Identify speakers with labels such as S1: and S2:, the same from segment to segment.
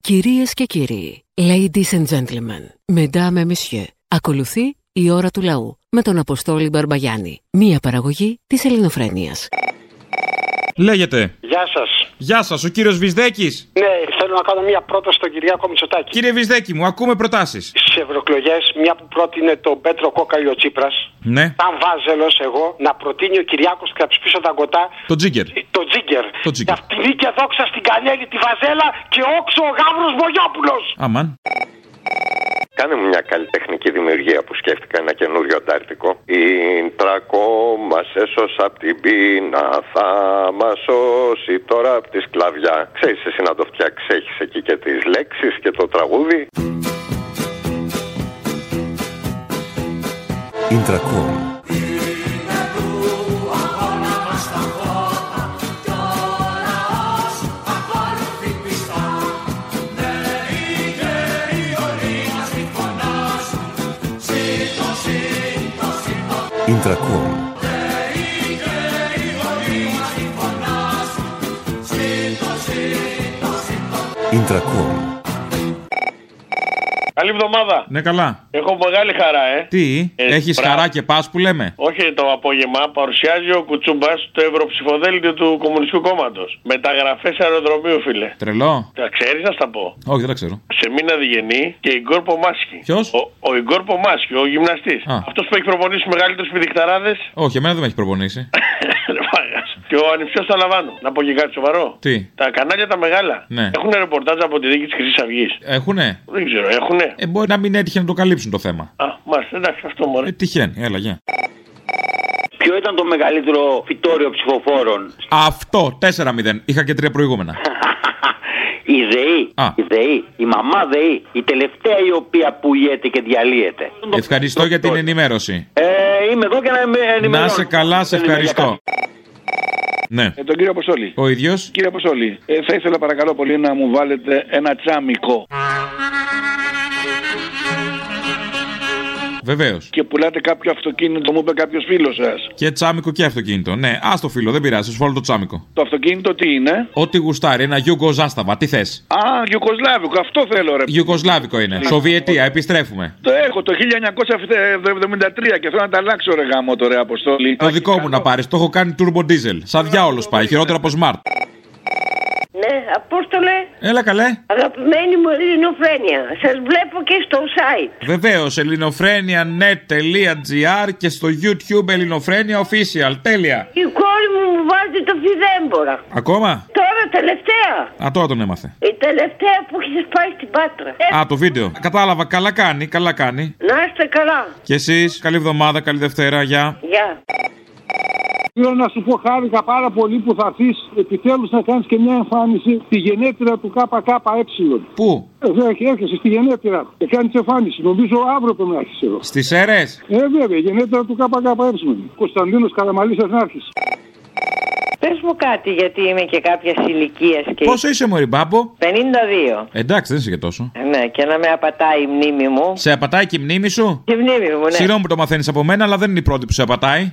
S1: Κυρίες και κύριοι, ladies and gentlemen, mesdames et messieurs, ακολουθεί η ώρα του λαού με τον Αποστόλη Μπαρμπαγιάννη, μία παραγωγή της ελληνοφρένειας.
S2: Λέγεται.
S3: Γεια σας.
S2: Γεια σας, ο κύριος Βυσδέκης.
S3: Ναι, θέλω να κάνω μια πρόταση στον Κυριάκο Μητσοτάκη.
S2: Κύριε Βυσδέκη, μου ακούμε προτάσεις.
S3: Στις ευρωεκλογές, μια που πρότεινε τον Πέτρο Κόκαλη ο Τσίπρας,
S2: Ναι.
S3: σαν βάζελος εγώ, να προτείνει ο Κυριάκος και να ψηφίσω τα κοντά
S2: Το τζίγκερ.
S3: το Τζίγκερ.
S2: Το Τζίγκερ.
S3: Για φτηνή και δόξα στην Κανέλη τη Βαζέλα και όξο ο Γάβρο Μπογιόπουλο.
S2: Αμαν.
S4: Κάνε μου μια καλλιτεχνική δημιουργία που σκέφτηκα ένα καινούριο αντάρτικο. Ιντρακό μας έσωσε από την πείνα, θα μας σώσει τώρα από τη σκλαβιά. Ξέρεις εσύ να το φτιάξεις, έχεις εκεί και τις λέξεις και το τραγούδι.
S5: Intracom. Intracom. Intracom.
S6: Καλή εβδομάδα.
S2: Ναι, καλά.
S6: Έχω μεγάλη χαρά, ε.
S2: Τι,
S6: Ε,
S2: έχεις
S6: μπράβο.
S2: χαρά και πας που λέμε.
S6: Όχι το απόγευμα, παρουσιάζει ο Κουτσούμπα το ευρωψηφοδέλτιο του Κομμουνιστικού Κόμματος. Μεταγραφές αεροδρομίου, φίλε.
S2: Τρελό.
S6: Τα ξέρεις να στα πω.
S2: Όχι, δεν τα ξέρω.
S6: Σε μήνα διγενή και η Γκόρπο Μάσκι.
S2: Ποιος?
S6: Ο, ο Γκόρπο Μάσκι, ο γυμναστής.
S2: Α.
S6: Αυτός που έχει προπονήσει μεγαλύτερους πηδιχταράδε.
S2: Όχι, εμένα δεν με έχει προπονήσει.
S6: και ο ανυψιό θα λαμβάνω. Να πω και κάτι σοβαρό.
S2: Τι,
S6: Τα κανάλια τα μεγάλα
S2: Ναι.
S6: έχουν ρεπορτάζ από τη δίκη τη Χρυσής Αυγής.
S2: έχουνε.
S6: Δεν ξέρω, έχουνε.
S2: Ε, μπορεί να μην έτυχε να το καλύψουν το θέμα.
S6: Α, μάλιστα, εντάξει, αυτό μωρέ.
S2: Ε, τυχαίνει, έλα, γεια.
S7: Ποιο ήταν το μεγαλύτερο φυτόριο ψηφοφόρων,
S2: Αυτό, 4-0. Είχα και τρία προηγούμενα.
S7: η ΔΕΗ,
S2: Α.
S7: η ΔΕΗ, η μαμά ΔΕΗ, η τελευταία η οποία πουλιέται και διαλύεται.
S2: Ευχαριστώ για την ενημέρωση.
S7: Ε, είμαι εδώ και να με ενημερώνω.
S2: Να σε καλά, σε
S7: Δεν είναι για
S2: ευχαριστώ. Ναι,
S8: Ε, τον κύριο Αποστόλη.
S2: ο ίδιος.
S8: Κύριε Αποστόλη, ε, θα ήθελα παρακαλώ πολύ να μου βάλετε ένα τσάμικο
S2: Βεβαίως.
S8: και πουλάτε κάποιο αυτοκίνητο, μου είπε κάποιος φίλος σας.
S2: Και τσάμικο και αυτοκίνητο. Ναι, ας το φίλο, δεν πειράζει, σου βάλω το τσάμικο.
S8: Το αυτοκίνητο τι είναι.
S2: Ό,τι γουστάρει, ένα Γιούγκο Ζάσταβα, τι θες.
S8: Α, Γιουκοσλάβικο, αυτό θέλω ρε.
S2: Γιουγκοσλάβικο είναι. Σοβιετία, επιστρέφουμε.
S8: Το έχω το 1973 και θέλω να τα αλλάξω ρε γάμο το ρε Αποστόλη.
S2: Το δικό μου να πάρεις, το έχω κάνει turbo diesel. Σαν διάολος πάει, χειρότερο από smart.
S9: Ναι, Απόστολε,
S2: Έλα καλέ.
S9: αγαπημένη μου ελληνοφρένεια, σας βλέπω και στο site.
S2: Βεβαίως, ελληνοφρένια.net.gr και στο YouTube ελληνοφρένια official. Τέλεια.
S9: Η κόρη μου μου βάζει το φιδέμπορα.
S2: Ακόμα.
S9: Τώρα τελευταία,
S2: Α, τώρα τον έμαθε.
S9: η τελευταία που έχεις πάει στην Πάτρα. Ε,
S2: Α, το βίντεο. Κατάλαβα, καλά κάνει, καλά κάνει.
S9: να είστε καλά.
S2: Και εσείς, καλή εβδομάδα, καλή Δευτέρα, γεια.
S9: Γεια.
S10: Θέλω να σου πω χάρηκα πάρα πολύ που θα αφήσει επιτέλους να κάνεις και μια εμφάνιση στη γενέτειρα του ΚΚΕ.
S2: Πού,
S10: Ε, δε, Έρχεσαι στη γενέτειρα και κάνεις εμφάνιση. Νομίζω αύριο πρέπει να έρχεσαι εδώ.
S2: στις αίρε.
S10: Ε, βέβαια, γενέτειρα του ΚΚΕ. Κωνσταντίνος Καραμαλής Εθνάρχης.
S9: Πες μου κάτι γιατί είμαι και κάποια ηλικία και...
S2: Πόσο είσαι, Μωρή Μπάμπο.
S9: 52.
S2: Εντάξει, δεν είσαι και τόσο.
S9: Ναι, και να με απατάει η μνήμη μου.
S2: Σε απατάει και η μνήμη σου.
S9: Η μνήμη μου, ναι. Ε.
S2: Συγγνώμη που το μαθαίνεις από μένα, αλλά δεν είναι η πρώτη που σε απατάει.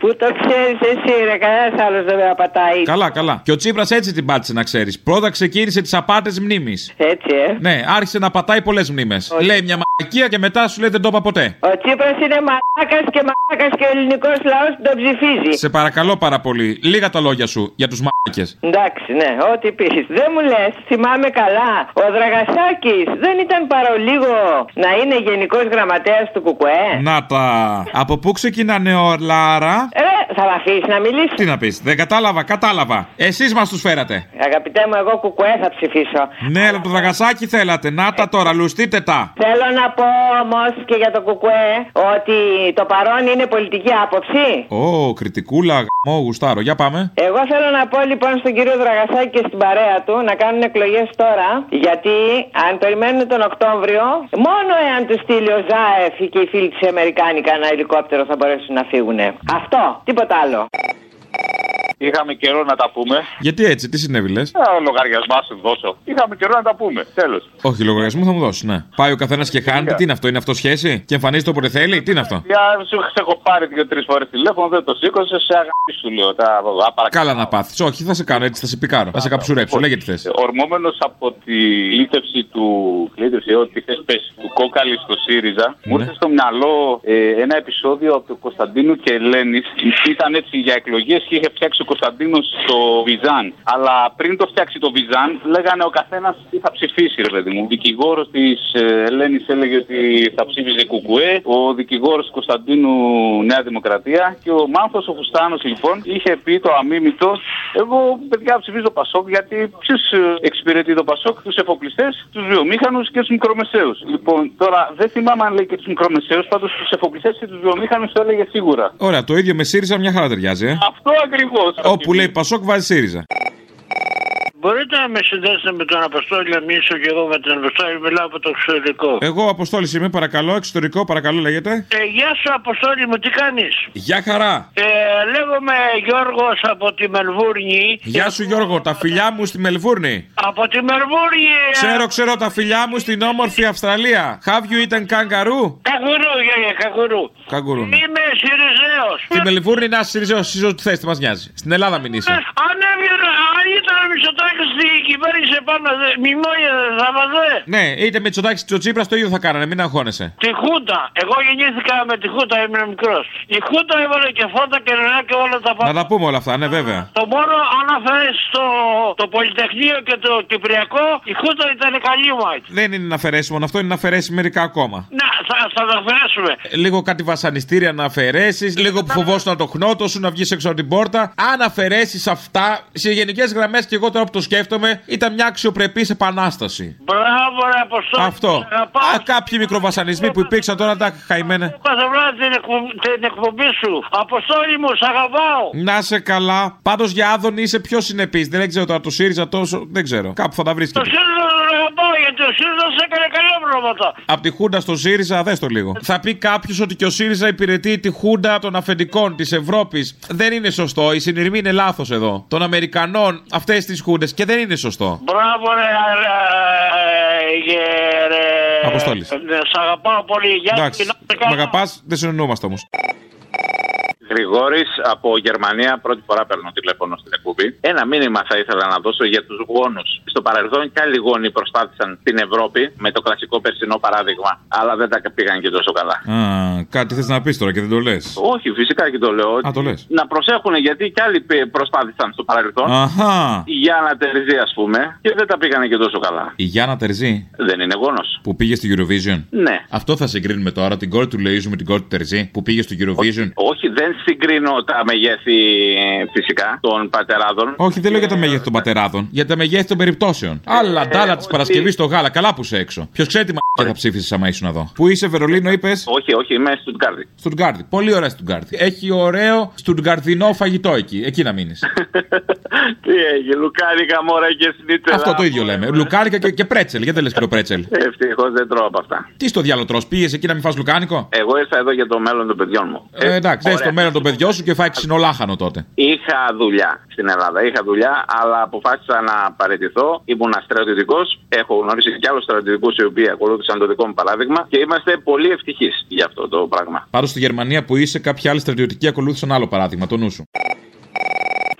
S9: Που το ξέρεις εσύ, ρε, κανένας άλλος δεν με απατάει.
S2: καλά, καλά. Και ο Τσίπρας έτσι την πάτησε να ξέρεις. Πρώτα ξεκίνησε τις απάτες μνήμης.
S9: Έτσι, ε.
S2: ναι, άρχισε να πατάει πολλές μνήμες. Λέει μια μαλακία και μετά σου λέει δεν το είπα ποτέ.
S9: Ο Τσίπρας είναι μαλάκας και μαλάκας και ο ελληνικός λαός τον ψηφίζει.
S2: σε παρακαλώ πάρα πολύ, λίγα τα λόγια σου για τους μαλακέ.
S9: Εντάξει, ναι, ό,τι πεις. Δεν μου λες, θυμάμαι καλά. Ο Δραγασάκης δεν ήταν παρολίγο να είναι γενικός γραμματέας του Κουκουέ.
S2: να τα. από πού ξεκινάνε όλα, άρα.
S9: Ρε, Ε, θα με αφήσεις να μιλήσεις.
S2: Τι να πεις, δεν κατάλαβα, κατάλαβα. Εσείς μας τους φέρατε.
S9: Αγαπητέ μου, εγώ Κουκουέ Ε, θα ψηφίσω. Ε.
S2: Ναι, αλλά το δραγασάκι θέλατε. Να τα τώρα, λουστείτε τα.
S9: Θέλω να πω όμως και για το Κουκουέ ότι το παρόν είναι πολιτική άποψη.
S2: Ω, κριτικούλα, γαμό, γουστάρω. Για πάμε.
S9: Εγώ θέλω να πω λοιπόν στον κύριο Δραγασάκη και στην παρέα του να κάνουν εκλογές τώρα. Γιατί αν περιμένουν τον Οκτώβριο, μόνο εάν τους στείλει ο Ζάεφ και οι φίλοι της Αμερικάνικα ένα ελικόπτερο θα μπορέσουν να φύγουν. Αυτό, τίποτα άλλο.
S11: Είχαμε καιρό να τα πούμε.
S2: Γιατί έτσι, τι συνέβη λες.
S11: Ε, λογαριασμά σου δώσω. Είχαμε καιρό να τα πούμε. Τέλος.
S2: Όχι, λογαριασμό θα μου δώσεις, ναι. Πάει ο καθένας και χάνεται, τι είναι αυτό, είναι αυτό σχέση. Και εμφανίζεται όποτε θέλει, τι είναι αυτό.
S11: Για σου σε έχω πάρει δύο-τρει φορές τηλέφωνο, δεν το σήκωσε. Σε αγάπη σου λέω. Τα απαρακαλώ.
S2: Καλά να πάθεις. Όχι, θα σε κάνω έτσι, θα σε πικάρω. Θα σε καψουρέψω, λέγε τι θες.
S11: Ορμόμενος από τη λύτευση του. Λύτευση, ό,τι θες πέσει. Του κόκαλη στο ΣΥΡΙΖΑ. Μου
S2: Ναι.
S11: ήρθε στο μυαλό ε, ένα επεισόδιο από τον Κωνσταντίνο και Ελένης. Ήταν έτσι για εκλογές και είχε φτιάξει ο Κωνσταντίνος το Βιζάν. Αλλά πριν το φτιάξει το Βιζάν, λέγανε ο καθένας τι θα ψηφίσει, ρε παιδί μου. ε, Ο δικηγόρος της Ελένης έλεγε ότι θα ψήφιζε Κουκουέ. Ο δικηγόρος του Κωνσταντίνου Νέα Δημοκρατία. Και ο Μάνθος ο Φουστάνος, λοιπόν, είχε πει το αμίμητο. Εγώ, παιδιά, ψηφίζω Πασόκ γιατί ποιου εξυπηρετεί το Πασόκ, τους εφοπλιστές, τους βιομήχανους και τους μικρομεσαίους. Λοιπόν, τώρα δεν θυμάμαι αν λέει και τους μικρομεσαίους, πάντως τους εφοπλιστές και τους βιομήχανους το έλεγε σίγουρα.
S2: Ωραία, το ίδιο με ΣΥΡΙΖΑ μια χαρά ταιριάζει, ε.
S11: Αυτό ακριβώς.
S2: Όπου λέει Πασόκ βάζει ΣΥΡΙΖΑ.
S3: Μπορείτε να με συνδέσετε με τον Αποστόλη Μίσο και εγώ με τον Αποστόλη μιλάω από το εξωτερικό.
S2: Εγώ Αποστόλη είμαι, παρακαλώ, εξωτερικό, παρακαλώ λέγεται.
S3: Ε, γεια σου Αποστόλη μου, τι κάνεις.
S2: Γεια χαρά!
S3: Ε, λέγομαι Γιώργος από τη Μελβούρνη.
S2: Γεια σου Γιώργο, τα φιλιά μου στη Μελβούρνη.
S3: Από τη Μελβούρνη. ε,
S2: Ξέρω, ξέρω τα φιλιά μου στην όμορφη Αυστραλία. Have you eaten
S11: Ναι.
S2: kangaroo?
S3: Καγουρού, Γιώργο, καγουρού.
S2: Καγκουρού. ναι.
S3: Είμαι Σιριζέος.
S2: Στη Μελβούρνη να είσαι ριζέο, εσύ ό,τι θες, τι μας νοιάζει. Στην Ελλάδα μην
S3: Ε,
S2: είσαι.
S3: Αν έβγαινε, αν ήταν ο Μητσοτάκης στην κυβέρνηση επάνω, δε- μνημόνια δεν θα βαζέ.
S2: Ναι, είτε με τσοτάξει τη Τσίπρας το ίδιο θα κάνανε, μην αγχώνεσαι.
S3: Τη Χούντα. Εγώ γεννήθηκα με τη Χούντα, ήμουν μικρός. Η Χούντα έβαλε και φώτα και νερά και όλα τα πάντα.
S2: Να τα πούμε όλα αυτά, ναι, βέβαια.
S3: Το μόνο αν αφαιρέσεις το, το Πολυτεχνείο και το Κυπριακό, η Χούντα ήταν καλή μάτι.
S2: Δεν είναι να αφαιρέσει μόνο αυτό, είναι να αφαιρέσει μερικά ακόμα. Ε,
S3: Να, θα, θα τα αφαιρέσουμε.
S2: Λίγο κάτι βασανιστήρια να αφαιρέσεις, λίγο που φοβόσουν το χνότο σου να βγεις έξω από την πόρτα. Αν αφαιρέσεις αυτά, σε γενικές γραμμές και εγώ τώρα που το σκέφτομαι, ήταν μια αξιοπρεπής επανάσταση.
S3: Μπράβο, ρε Αποστόλη.
S2: Αυτό. Α, κάποιοι μικροβασανισμοί που υπήρξαν τώρα τα καημένα.
S3: Κάθε βράδυ την, εκπομ- την εκπομπή σου. Αποστόλη μου, σ' αγαπάω.
S2: Να σε καλά. Πάντως για Άδωνη είσαι πιο συνεπής. Δεν ξέρω τώρα το ΣΥΡΙΖΑ τόσο. Δεν ξέρω. Κάπου θα τα βρει.
S3: Το ΣΥΡΙΖΑ τον αγαπάω γιατί ο ΣΥΡΙΖΑ έκανε καλά πράγματα.
S2: Από τη Χούντα στο ΣΥΡΙΖΑ, δες το λίγο. Θα πει κάποιος ότι και ο ΣΥΡΙΖΑ υπηρετεί τη Χούντα των αφεντικών της Ευρώπης. Δεν είναι σωστό. Η συνειρμή είναι λάθος εδώ. Των Αμερικανών, αυτές τις Χούντες. Και δεν είναι σωστό.
S3: Μπράβο, ρε, ρε,
S7: ε,
S3: γε- ρε.
S2: Αποστόλης.
S3: Ε, Σ' αγαπάω πολύ. Γεια σου.
S2: Εντάξει.
S3: να είστε
S2: Με
S3: καλά.
S2: αγαπά, δεν συνεννοούμαστε όμω.
S11: Γρηγόρης από Γερμανία, πρώτη φορά παίρνω τηλέφωνο στην εκπομπή. Ένα μήνυμα θα ήθελα να δώσω για τους γόνους. Στο παρελθόν και άλλοι γόνοι προσπάθησαν την Ευρώπη με το κλασικό περσινό παράδειγμα, αλλά δεν τα πήγαν και τόσο καλά.
S2: Α, κάτι θες να πεις τώρα και δεν το λες.
S11: Όχι, φυσικά και το λέω.
S2: Α, το λες.
S11: Να προσέχουν γιατί και άλλοι πε- προσπάθησαν στο παρελθόν.
S3: Λοιπόν.
S2: Αχά.
S11: Η Γιάννα Τερζή, ας πούμε, και δεν τα πήγανε και τόσο καλά.
S2: Η Γιάννα Τερζή
S11: Δεν είναι γόνος.
S2: που πήγε στη Eurovision.
S11: Ναι.
S2: Αυτό θα συγκρίνουμε τώρα, την κόρη του Λεϊζού με την κόρη του Τερζή που πήγε στο Eurovision.
S11: Όχι, δεν συγκρίνω τα μεγέθη ε, φυσικά των πατεράδων.
S2: Όχι, δεν λέω για τα μεγέθη των πατεράδων, για τα μεγέθη των περιπτώσεων.
S11: Ε,
S2: Άλλα ντάλα της Παρασκευής στο γάλα, καλά που είσαι έξω. Ποιος ξέρει τι μαγιά θα ψήφισε άμα ήσουν εδώ. Που είσαι Βερολίνο, είπες.
S11: Όχι, όχι, είμαι στον Κάρδι.
S2: Στουτγκάρδι. Πολύ ωραία Στουτγκάρδι. Έχει ωραίο στουτγκαρδινό φαγητό εκεί. Εκεί να μείνεις.
S11: Τι έγινε, Λουκάρικα μόρα και συνήθω.
S2: Αυτό το ίδιο λέμε. Λουκάρικα και, και πρέτσελ. Γιατί δεν λες και το πρέτσελ.
S11: Ευτυχώς δεν τρώω από αυτά.
S2: Τι στο διάλογο τρώ, πήγες εκεί να μην φας λουκάνικο.
S11: Εγώ ήρθα εδώ για το μέλλον των παιδιών μου.
S2: Ε, εντάξει, δες το μέλλον των παιδιών σου και φάει ξινολάχανο τότε.
S11: Είχα δουλειά στην Ελλάδα. Είχα δουλειά, αλλά αποφάσισα να παραιτηθώ. Ήμουν στρατιωτικός. Έχω γνωρίσει και άλλους στρατιωτικούς οι οποίοι ακολούθησαν το δικό μου παράδειγμα και είμαστε πολύ ευτυχείς για αυτό το πράγμα.
S2: Πάντω στη Γερμανία που είσαι, κάποιοι άλλοι στρατιωτικοί ακολούθησαν άλλο παράδειγμα, τον νου σου.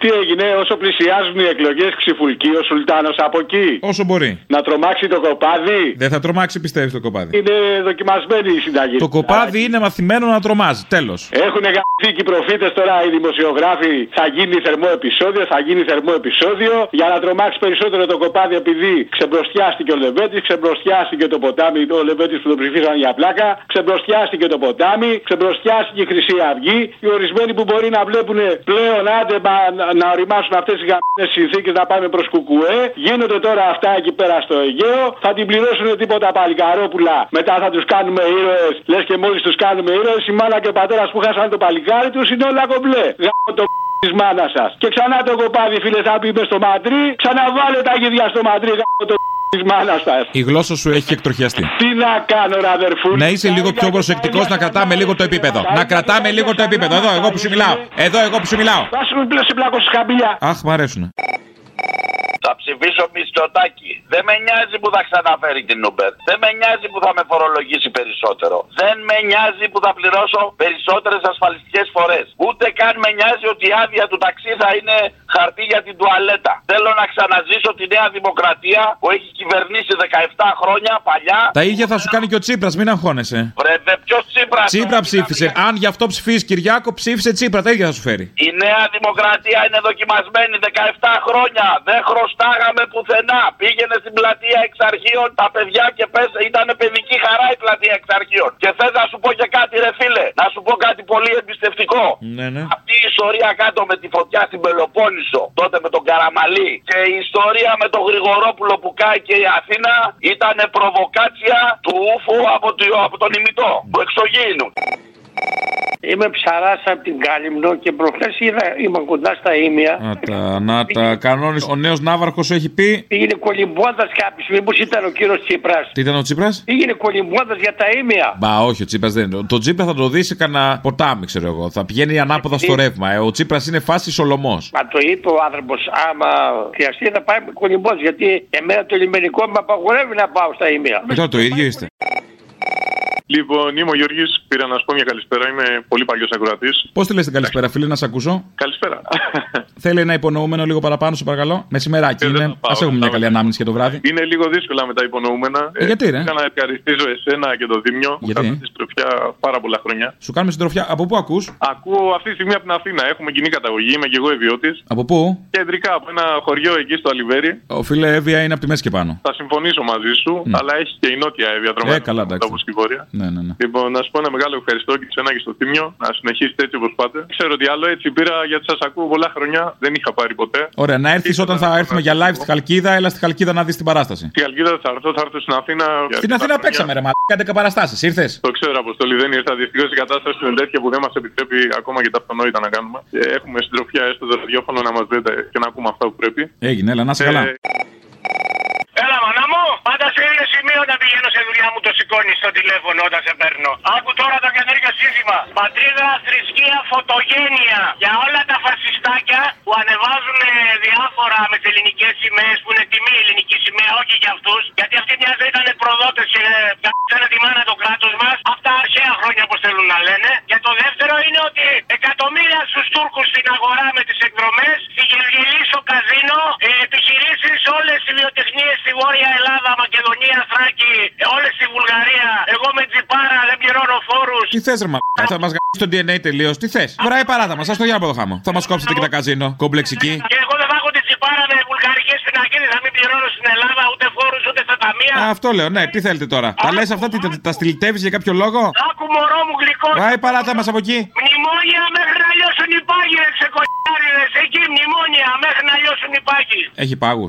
S10: Τι έγινε, όσο πλησιάζουν οι εκλογές, ξυφουλκεί ο Σουλτάνος από εκεί.
S2: Όσο μπορεί.
S10: Να τρομάξει το κοπάδι.
S2: Δεν θα τρομάξει, πιστεύεις το κοπάδι.
S10: Είναι δοκιμασμένη η συνταγή.
S2: Το κοπάδι είναι μαθημένο να τρομάζει. Τέλος.
S10: Έχουν γαμηθεί και οι προφήτες τώρα οι δημοσιογράφοι. Θα γίνει θερμό επεισόδιο, θα γίνει θερμό επεισόδιο. Για να τρομάξει περισσότερο το κοπάδι, επειδή ξεμπροστιάστηκε ο Λεβέντη, ξεμπροστιάστηκε το ποτάμι. Ο Λεβέντη που τον ψηφίσαν για πλάκα, ξεμπροστιάστηκε το ποτάμι, ξεμπροστιάστηκε η Χρυσή Αυγή. Οι ορισμένοι που μπορεί να βλέπουν πλέον άντε μπα- να, να οριμάσουν αυτέ οι γαμμένες συνθήκες να πάμε προς Κουκουέ. Γίνονται τώρα αυτά εκεί πέρα στο Αιγαίο. Θα την πληρώσουν τίποτα παλικαρόπουλα. Μετά θα τους κάνουμε ήρωες. Λες και μόλις τους κάνουμε ήρωες, η μάνα και ο πατέρας που χάσαν το παλικάρι τους είναι όλα κομπλέ. Γάμο το της μάνας σας. Και ξανά το κοπάδι, φίλε, θα πει μες στο μαντρί, ξαναβάλε τα γυδιά στο μαντρί, γάμο το της μάνας σα.
S12: Η γλώσσα σου έχει εκτροχιαστεί.
S10: Τι να κάνω, ρε αδερφούλη.
S12: Να είσαι λίγο πιο προσεκτικό, να κρατάμε λίγο το επίπεδο. Να κρατάμε λίγο το επίπεδο. Εδώ, εγώ που σου μιλάω. Εδώ, εγώ που σου μιλάω.
S10: Θα σου πλέον σε πλάκο στις χαμπίλια.
S12: Αχ, μ' αρέσουνε.
S8: Θα ψηφίσω Μητσοτάκη. Δεν με νοιάζει που θα ξαναφέρει την Uber. Δεν με νοιάζει που θα με φορολογήσει περισσότερο. Δεν με νοιάζει που θα πληρώσω περισσότερες ασφαλιστικές φορές. Ούτε καν με νοιάζει ότι η άδεια του ταξί θα είναι χαρτί για την τουαλέτα. Θέλω να ξαναζήσω τη Νέα Δημοκρατία που έχει κυβερνήσει 17 χρόνια παλιά.
S12: Τα ίδια θα σου κάνει και ο Τσίπρας, μην αγχώνεσαι.
S8: Βρε, δε ποιος Τσίπρας.
S12: Τσίπρα ψήφισε. Αν γι' αυτό ψηφίσεις Κυριάκο, ψήφισε Τσίπρα. Τα ίδια θα σου φέρει.
S8: Η Νέα Δημοκρατία είναι δοκιμασμένη 17 χρόνια. Δεν χρωστάγαμε πουθενά. Πήγαινε στην πλατεία εξ αρχείων τα παιδιά και πες ήταν παιδική χαρά η πλατεία εξ αρχείων. Και θες να σου πω και κάτι, ρε φίλε, να σου πω κάτι πολύ εμπιστευτικό.
S12: Ναι, ναι.
S8: Αυτή η ιστορία κάτω με τη φωτιά στην Πελοπόννησο, τότε με τον Καραμαλή και η ιστορία με τον Γρηγορόπουλο που κάει και η Αθήνα ήταν προβοκάτσια του ούφου από, τη- από τον ημιτό, του εξωγήινου.
S7: Είμαι ψαράς από την Κάλυμνο και προχθές είμαι κοντά στα ήμια.
S12: Να τα, να τα. Κανόνες. Ο νέος ναύαρχος έχει πει.
S7: Πήγαινε κολυμπώντας κάποιος, μήπως ήταν ο κύριος Τσίπρας.
S12: Τι ήταν ο Τσίπρας.
S7: Πήγαινε κολυμπώντας για τα ήμια.
S12: Μπα, όχι, ο Τσίπρας δεν είναι. Το Τσίπρα θα το δεις σε κανένα ποτάμι, ξέρω εγώ. Θα πηγαίνει ανάποδα στο ρεύμα. ε. Ο Τσίπρας είναι φάση σολομός.
S7: Μα το είπε ο άνθρωπος, άμα χρειαστεί να πάει κολυμπώντας. Γιατί εμένα το λιμενικό με απαγορεύει να πάω στα ήμια.
S12: Μετά Ε, το ίδιο είστε.
S13: Λοιπόν, είμαι ο Γιώργης. Πήρα να σου πω μια καλησπέρα. Είμαι πολύ παλιός ακροατής.
S12: Πώς τη λες την καλησπέρα, φίλε, να σε ακούσω.
S13: Καλησπέρα.
S12: Θέλει ένα υπονοούμενο λίγο παραπάνω, σε παρακαλώ. Μεσημεράκι είναι. Α
S13: πάω,
S12: έχουμε μια καλή ανάμνηση για το βράδυ.
S13: Είναι λίγο δύσκολα με τα υπονοούμενα.
S12: Ε, γιατί, ρε?
S13: Θέλω να ευχαριστήσω εσένα και το Δήμιο. Μου
S12: Γιατί?
S13: κάνατε τη στροφιά πάρα πολλά χρόνια.
S12: Σου κάνουμε συντροφιά. Από πού ακούς,
S13: Ακούω αυτή τη στιγμή από την Αθήνα. Έχουμε κοινή καταγωγή. Είμαι και εγώ ευιώτη.
S12: από πού.
S13: Κεντρικά από ένα χωριό εκεί στο Αλιβέρι.
S12: Ο φίλε Εύβοια είναι από τη μέση και πάνω.
S13: Θα συμφωνήσω μαζί σου,
S12: Μμ.
S13: αλλά έχει και η νότια
S12: Ναι. Ε,
S13: ευδιατρομάδα.
S12: καλά, εντάξει.
S13: Όπως και η βόρεια.
S12: Ναι, ναι, ναι.
S13: Λοιπόν, να σου πω ένα μεγάλο ευχαριστώ και σε ένα και στο Θήμιο. Να συνεχίσετε έτσι όπως πάτε. Ξέρω ότι άλλο έτσι πήρα γιατί σας ακούω πολλά χρόνια. Δεν είχα πάρει ποτέ.
S12: Ωραία, να έρθεις όταν θα έρθουμε για live στη Χαλκίδα, έλα στη Χαλκίδα να δεις την παράσταση.
S13: Στην Αλκίδα θα έρθω, θα έρθω στην Αθήνα.
S12: Στην Αθήνα παίξαμε, ρε μαλάκα, 10 παραστάσει. Ήρθες.
S13: Το ξέρω, Αποστολή, δεν ήρθα. Δυστυχώς η κατάσταση είναι τέτοια που δεν μας επιτρέπει ακόμα και τα αυτονόητα να κάνουμε. Ε, Έχουμε συντροφιά έστω το ραδιόφωνο να μας λέτε και να ακούμε αυτά που πρέπει.
S12: Έγινε, έλα, να σε καλά.
S13: Ε,
S14: Έλα, μανά μου, πάντα σε είναι σημείο να πηγαίνω σε δουλειά μου, το σηκώνεις στο τηλέφωνο όταν σε παίρνω. Άκου τώρα το καινούργιο σύνθημα. Πατρίδα, θρησκεία, φωτογένεια. Για όλα τα φασιστάκια που ανεβάζουν ε, διάφορα με τις ελληνικές σημαίες που είναι τιμή η ελληνική σημαία, όχι για αυτούς. Γιατί αυτοί μια ζωή ήταν ε, προδότε και κάτσανε τη μάνα το κράτος μας. Αυτά αρχαία χρόνια όπως θέλουν να λένε. Και το δεύτερο είναι ότι εκατομμύρια στους Τούρκους στην αγορά με τις εκδρομές, στη Γευγελή στο καζίνο, ε, επιχειρήσεις όλες οι βιοτεχνίες στη Βόρεια Ελλάδα, Μακεδονία, Θράκη, όλες στη Βουλγαρία. Εγώ με τζιπάρα δεν πληρώνω φόρους.
S12: Τι θες, ρε μαλάκα, θα μας γράψει το DNA τελείως. Τι θες. Βράει παράτα μας, ας το γιάννη το χάμο. Θα μας κόψετε και τα καζίνο, κομπλεξική.
S14: Και εγώ δεν θα έχω την τσιπάρα με βουλγαρικές πινακίδε, θα μην πληρώνω στην Ελλάδα ούτε φόρους ούτε στα ταμεία.
S12: Α, Αυτό λέω, ναι, τι θέλετε τώρα. Τα λες αυτά, τι, τα, τα στυλιτεύεις για κάποιο λόγο.
S14: Άκου μωρό μου γλυκό.
S12: Βράει παράτα μας από εκεί.
S14: Μνημόνια μέχρι να λιώσουν οι πάγοι, ρε ξεκολιάριδες. Εκεί μνημόνια μέχρι να λιώσουν οι πάγοι.
S12: Έχει πάγους.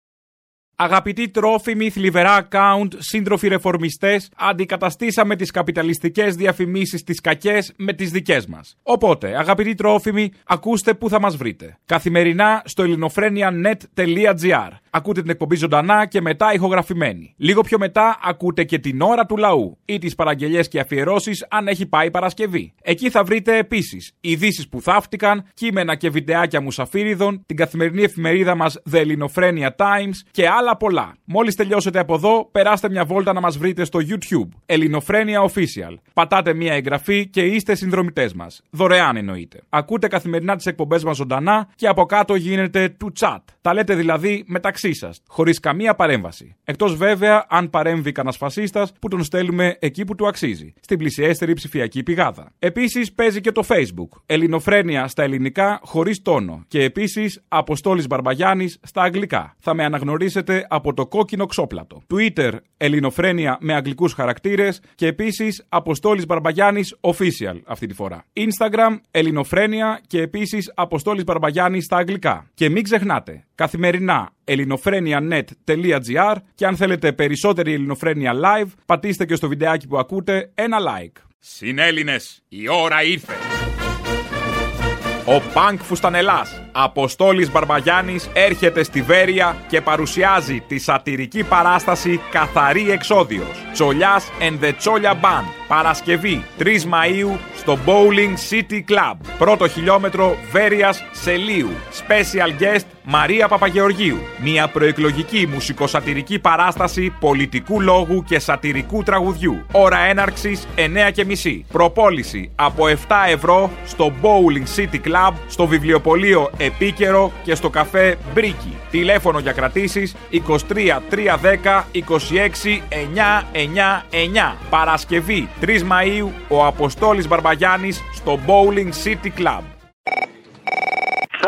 S2: Αγαπητοί τρόφιμοι, θλιβερά account, σύντροφοι ρεφορμιστές, αντικαταστήσαμε τις καπιταλιστικές διαφημίσεις τις κακές με τις δικές μας. Οπότε, αγαπητοί τρόφιμοι, ακούστε πού θα μας βρείτε. Καθημερινά στο ελληνοφρένια.net.gr. Ακούτε την εκπομπή ζωντανά και μετά ηχογραφημένη. Λίγο πιο μετά ακούτε και την ώρα του λαού ή τις παραγγελίε και αφιερώσεις αν έχει πάει Παρασκευή. Εκεί θα βρείτε επίσης ειδήσεις που θαύτηκαν, κείμενα και βιντεάκια μουσαφίριδων, την καθημερινή εφημερίδα μας The Ελληνοφρένια Times και άλλα πολλά. Μόλις τελειώσετε από εδώ, περάστε μια βόλτα να μας βρείτε στο YouTube. Ελληνοφρένια Official. Πατάτε μια εγγραφή και είστε συνδρομητές μας. Δωρεάν εννοείται. Ακούτε καθημερινά τις εκπομπές μας ζωντανά και από κάτω γίνεται του chat. Τα λέτε δηλαδή μεταξύ σας, χωρίς καμία παρέμβαση. Εκτός βέβαια αν παρέμβει κανένα φασίστας που τον στέλνουμε εκεί που του αξίζει, στην πλησιέστερη ψηφιακή πηγάδα. Επίσης παίζει και το Facebook. Ελληνοφρένια στα ελληνικά χωρίς τόνο. Και επίσης Αποστόλης Μπαρμπαγιάννης στα αγγλικά. Θα με αναγνωρίσετε
S15: προέρχεται από το κόκκινο ξόπλατο. Twitter Ελληνοφρένια με αγγλικούς χαρακτήρες και επίσης Αποστόλης Μπαρμπαγιάννης Official αυτή τη φορά. Instagram Ελληνοφρένια και επίσης Αποστόλης Μπαρμπαγιάννης στα αγγλικά. Και μην ξεχνάτε, καθημερινά ελληνοφρένια.net.gr και αν θέλετε περισσότερη ελληνοφρένια live, πατήστε και στο βιντεάκι που ακούτε ένα like. Συνέλληνες, η ώρα ήρθε. Ο Πανκ Φουστανελάς, Αποστόλης Μπαρμπαγιάννης, έρχεται στη Βέρεια και παρουσιάζει τη σατυρική παράσταση «Καθαρή Εξόδιος». Τσολιάς and the Τσόλια Band. Παρασκευή 3 Μαΐου στο Bowling City Club. Πρώτο χιλιόμετρο Βέρειας Σελίου. Special guest Μαρία Παπαγεωργίου. Μια προεκλογική μουσικοσατυρική παράσταση πολιτικού λόγου και σατυρικού τραγουδιού. Ώρα έναρξης 9.30. Προπόληση από 7 ευρώ στο Bowling City Club, στο βιβλιοπωλείο Επίκαιρο και στο καφέ Μπρίκι. Τηλέφωνο για κρατήσεις 23 310 26 999. Παρασκευή 3 Μαΐου ο Αποστόλης Μπαρμπαγιάννης στο Bowling City Club.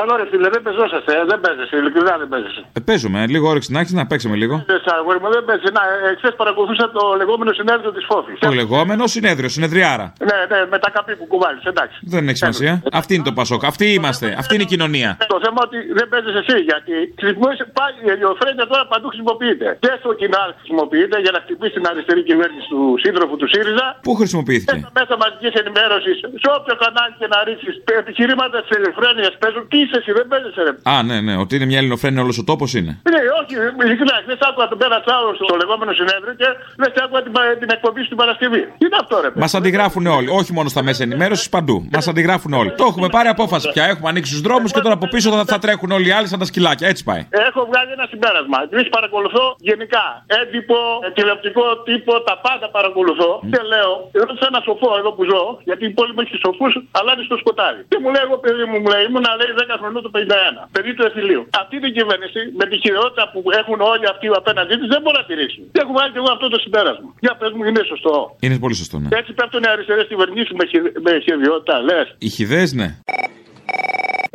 S16: Καλό ρε φίλε, δεν πεζόσαστε, ε, δεν παίζεσαι, ειλικρινά δεν παίζεσαι.
S2: Ε, παίζουμε, λίγο όρεξη να έχεις, να παίξουμε λίγο.
S16: Δεν σε αγόρι μου, δεν παίζεσαι. Να, εχθέ παρακολουθούσα το λεγόμενο συνέδριο της Φόφης.
S2: Το λεγόμενο συνέδριο, συνεδριάρα.
S16: Ναι, ναι, με τα καπί που κουβάλεις, εντάξει.
S2: Δεν έχει σημασία. Αυτή είναι το Πασόκ. Αυτή είμαστε. Αυτή είναι η κοινωνία.
S16: Ε, Το θέμα ότι δεν παίζει εσύ, γιατί χρησιμοποιείς πάλι ε, η ελιοφρένεια τώρα παντού χρησιμοποιείται. Και στο κοινά χρησιμοποιείται για να χτυπήσει την αριστερή κυβέρνηση του σύντροφου του ΣΥΡΙΖΑ.
S2: Πού χρησιμοποιήθηκε.
S16: Μέσα μαζική ενημέρωση, σε όποιο κανάλι και να ρίξει, επιχειρήματα τη ελευθερία παίζουν. Τι είσαι εσύ, δεν παίζει ρε.
S2: Α, ναι, ναι. Ότι είναι μια ελληνοφρένεια όλος ο τόπος είναι.
S16: Ναι, όχι, ειλικρινά, δεν σ' άκουγα τον πέρα Τσάουρ στο λεγόμενο συνέδριο και δεν σ' άκουγα την, πα- την εκπομπή σου την Παρασκευή. Τι είναι αυτό, ρε.
S2: Μα αντιγράφουν όλοι, όχι μόνο στα μέσα ενημέρωσης, παντού. Μας αντιγράφουν όλοι. Το έχουμε πάρει απόφαση πια. Έχουμε ανοίξει τους δρόμους και τώρα από πίσω θα, θα τρέχουν όλοι οι άλλοι σαν τα σκυλάκια. Έτσι πάει.
S16: Έχω βγάλει ένα συμπέρασμα. Εμείς παρακολουθώ γενικά. Έντυπο, ε, τηλεοπτικό τύπο, τα πάντα παρακολουθώ. Και λέω, εγώ σαν ένα σοφό εδώ που ζω, γιατί η πόλη μου έχει σοφούς, αλλά είναι στο σκοτάδι. Και μου λέει, εγώ παιδί μου, μου λέει, ήμουν λέει 10 χρονών το 51. Παιδί του εφηλίου. Αυτή την κυβέρνηση με τη χειρότητα που έχουν όλοι αυτοί απέναντί της δεν μπορεί να τηρήσουν. Και έχω βγάλει και εγώ αυτό το συμπέρασμα. Για πες μου, είναι σωστό.
S2: Είναι πολύ σωστό, ναι.
S16: Και έτσι πέφτουν οι αριστερές κυβερνήσεις με, χει- με χειρότητα, λες.
S2: Οι χιδές, ναι.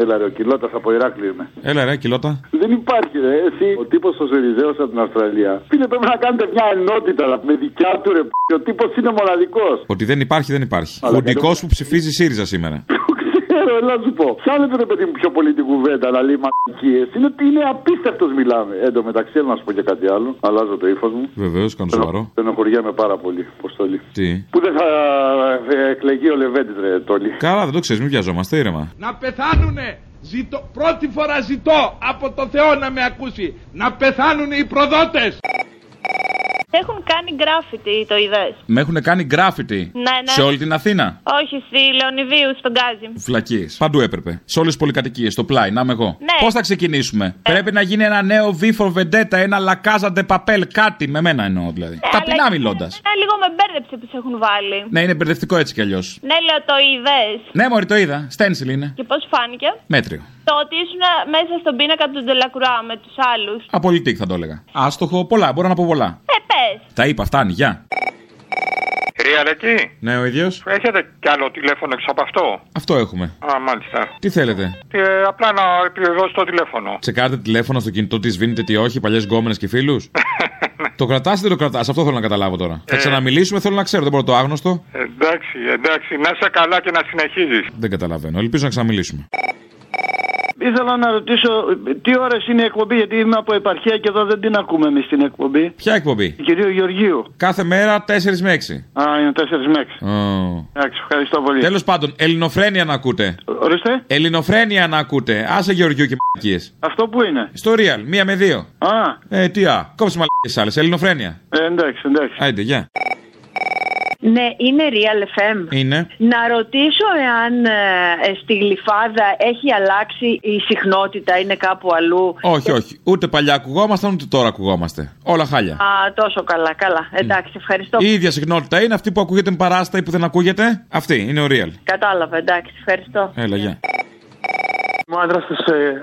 S10: Έλα ρε, ο Κιλότας από Ηράκλειο είμαι.
S2: Έλα ρε, κιλότα.
S10: Δεν υπάρχει ρε, εσύ, ο τύπος ο Σεριζέος από την Αυστραλία. Φίλε, πρέπει να κάνετε μια ενότητα ρε, με δικιά του ρε, π***. ο τύπος είναι μοναδικός.
S2: Ότι δεν υπάρχει, δεν υπάρχει.
S10: Αλλά
S2: Χουντικός που ψηφίζει ΣΥΡΙΖΑ σήμερα.
S10: Ξέρω, έλα να σου πω. Σαν ρε παιδί μου πιο πολύ την κουβέντα, αλλά λέει μαλακίες. Είναι ότι είναι απίστευτος μιλάμε. Εν τω μεταξύ, θέλω να σου πω και κάτι άλλο. Αλλάζω το ύφος μου.
S2: Βεβαίως, κάνω σοβαρό.
S10: Στενοχωριέμαι πάρα πολύ, Ποστολή.
S2: Τι.
S10: Που δεν θα ε, εκλεγεί ο Λεβέντης ρε, Τόλι.
S2: Καλά, δεν το ξέρεις, μην βιαζόμαστε ήρεμα.
S8: Να πεθάνουνε! Ζητώ, πρώτη φορά ζητώ από το Θεό να με ακούσει. Να πεθάνουνε οι προδότες!
S17: Έχουν κάνει γκράφιτι, το είδες.
S2: Με έχουν κάνει γκράφιτι
S17: Ναι, ναι.
S2: σε όλη την Αθήνα.
S17: Όχι, στη Λεωνιδίου, στον Γκάζι.
S2: Φλακίε. Παντού έπρεπε. Σε όλες τις πολυκατοικίες. Στο πλάι, να είμαι εγώ.
S17: Ναι. Ε.
S2: Πώς θα ξεκινήσουμε. Πρέπει να γίνει ένα νέο V for Vendetta, ένα La Casa de Papel, κάτι με μένα εννοώ δηλαδή. Ταπεινά
S17: Ε, αλλά-
S2: μιλώντας.
S17: Ένα λίγο με μπέρδεψε που σε έχουν βάλει.
S2: Ναι, είναι μπερδευτικό έτσι κι αλλιώς.
S17: Ναι, λέω, το είδες.
S2: Ναι, Μωρή, το είδα. Στένσιλ είναι.
S17: Και πώς φάνηκε.
S2: Μέτριο.
S17: Το ότι ήσουν μέσα στον πίνακα του Ντελακουρά με τους άλλους.
S2: Απολυτικ θα το έλεγα. Άστοχο, πολλά, μπορώ να πω πολλά.
S17: Ε, πες.
S2: Τα είπα, φτάνει, γεια.
S18: Ρε Αλέκη,
S2: Ναι, ο ίδιος.
S18: έχετε κι άλλο τηλέφωνο έξω από αυτό.
S2: Αυτό έχουμε.
S18: Α, μάλιστα.
S2: Τι θέλετε.
S18: Ε, απλά να επιβεβαιώσω το τηλέφωνο.
S2: Τσεκάρετε τηλέφωνα στο κινητό τι σβήνετε, τι όχι, παλιές γκόμενες και φίλους. το κρατάς ή δεν το κρατάς, αυτό θέλω να καταλάβω τώρα. Θα ξαναμιλήσουμε, θέλω να ξέρω, δεν μπορώ το άγνωστο.
S18: Εντάξει, εντάξει, να είσαι καλά και να συνεχίζεις.
S2: Δεν καταλαβαίνω. Ελπίζω να ξαναμιλήσουμε.
S19: Ήθελα να ρωτήσω ε, τι ώρες είναι η εκπομπή, γιατί είμαι από επαρχία και εδώ δεν την ακούμε εμείς την εκπομπή.
S2: Ποια εκπομπή?
S19: Κυρίου Γεωργίου.
S2: Κάθε μέρα 4 με 6.
S19: Α, είναι 4 με 6.
S2: Oh.
S19: Εντάξει, ευχαριστώ πολύ.
S2: Τέλος πάντων, ελληνοφρένεια να ακούτε.
S19: Ορίστε.
S2: Ελληνοφρένεια να ακούτε. Άσε Γεωργιού και μαλακίες.
S19: Αυτό που είναι.
S2: Στο real, μία με δύο.
S19: Α.
S2: Ε, τι α. Κόψε μαλακίες άλλες. Ελληνοφρένεια.
S19: Ε, εντάξει, εντάξει.
S2: Άιντε, γεια.
S20: Ναι, είναι Real FM.
S2: Είναι.
S20: Να ρωτήσω εάν ε, στη Γλυφάδα έχει αλλάξει η συχνότητα, είναι κάπου αλλού.
S2: Όχι, όχι. Ούτε παλιά ακουγόμασταν, ούτε τώρα ακουγόμαστε. Όλα χάλια.
S20: Α, τόσο καλά, καλά. Εντάξει, ευχαριστώ.
S2: Ναι. Η ίδια συχνότητα είναι αυτή που ακούγεται με παράστα ή που δεν ακούγεται. Αυτή είναι ο real.
S20: Κατάλαβα, εντάξει, ευχαριστώ.
S2: Έλα, γεια.
S21: Ο άντρας της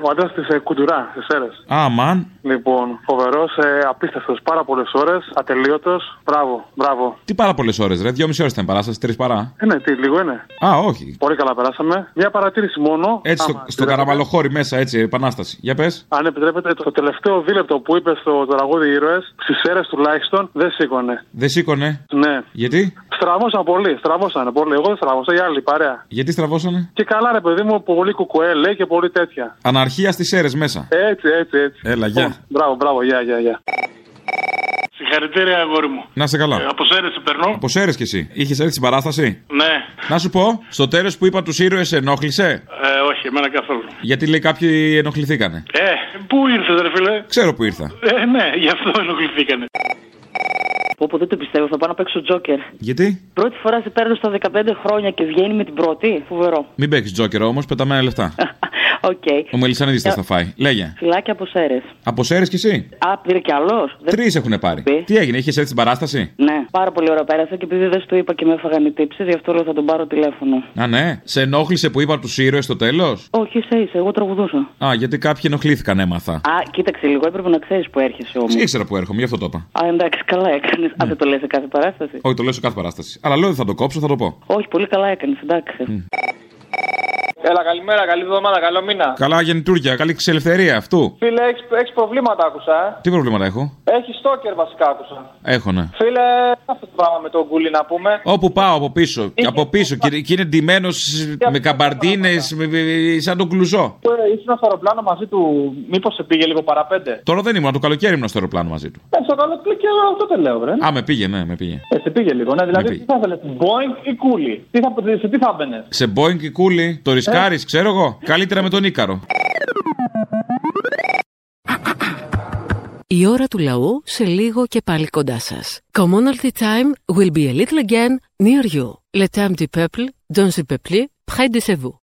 S21: ο άντρας της, ε, Κουντουρά, στι Σέρε.
S22: Α, μαν.
S21: Λοιπόν, φοβερός, ε, απίστευτος, πάρα πολλές ώρες, ατελείωτος. Μπράβο, μπράβο.
S22: Τι πάρα πολλές ώρες, ρε. Δυόμιση ώρες ήταν η παράσταση, τρεις παρά.
S21: Ε, ναι, τι, λίγο είναι.
S22: Α, όχι.
S21: Πολύ καλά περάσαμε. Μια παρατήρηση μόνο.
S22: Έτσι, στο,
S21: Άμα
S22: στο καραμαλοχώρι μέσα, έτσι, επανάσταση. Για πες.
S21: Αν επιτρέπετε, το τελευταίο δίλεπτο που είπες στο τραγούδι ήρωες, στις αίρε τουλάχιστον, δεν σήκωνε.
S22: Δεν σήκωνε.
S21: Ναι.
S22: Γιατί,
S21: Στραβώσαν πολύ, στραβώσαν πολύ. Εγώ δεν στραβώσα, η άλλη παρέα.
S22: γιατί στραβώσανε.
S21: Και καλά, ρε παιδί μου, πολύ κουκουέ λέει και πολύ τέτοια.
S22: Αναρχία στις αίρες μέσα. Λοιπόν,
S21: Έτσι, έτσι, έτσι. Λοιπόν,
S22: Έλα, γεια.
S21: Μπράβο, μπράβο, γεια, γεια, γεια.
S10: Συγχαρητήρια, αγόρι μου.
S22: Να σε καλά.
S10: Ε, από σέρες περνώ.
S22: Πώ έρε κι εσύ. Είχες έρθει στην παράσταση.
S10: Ναι,
S22: Να σου πω, στο τέλος που είπα τους ήρωες ενόχλησε.
S10: ε, όχι, εμένα καθόλου.
S22: Γιατί λέει κάποιοι ενοχληθήκανε.
S10: Ε, πού ήρθες, ρε φίλε.
S22: Ξέρω που ήρθα.
S10: Ε, ναι, γι' αυτό ενοχληθήκανε.
S23: Όπου δεν το πιστεύω, θα πάω να παίξω τζόκερ.
S22: Γιατί?
S23: Πρώτη φορά σε παίρνω στα 15 χρόνια και βγαίνει με την πρώτη. Φοβερό.
S22: Μην παίξεις τζόκερ όμω, πεταμένα λεφτά.
S23: Οκ.
S22: Ο Μελισανίδη θα στα φάει. Λέγε.
S23: Φυλάκια από σέρες.
S22: Από σέρες κι εσύ.
S23: Α, πήρε κι άλλος.
S22: Τρει έχουν πάρει. Τι έγινε, είχες έρθει στην παράσταση.
S23: Ναι, πάρα πολύ ωραία πέρασα και επειδή δεν σου το είπα και με έφαγαν οι τύψεις, γι' αυτό λέω θα τον πάρω τηλέφωνο.
S22: Α, ναι. Σε ενόχλησε που είπα τους ήρωες στο τέλος.
S23: Όχι, είσαι είσαι, εγώ τραγουδούσα.
S22: Α, γιατί κάποιοι ενοχλήθηκαν, έμαθα.
S23: Α, κοίταξε λίγο, έπρεπε να ξέρεις που έρχεσαι όμως.
S22: Ήξερα που έρχομαι, γι' αυτό το είπα.
S23: Α, εντάξει, καλά έκανες. Α, δεν το λες σε κάθε παράσταση.
S22: Όχι, το λέω σε κάθε παράσταση. Αλλά λέω δεν θα το κόψω, θα το πω.
S23: Όχι, πολύ καλά έκανες, εντάξει.
S14: Έλα, καλημέρα, καλή εβδομάδα, καλό μήνα.
S22: Καλά γεννητούρια, καλή ξελευθερία αυτού.
S14: Φίλε, έχεις προβλήματα, άκουσα. Ε.
S22: Τι προβλήματα έχω.
S14: Έχει στόκερ, βασικά, άκουσα.
S22: Έχω, ναι.
S14: Φίλε, αυτό το πράγμα με τον κούλι να πούμε.
S22: Όπου πάω από πίσω, από πίσω και, και είναι ντυμένος με καμπαρτίνε, σαν τον κλουζό.
S14: Ε, Ήσουν στο αεροπλάνο μαζί του, μήπως σε πήγε λίγο παραπέντε.
S22: Τώρα δεν ήμουν, το καλοκαίρι ήμουν στο αεροπλάνο μαζί του.
S14: Ε, στο καλό κλικ, εγώ αυτό δεν λέω, βρε.
S22: Α, με πήγε, ναι, με πήγε.
S14: Ε, σε πήγε λίγο, ναι, δηλαδή
S22: πήγε.
S14: τι θα ήθελες, Boeing ή κούλι. Τι θα, σε τι θα έμπαινες.
S22: Σε Boeing και κούλι, το ρισκάρι, ξέρω εγώ. Καλύτερα με τον Ήκαρο.
S1: Η ώρα του λαού σε λίγο και πάλι κοντά σας. Commonalty time will be a little again near you. Le temps du peuple, dans le peuple, près de chez vous.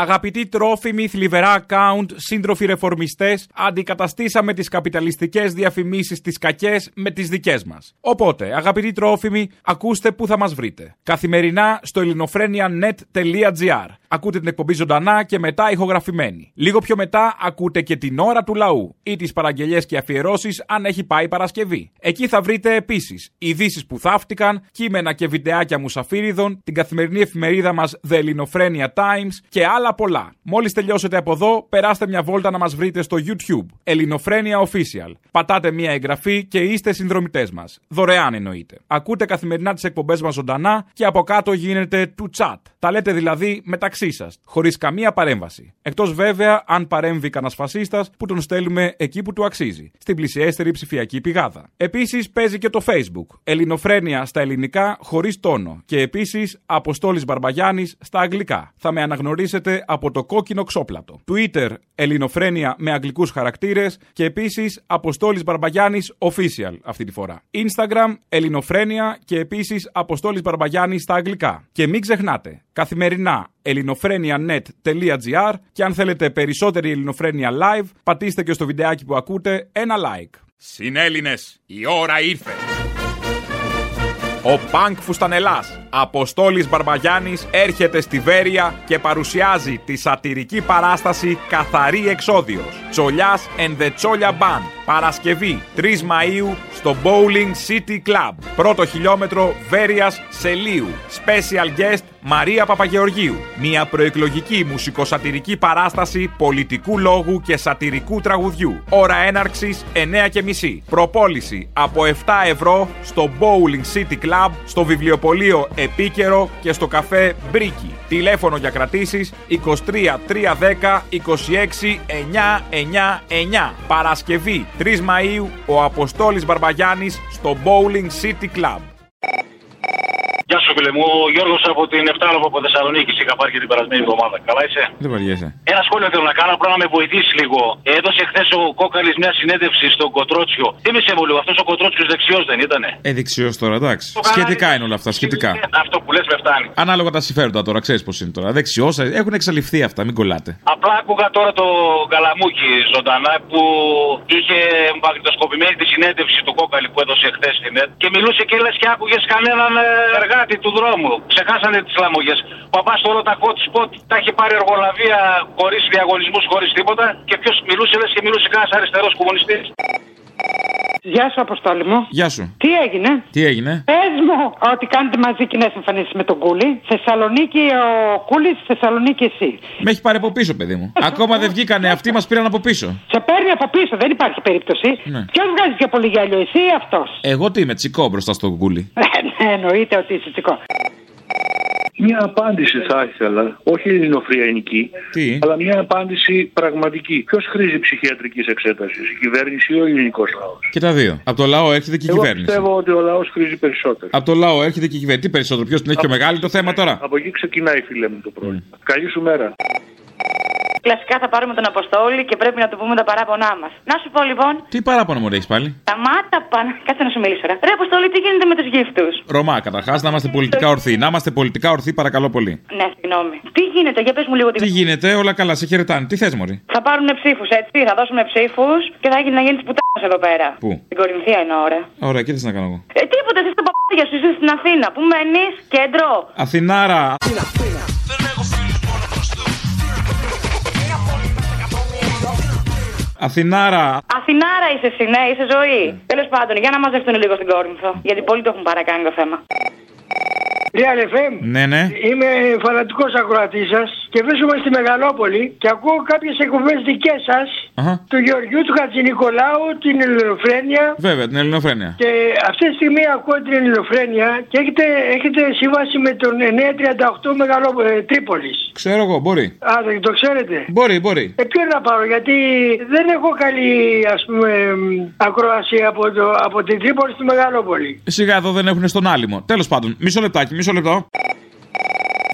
S2: Αγαπητοί τρόφιμοι, θλιβερά account, σύντροφοι ρεφορμιστές, αντικαταστήσαμε τις καπιταλιστικές διαφημίσεις τις κακές με τις δικές μας. Οπότε, αγαπητοί τρόφιμοι, ακούστε πού θα μας βρείτε. Καθημερινά στο ελληνοφρένια.net.gr. Ακούτε την εκπομπή ζωντανά και μετά ηχογραφημένη. Λίγο πιο μετά ακούτε και την ώρα του λαού ή τις παραγγελίες και αφιερώσεις αν έχει πάει Παρασκευή. Εκεί θα βρείτε επίσης ειδήσεις που θαύτηκαν, κείμενα και βιντεάκια μουσαφίριδων, την καθημερινή εφημερίδα μας The Ελληνοφρένια Times και άλλα πολλά. Μόλις τελειώσετε από εδώ, περάστε μια βόλτα να μας βρείτε στο YouTube. Ελληνοφρένια Official. Πατάτε μια εγγραφή και είστε συνδρομητές μας. Δωρεάν εννοείται. Ακούτε καθημερινά τις εκπομπές μας ζωντανά και από κάτω γίνεται του chat. Τα λέτε δηλαδή μεταξύ σας, χωρίς καμία παρέμβαση. Εκτός βέβαια αν παρέμβει κανένας φασίστας που τον στέλνουμε εκεί που του αξίζει, στην πλησιέστερη ψηφιακή πηγάδα. Επίσης παίζει και το Facebook. Ελληνοφρένια στα ελληνικά χωρίς τόνο. Και επίσης Αποστόλης Μπαρμπαγιάννης στα αγγλικά. Θα με αναγνωρίσετε από το κόκκινο ξόπλατο. Twitter Ελληνοφρένια με αγγλικούς χαρακτήρες. Και επίσης Αποστόλης Μπαρμπαγιάννης Official αυτή τη φορά. Instagram Ελληνοφρένια και επίσης Αποστόλης Μπαρμπαγιάννης στα αγγλικά. Και μην ξεχνάτε, καθημερινά ελληνοφρένια.net.gr και αν θέλετε περισσότερη ελληνοφρένια live, πατήστε και στο βιντεάκι που ακούτε ένα like. Συνέλληνες, η ώρα ήρθε. Ο Πανκ Φουστανελάς, Αποστόλης Μπαρμπαγιάννης, έρχεται στη Βέρεια και παρουσιάζει τη σατυρική παράσταση «Καθαρή Εξόδιος». Τσολιάς and the Τσόλια Band. Παρασκευή 3 Μαΐου στο Bowling City Club. Πρώτο χιλιόμετρο Βέρειας Σελίου. Special guest Μαρία Παπαγεωργίου. Μια προεκλογική μουσικοσατυρική παράσταση πολιτικού λόγου και σατυρικού τραγουδιού. Ώρα έναρξης 9.30. Προπόληση από 7 ευρώ στο Bowling City Club, στο βιβλιοπωλείο Επίκαιρο και στο καφέ Μπρίκι. Τηλέφωνο για κρατήσεις 23 310 26 999. Παρασκευή 3 Μαΐου ο Αποστόλης Μπαρμπαγιάννης στο Bowling City Club.
S7: Γεια σου, φίλε μου. Ο Γιώργος από την Εφτάλοφο από Θεσσαλονίκη. Είχα πάρει και την περασμένη εβδομάδα. Καλά είσαι.
S22: Δεν βαριέσαι.
S7: Ένα σχόλιο θέλω να κάνω, απλά να με βοηθήσει λίγο. Έδωσε χθες ο Κόκαλης μια συνέντευξη στον Κοτρότσιο. Θύμησε μου λίγο, αυτός ο Κοτρότσιος δεξιός δεν ήτανε.
S24: ε?
S22: Ε, δεξιός τώρα, εντάξει. Σχετικά είναι όλα αυτά, σχετικά.
S7: Αυτό που
S24: που λες με φτάνει.
S2: Ανάλογα τα συμφέροντα τώρα, ξέρεις πώς είναι τώρα. Δεξιός, έχουν εξαλειφθεί αυτά, μην κολλάτε.
S24: Απλά άκουγα τώρα το Καλαμούκι ζωντανά που είχε μαγνητοσκοπημένη τη συνέντευξη του Κόκαλη που έδωσε χθες στην ΕΤ και μιλούσε και λες και άκουγες κανέναν ε, εργάτη του δρόμου. Ξεχάσανε τις λαμόγε. Παπά τώρα τα hot spot τα έχει πάρει εργολαβία χωρίς διαγωνισμούς, χωρίς τίποτα και ποιος μιλούσε λες και μιλούσε κανένας αριστερός κομμουνιστής.
S25: Γεια σου, Αποστόλη μου.
S2: Γεια σου.
S25: Τι έγινε.
S2: Τι έγινε.
S25: Πες μου ότι κάνετε μαζί κοινέ εμφανίσει με τον Κούλη. Θεσσαλονίκη ο Κούλης, Θεσσαλονίκη εσύ.
S2: Με έχει πάρει από πίσω, παιδί μου. Ακόμα δεν βγήκανε. Αυτοί μας πήραν από πίσω.
S25: Σε παίρνει από πίσω, δεν υπάρχει περίπτωση.
S2: Ναι.
S25: Ποιος βγάζει πιο πολύ γυαλιο, εσύ ή αυτός.
S2: Εγώ τι είμαι, τσικό μπροστά στον κούλι.
S25: ναι, εννοείται ότι είσαι τσικό.
S26: Μια απάντηση θα ήθελα, όχι ελληνοφρυανική, αλλά μια απάντηση πραγματική. Ποιος χρήζει ψυχιατρικής εξέτασης, η κυβέρνηση ή ο ελληνικός λαός.
S2: Και τα δύο. Από το λαό έρχεται και η
S26: Εγώ
S2: κυβέρνηση.
S26: πιστεύω ότι ο λαός χρήζει περισσότερο.
S2: Από το λαό έρχεται και η κυβέρνηση. Τι περισσότερο, ποιος την έχει πιο
S26: Από-
S2: μεγάλη το θέμα τώρα. Mm.
S26: Από εκεί ξεκινάει, φίλε μου, το πρόβλημα. Καλή σου μέρα.
S23: Κλασικά θα πάρουμε τον Αποστόλη και πρέπει να του πούμε τα παράπονά μας. Να σου πω λοιπόν,
S2: Τι παράπονο μου έχεις πάλι.
S23: τα μάτα πάνε. Κάτσε να σου μιλήσω, ρε. Ρε, Αποστόλη, τι γίνεται με τους γύφτους.
S2: Ρωμά, καταρχάς, να είμαστε πολιτικά ορθοί. Να είμαστε πολιτικά ορθοί, παρακαλώ πολύ.
S23: Ναι, συγγνώμη. Τι γίνεται, για πες μου λίγο
S2: Τι
S23: τι.
S2: γίνεται, όλα καλά, σε χαιρετάνε. Τι θες, Μωρή.
S23: Θα πάρουν ψήφους, έτσι. Θα δώσουμε ψήφους και θα γίνει να γίνεις τη πουτάνα εδώ πέρα.
S2: Πού?
S23: Στην Κορινθία εννοώ, ρε.
S2: Ωραία, και τι θες να κάνω εγώ.
S23: Ε, τίποτα, εσύ τα παπάρια σου είσαι στην Αθήνα. Πού μένεις, κέντρο.
S2: Αθηνάρα. Αθηνάρα.
S23: Αθηνάρα είσαι εσύ, ναι, είσαι ζωή. Τέλος πάντων, για να μαζευτούν λίγο στην Κόρινθο. Γιατί πολλοί το έχουν παρακάνει το θέμα.
S27: Real FM.
S2: Ναι, ναι.
S27: Είμαι φανατικός ακροατής σας και βρίσκομαι στη Μεγαλόπολη και ακούω κάποιες εκπομπές δικές σας
S2: Αχα.
S27: του Γεωργιού του Χατζηνικολάου, την Ελληνοφρένεια.
S2: Βέβαια, την ελληνοφρένεια.
S27: Και αυτή τη στιγμή ακούω την Ελληνοφρένεια και έχετε, έχετε σύμβαση με τον 938 Μεγαλόπολη Τρίπολης.
S2: Ξέρω εγώ, μπορεί.
S27: Α, δεν ε, το ξέρετε.
S2: Μπορεί, μπορεί.
S27: Ε, ποιο να πάρω, γιατί δεν έχω καλή ας πούμε, μ, ακρόαση από, το, από την Τρίπολη στη Μεγαλόπολη.
S2: Σιγά εδώ δεν έχουν στον άλυμο. Τέλος πάντων, μισό λεπτάκι, μισό λεπτό.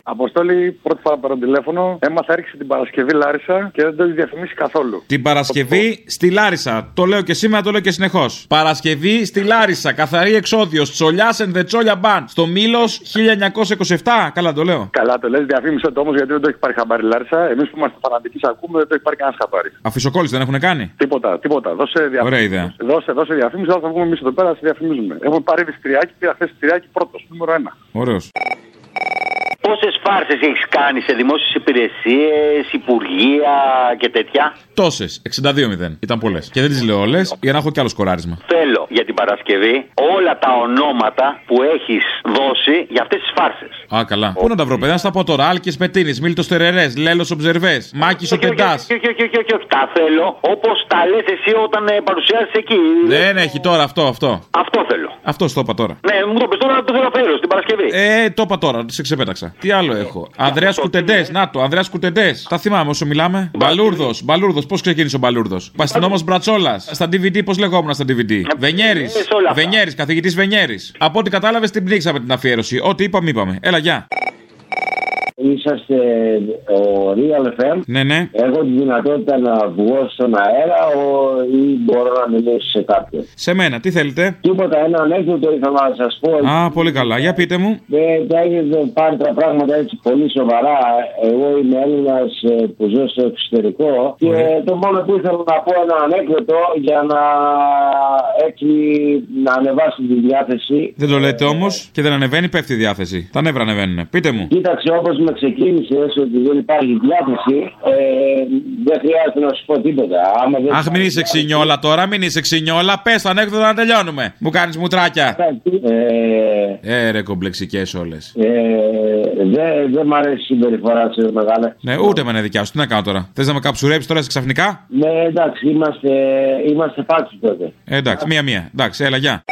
S10: Αποστόλη, πρώτη φορά παίρνω τηλέφωνο. Έμα έριξε την Παρασκευή Λάρισα και δεν το έχει διαφημίσει καθόλου.
S2: Την Παρασκευή στη Λάρισα. Το λέω και σήμερα, το λέω και συνεχώς. Παρασκευή στη Λάρισα. Καθαρή εξόδιο. Τσολιάς and the Τσόλια Band. Στο Μήλος 1927. Καλά το λέω.
S10: Καλά το λες, διαφήμισε το όμως γιατί δεν το έχει πάρει χαμπάρι η Λάρισα. Εμείς που είμαστε φανατικοί σε ακούμε δεν το έχει πάρει κανένας χαμπάρι.
S2: Αφισοκόλληση δεν έχουν κάνει.
S10: Τίποτα, τίποτα. Δώσε διαφήμιση.
S2: Ωραία ιδέα.
S10: Δώσε, δώσε διαφήμιση, αλλά θα βγούμε εμείς εδώ πέρα να σε διαφημίζουμε. Έχουμε πάρει ήδη στριάκι, πήρα χθες στριάκι πρώτος, νούμερο 1.
S2: Ωραίος.
S10: Πόσες φάρσες έχεις κάνει σε δημόσιες υπηρεσίες, υπουργεία και τέτοια.
S2: Τόσες. 62-0. Ήταν πολλές. Και δεν τις λέω όλες για να έχω κι άλλο σκοράρισμα.
S10: Θέλω για την Παρασκευή όλα τα ονόματα που έχεις δώσει για αυτές τις φάρσες.
S2: Α, καλά. Πού να τα βρω, παιδιά, να στα πω τώρα. Άλκε Πετίνης, Μίλτος Τερερές, Λέλος Ομπζερβές, Μάκης
S10: Όχι,
S2: Οτεντά.
S10: όχι, όχι, όχι, όχι, όχι, τα θέλω όπως τα λες εσύ όταν ε, παρουσιάζεις εκεί.
S2: Δεν έχει τώρα αυτό, αυτό.
S10: Αυτό θέλω.
S2: Αυτό το είπα τώρα.
S10: Ναι, μου το πεις τώρα να το θέλω στην Παρασκευή. Ε,
S2: Ε, το είπα τώρα, σε ξεπέταξα. Τι άλλο έχω. Ανδρέας Κουτεντές, να το, Ανδρέας Κουτεντές. Τα θυμάμαι όσο μιλάμε. Μπαλούρδος, Μπαλούρδος, πώς ξεκίνησε ο Μπαλούρδος. Παστινόμος Μπρατσόλας. Στα DVD, πώς λεγόμουν στα DVD. Βενιέρη.
S10: ε, όλα αυτά.
S2: Βενιέρης, καθηγητής Βενιέρης. Από ό,τι κατάλαβες, την πνίξαμε την αφιέρωση. Ό,τι είπαμε, είπαμε. Έλα, γεια.
S7: Είσαστε ε, ο Real FM.
S2: Ναι, ναι.
S7: Έχω τη δυνατότητα να βγω στον αέρα ο, ή μπορώ να μιλήσω σε κάποιον.
S2: Σε μένα, τι θέλετε.
S7: Τίποτα, ένα ανέκδοτο ήθελα να σας πω.
S2: Α, πολύ καλά. Για πείτε μου.
S7: Ε, τα έχετε πάρει τα πράγματα έτσι πολύ σοβαρά. Εγώ είμαι Έλληνας που ζω στο εξωτερικό και το μόνο που ήθελα να πω ένα ανέκδοτο για να έτσι να ανεβάσω τη διάθεση.
S2: Δεν το λέτε όμως και δεν ανεβαίνει, πέφτει η διάθεση. Τα νεύρα ανεβαίνουν. Πείτε μου.
S7: Κοίταξε όπως με ξεκίνησε ότι δεν υπάρχει διάθεση, ε, δεν χρειάζεται να σου πω τίποτα. Άμα δεν
S2: Αχ, μην είσαι ξινιόλα τώρα, μην είσαι ξινιόλα. Πες τα ανέκδοτα να τελειώνουμε. Μου κάνεις μουτράκια.
S7: Ε,
S2: Ε, ρε, κομπλεξικές όλες.
S7: ε, δεν δεν μ' αρέσει η συμπεριφορά σου, μεγάλε.
S2: Ναι, ούτε εμένα η δικιά σου. Τι να κάνω τώρα. Θες να με καψουρέψεις τώρα σε ξαφνικά.
S7: Ναι, εντάξει, είμαστε, είμαστε φάτσοι τότε.
S2: Ε, εντάξει, μία-μία. Εντάξει, έλα, γεια.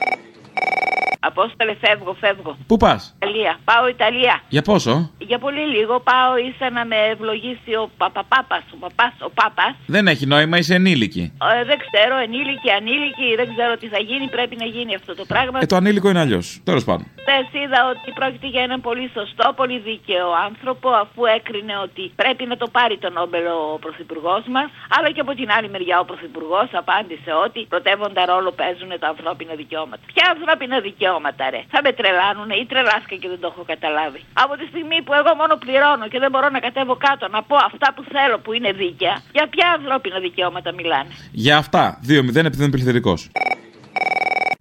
S28: Απόστολε, φεύγω, φεύγω.
S2: Πού πας,
S28: Ιταλία. Πάω Ιταλία.
S2: για πόσο.
S28: Για πολύ λίγο πάω, ίσα να με ευλογήσει ο παπαπάπα. Ο παπάς, ο πάπας.
S2: Δεν έχει νόημα, είσαι ενήλικη.
S28: δεν ξέρω, ενήλικη, ανήλικη, δεν ξέρω τι θα γίνει. Πρέπει να γίνει αυτό το πράγμα.
S2: Ε, το ανήλικο είναι αλλιώς. Τέλος πάντων.
S28: Χθες είδα ότι πρόκειται για έναν πολύ σωστό, πολύ δίκαιο άνθρωπο, αφού έκρινε ότι πρέπει να το πάρει τον Νόμπελ ο Πρωθυπουργός μας. Αλλά και από την άλλη μεριά ο Πρωθυπουργός απάντησε ότι πρωτεύοντα ρόλο παίζουν τα ανθρώπινα δικαιώματα. Ποια ανθρώπινα δικαιώματα. δικαιώματα, ρε. Θα με τρελάνουν ή τρελάσκα και δεν το έχω καταλάβει. Από τη στιγμή που εγώ μόνο πληρώνω και δεν μπορώ να κατέβω κάτω να πω αυτά που θέλω που είναι δίκαια, για ποια ανθρώπινα δικαιώματα μιλάνε.
S2: Για αυτά. 2-0 επειδή είναι πληθυντικό.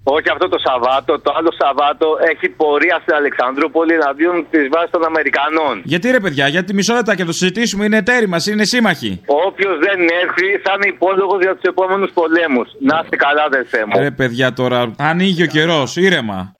S11: Όχι αυτό το Σαββάτο, το άλλο Σαββάτο έχει πορεία στην Αλεξανδρούπολη εναντίον τη βάση των Αμερικανών.
S2: Γιατί ρε παιδιά, γιατί μισό λεπτά και το συζητήσουμε είναι εταίροι μας, είναι σύμμαχοι.
S11: Όποιος δεν έρθει θα είναι υπόλογος για τους επόμενους πολέμους. Να είστε καλά, αδερφέ μου.
S2: Ρε παιδιά τώρα, ανοίγει ο καιρός, ήρεμα.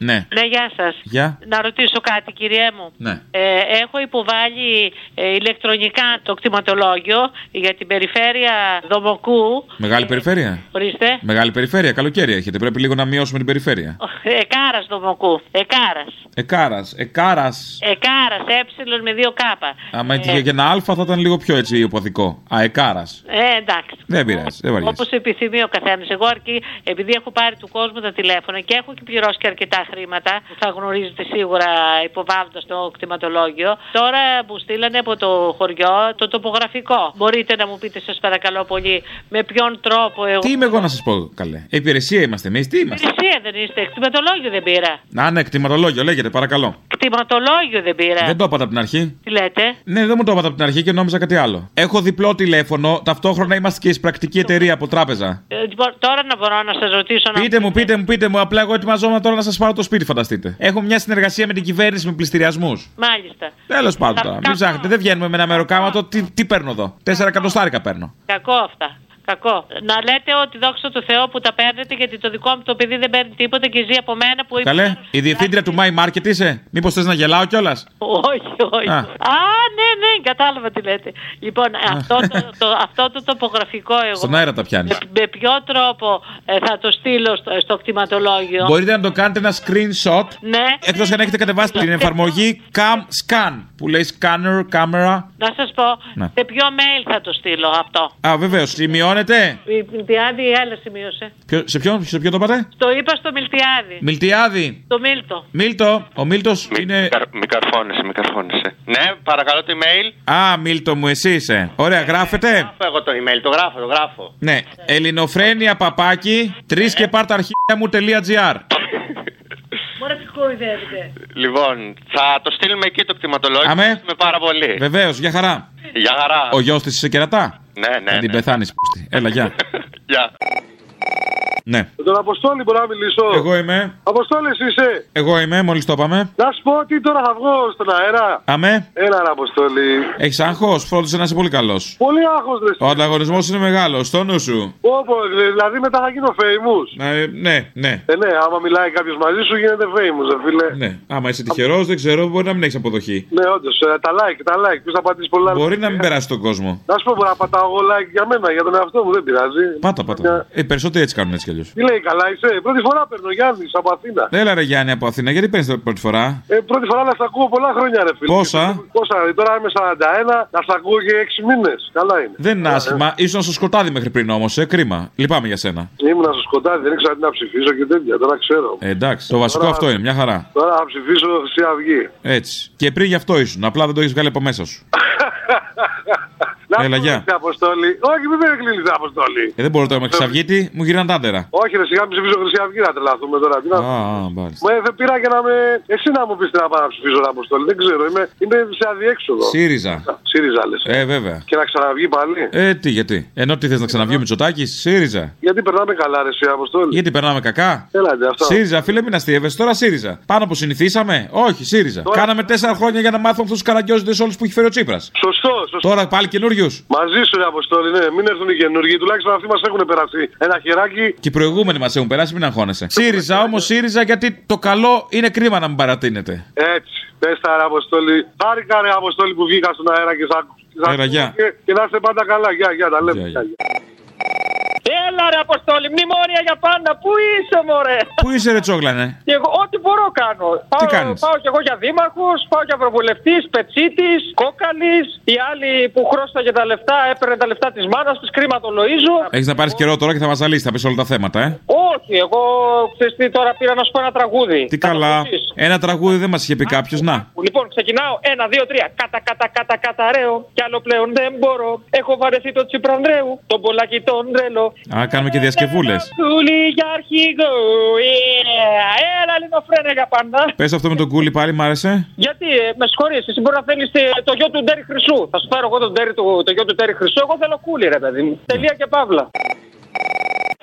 S2: Ναι.
S29: Ναι, γεια σας.
S2: Γεια.
S29: Να ρωτήσω κάτι, κυρία μου.
S2: Ναι.
S29: Ε, έχω υποβάλει ε, ηλεκτρονικά το κτηματολόγιο για την περιφέρεια Δομοκού.
S2: Μεγάλη περιφέρεια.
S29: Ορίστε.
S2: Μεγάλη περιφέρεια, καλοκαίρι έχετε. Πρέπει λίγο να μειώσουμε την περιφέρεια.
S29: Εκάρα Ε, Δομοκού. Εκάρας.
S2: Εκάρας, εκάρας.
S29: Εκάρας, ε με δύο κάπα.
S2: Άμα
S29: Ναι.
S2: είχε και ένα Α θα ήταν λίγο πιο έτσι οπαδικό. Α, εκάρας.
S29: Ε, εντάξει.
S2: Δεν πειράζει, δεν βαριέσαι.
S29: Όπως επιθυμεί ο καθένας. Εγώ αρκεί, επειδή έχω πάρει του κόσμου τα τηλέφωνα και έχω και πληρώσει και αρκετά χρήματα, που θα γνωρίζετε σίγουρα υποβάλλοντας το κτηματολόγιο. Τώρα μου στείλανε από το χωριό το τοπογραφικό. Μπορείτε να μου πείτε, σας παρακαλώ πολύ, με ποιον τρόπο εγώ. Ναι.
S2: Τι είμαι εγώ να σας πω, καλέ. Υπηρεσία είμαστε εμείς, τι είμαστε.
S29: Υπηρεσία δεν είστε, κτηματολόγιο δεν πήρα.
S2: Να, ναι, κτηματολόγιο, λέγεται, παρακαλώ.
S29: Κτηματολόγιο δεν πήρα.
S2: Δεν το είπατε από την αρχή.
S29: Ναι. Τι λέτε.
S2: Ναι, δεν μου το είπατε από την αρχή και νόμιζα κάτι άλλο. Έχω διπλό τηλέφωνο, ταυτόχρονα είμαστε και εισπρακτική εταιρεία από τράπεζα.
S29: Ε, λοιπόν, τώρα να μπορώ να σας ρωτήσω να.
S2: Πείτε μου, πείτε μου, πείτε μου, απλά εγώ ετοιμαζόμουν τώρα να σας πάρω το σπίτι, φανταστείτε. Έχω μια συνεργασία με την κυβέρνηση με πληστηριασμούς.
S29: Μάλιστα.
S2: Τέλος πάντων τώρα. Μην ψάχνετε, δεν βγαίνουμε με ένα μεροκάματο. Τι, τι παίρνω εδώ. Τέσσερα εκατοστάρικα παίρνω.
S29: Κακό αυτά. Κακό. Να λέτε ότι δόξα του Θεώ που τα παίρνετε γιατί το δικό μου το παιδί δεν παίρνει τίποτα και ζει από μένα που
S2: Καλέ, η διευθύντρια του My Market είσαι. Μήπως θες να γελάω κιόλας.
S29: Όχι, όχι.
S2: Α.
S29: Α, ναι, ναι, κατάλαβα τι λέτε. Λοιπόν, αυτό το, το, αυτό το τοπογραφικό εγώ.
S2: Στον αέρα τα πιάνεις.
S29: Με ποιο τρόπο ε, θα το στείλω στο, στο κτηματολόγιο.
S2: Μπορείτε να το κάνετε ένα screenshot.
S29: Ναι.
S2: Εκτός αν έχετε κατεβάσει την εφαρμογή Cam Scan που λέει scanner, camera.
S29: Να σας πω,
S2: Ναι.
S29: σε ποιο mail θα το στείλω αυτό.
S2: Α, βεβαίως, σημειώνεται.
S29: Η Μιλτιάδη, έλα σημείωσε.
S2: Ποιο- σε, ποιον, σε ποιον το πάτε,
S29: Το είπα στο Μιλτιάδη.
S2: Μιλτιάδη.
S29: Το Μίλτο.
S2: Μίλτο, ο Μίλτος είναι.
S30: Μικαρφώνησε, μικαρφώνησε. Ναι, παρακαλώ το email.
S2: Α, Μίλτο μου, εσύ είσαι. Ωραία, γράφετε.
S30: Γράφω εγώ το email, το γράφω, το γράφω.
S2: Ναι, ελληνοφρένια παπάκι, τρεις και πάρ τα αρχεία μου.gr.
S29: Μωρέ τι κοροϊδεύετε.
S30: Λοιπόν, θα το στείλουμε εκεί το κτηματολόγιο.
S2: Αμέ.
S30: Ευχαριστούμε πάρα πολύ.
S2: Βεβαίως, για χαρά.
S30: Για χαρά.
S2: Ο γιος της σε κερατά.
S30: Ναι, ναι.
S2: Να την
S30: ναι.
S2: πεθάνεις, πούστη. Έλα, γεια.
S30: Γεια.
S2: ναι.
S21: Με τον Αποστόλη μπορώ να μιλήσω.
S2: Εγώ είμαι.
S21: Αποστόλη είσαι.
S2: Εγώ είμαι, μόλις το είπαμε.
S21: Να σου πω ότι τώρα θα βγω στον αέρα.
S2: Αμέ.
S21: Έλα, ρε, Αποστόλη.
S2: Έχεις άγχος, φρόντισε να είσαι πολύ καλός.
S21: Πολύ άγχος λες.
S2: Ο ανταγωνισμός είναι μεγάλος, στο νου σου.
S21: Όπω, δηλαδή μετά θα γίνω famous.
S2: Ε, ναι, ναι.
S21: Ε, ναι, άμα μιλάει κάποιος μαζί σου γίνεται famous, ε, φίλε.
S2: Ναι. Άμα είσαι τυχερός, δεν ξέρω, μπορεί να μην έχεις αποδοχή.
S21: Ναι, όντως. Τα like, τα like. Ποιο θα πατήσεις πολλά
S2: Μπορεί να μην περάσει τον κόσμο.
S21: Να σου πω, μπορώ να πατάω εγώ like για μένα, για τον εαυτό μου, δεν πειράζει.
S2: Πάτα, πάτα. Ε, οι περισσότεροι έτσι κάνουν έτσι κι αλλιώς.
S21: Τι λέει, καλά είσαι. Πρώτη φορά παίρνω Γιάννης από Αθήνα.
S2: Έλα ρε Γιάννη από Αθήνα, γιατί παίρνεις την πρώτη φορά.
S21: Ε, πρώτη φορά να σ' ακούω πολλά χρόνια, ρε φίλε.
S2: Πόσα?
S21: Πόσα, ρε, τώρα είμαι 41, να σ' ακούω και 6 μήνες. Καλά είναι.
S2: Δεν είναι άσχημα, ήσουν στο σκοτάδι μέχρι πριν όμως, ε, κρίμα. Λυπάμαι για σένα.
S21: Ήμουνα στο σκοτάδι, δεν ήξερα τι να ψηφίσω και τέτοια, τώρα ξέρω.
S2: Ναι. Ε, εντάξει, το βασικό
S21: Τώρα-
S2: αυτό είναι, μια χαρά.
S21: Τώρα θα ψηφίσω Χρυσή Αυγή.
S2: Έτσι. Και πριν γι' αυτό ήσουν, απλά δεν το έχεις βγάλει από μέσα σου.
S21: Να
S2: Έλα,
S21: σου πω,
S2: γεια.
S21: ρε, Αποστόλη. Όχι, μην με κλείνεις, Αποστόλη.
S2: Ε, δεν μπορώ τώρα με ξαυγίτη, μου γυρνάνε τα άντερα.
S21: Όχι, ρε, σιγά μην ψηφίσω Χρυσή Αυγή να τρελαθούμε τώρα. Τι να-
S2: Α, α, μάλιστα.
S21: Μα δεν πήρα και να με. Εσύ να μου πεις τι να πάω να ψηφίσω, ρε, Αποστόλη. Δεν ξέρω, είμαι, είμαι σε αδιέξοδο.
S2: ΣΥΡΙΖΑ.
S21: ΣΥΡΙΖΑ λες.
S2: Ε, βέβαια.
S21: Και να ξαναβγεί πάλι.
S2: Ε, τι, γιατί. Ενώ τι θες να ξαναβγεί ο Μητσοτάκης, ΣΥΡΙΖΑ.
S21: Γιατί περνάμε καλά, ρε, εσύ, Αποστόλη.
S2: Γιατί περνάμε κακά.
S21: Έλατε, αυτό.
S2: ΣΥΡΙΖΑ, φίλε, μην αστείευεσαι. Τώρα ΣΥΡΙΖΑ. Πάνω που συνηθίσαμε. Όχι, ΣΥΡΙΖΑ. Κάναμε τέσσερα χρόνια για να μάθουμε αυτούς τους καραγκιόζητες όλους που έχει φέρει ο Τσίπρας.
S21: Σωστό, σωστό.
S2: Τώρα πάλι καινούριους.
S21: Μαζί σου, ρε, Αποστόλη, ναι. Μην έρθουν οι καινούργοι. Τουλάχιστον αυτοί μας έχουν περάσει ένα χεράκι.
S2: Και οι προηγούμενοι μας έχουν περάσει, μην αγχώνεσαι. ΣΥΡΙΖΑ όμως, ΣΥΡΙΖΑ γιατί το καλό είναι κρίμα να μην παρατείνεται.
S21: Έτσι. Πες τα, ρε, Αποστόλη. Χάρηκα, ρε, Αποστόλη που βγήκα στον αέρα και σ' άκου- σ'
S2: Έλα,
S21: ακούω
S2: γεια.
S21: Και, και να είστε πάντα καλά. Γεια, γεια, τα λέμε. Γεια, γεια.
S16: Έλα ρε Αποστόλη, μνημόνια για πάντα. Πού είσαι, μωρέ.
S2: Πού είσαι, ρε Τσόγλανε.
S16: Και εγώ, ό,τι μπορώ κάνω. πάω,
S2: κάνεις?
S16: πάω κι εγώ για δήμαρχο, πάω για ευρωβουλευτή, πετσίτης, κόκαλης. Οι άλλοι που χρώσταγε τα λεφτά, έπαιρνε τα λεφτά της μάνας του, κρίμα το Λοίζου.
S2: Έχεις να πάρεις καιρό τώρα και θα μας αλύσει, θα πεις όλα τα θέματα, ε.
S14: όχι. Εγώ ξέρεις τι τώρα πήρα να σου πω ένα τραγούδι.
S10: Τι καλά. Ένα τραγούδι δεν μας είχε πει κάποιο. Να.
S14: Λοιπόν, ξεκινάω. Ένα, δύο, τρία. Κατά, κατά, κατά, καταραίω. Κι άλλο πλέον δεν μπορώ. Έχω βαρεθεί το τσιπρανδρέου. Τον πολλάκι τον τρελό.
S10: Α, κάνουμε και διασκευούλες.
S14: Τούλι για αρχηγό. yeah. Έλα λίγο φρένε για πάντα.
S10: Πες αυτό με τον κούλι πάλι, μ' άρεσε.
S14: Γιατί, ε, με συγχωρείς, εσύ μπορεί να θέλεις το γιο του Ντέρι Χρυσού. Θα σου φέρω εγώ τον Ντέρι του, το γιο του Ντέρι Χρυσού. Εγώ θέλω κούλι, ρε παιδί μου. Τελεία και παύλα.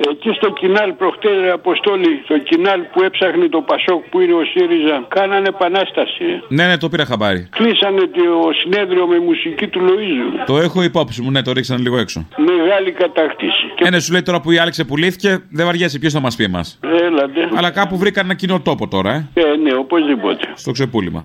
S31: Εκεί στο κοινάλ προχτές ρε Αποστόλη, το κοινάλ που έψαχνε το Πασόκ που είναι ο ΣΥΡΙΖΑ, κάνανε επανάσταση. ε.
S10: Ναι, ναι, το πήρα χαμπάρι.
S31: Κλείσανε το συνέδριο με μουσική του Λοΐζου.
S10: Το έχω υπόψη μου, ναι, το ρίξαν λίγο έξω.
S31: Μεγάλη κατάκτηση.
S10: Και... Ένα σου λέει τώρα που η άλλη ξεπουλήθηκε, δεν βαριέσαι ποιος θα μας πει εμάς.
S31: Έλατε.
S10: Αλλά κάπου βρήκαν ένα κοινό τόπο τώρα, ε.
S31: Ε, ναι, οπωσδήποτε.
S10: Στο ξεπούλημα.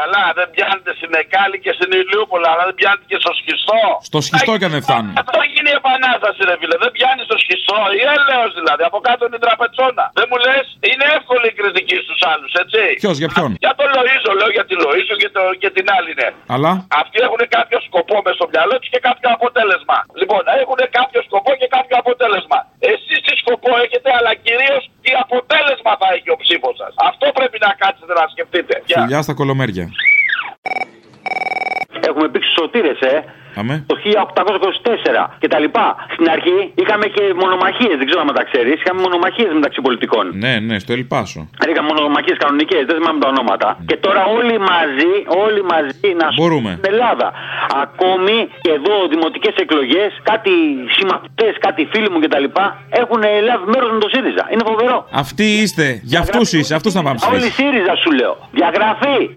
S8: Καλά, δεν πιάνετε στην Εκάλη και στην Ηλιούπολα, αλλά δεν πιάνετε και στο Σχιστό.
S10: Στο σχιστό κι αν δεν φτάνουν.
S8: Αυτό γίνει η επανάσταση, ρε φίλε. Δεν πιάνεις στο σχιστό. Η έλεος δηλαδή. Από κάτω είναι η τραπετσόνα. Δεν μου λες, είναι εύκολη η κριτική στους άλλους, έτσι.
S10: Ποιος, για ποιον.
S8: Για τον Λοίζο, λέω για τη Λοίζο και, το, και την άλλη ναι. είναι.
S10: Αλλά.
S8: Αυτοί έχουν κάποιο σκοπό μες στο μυαλό τους και κάποιο αποτέλεσμα. Λοιπόν, έχουν κάποιο σκοπό και κάποιο αποτέλεσμα. Εσείς τι σκοπό έχετε, αλλά κυρίως τι αποτέλεσμα θα έχει ο ψήφος σας. Αυτό πρέπει να κάτσετε να σκεφτείτε. Γεια.
S10: Φιλιά στα κολομέρια.
S7: Έχουμε πήξει σωτήρες, ε.
S10: Αμέ.
S7: Το 1824 και τα λοιπά. Στην αρχή είχαμε και μονομαχίες, δεν ξέρω αν τα ξέρεις. Είχαμε μονομαχίες μεταξύ πολιτικών.
S10: Ναι, ναι, στο Ελπάσο.
S7: Είχαμε μονομαχίες κανονικές, δεν θυμάμαι τα ονόματα.
S32: Ναι.
S7: Και τώρα όλοι μαζί, όλοι μαζί να σου
S10: Μπορούμε.
S7: στην Ελλάδα. Ακόμη και εδώ δημοτικές εκλογές, κάτι συμμαχτέ, κάτι φίλοι μου κτλ. έχουν λάβει μέρος με το ΣΥΡΙΖΑ. Είναι φοβερό.
S10: Αυτοί είστε. Για αυτούς είσαι. Αυτούς θα πάμε
S7: Όλοι
S10: ψηφίσει.
S7: ΣΥΡΙΖΑ σου λέω. Διαγραφή.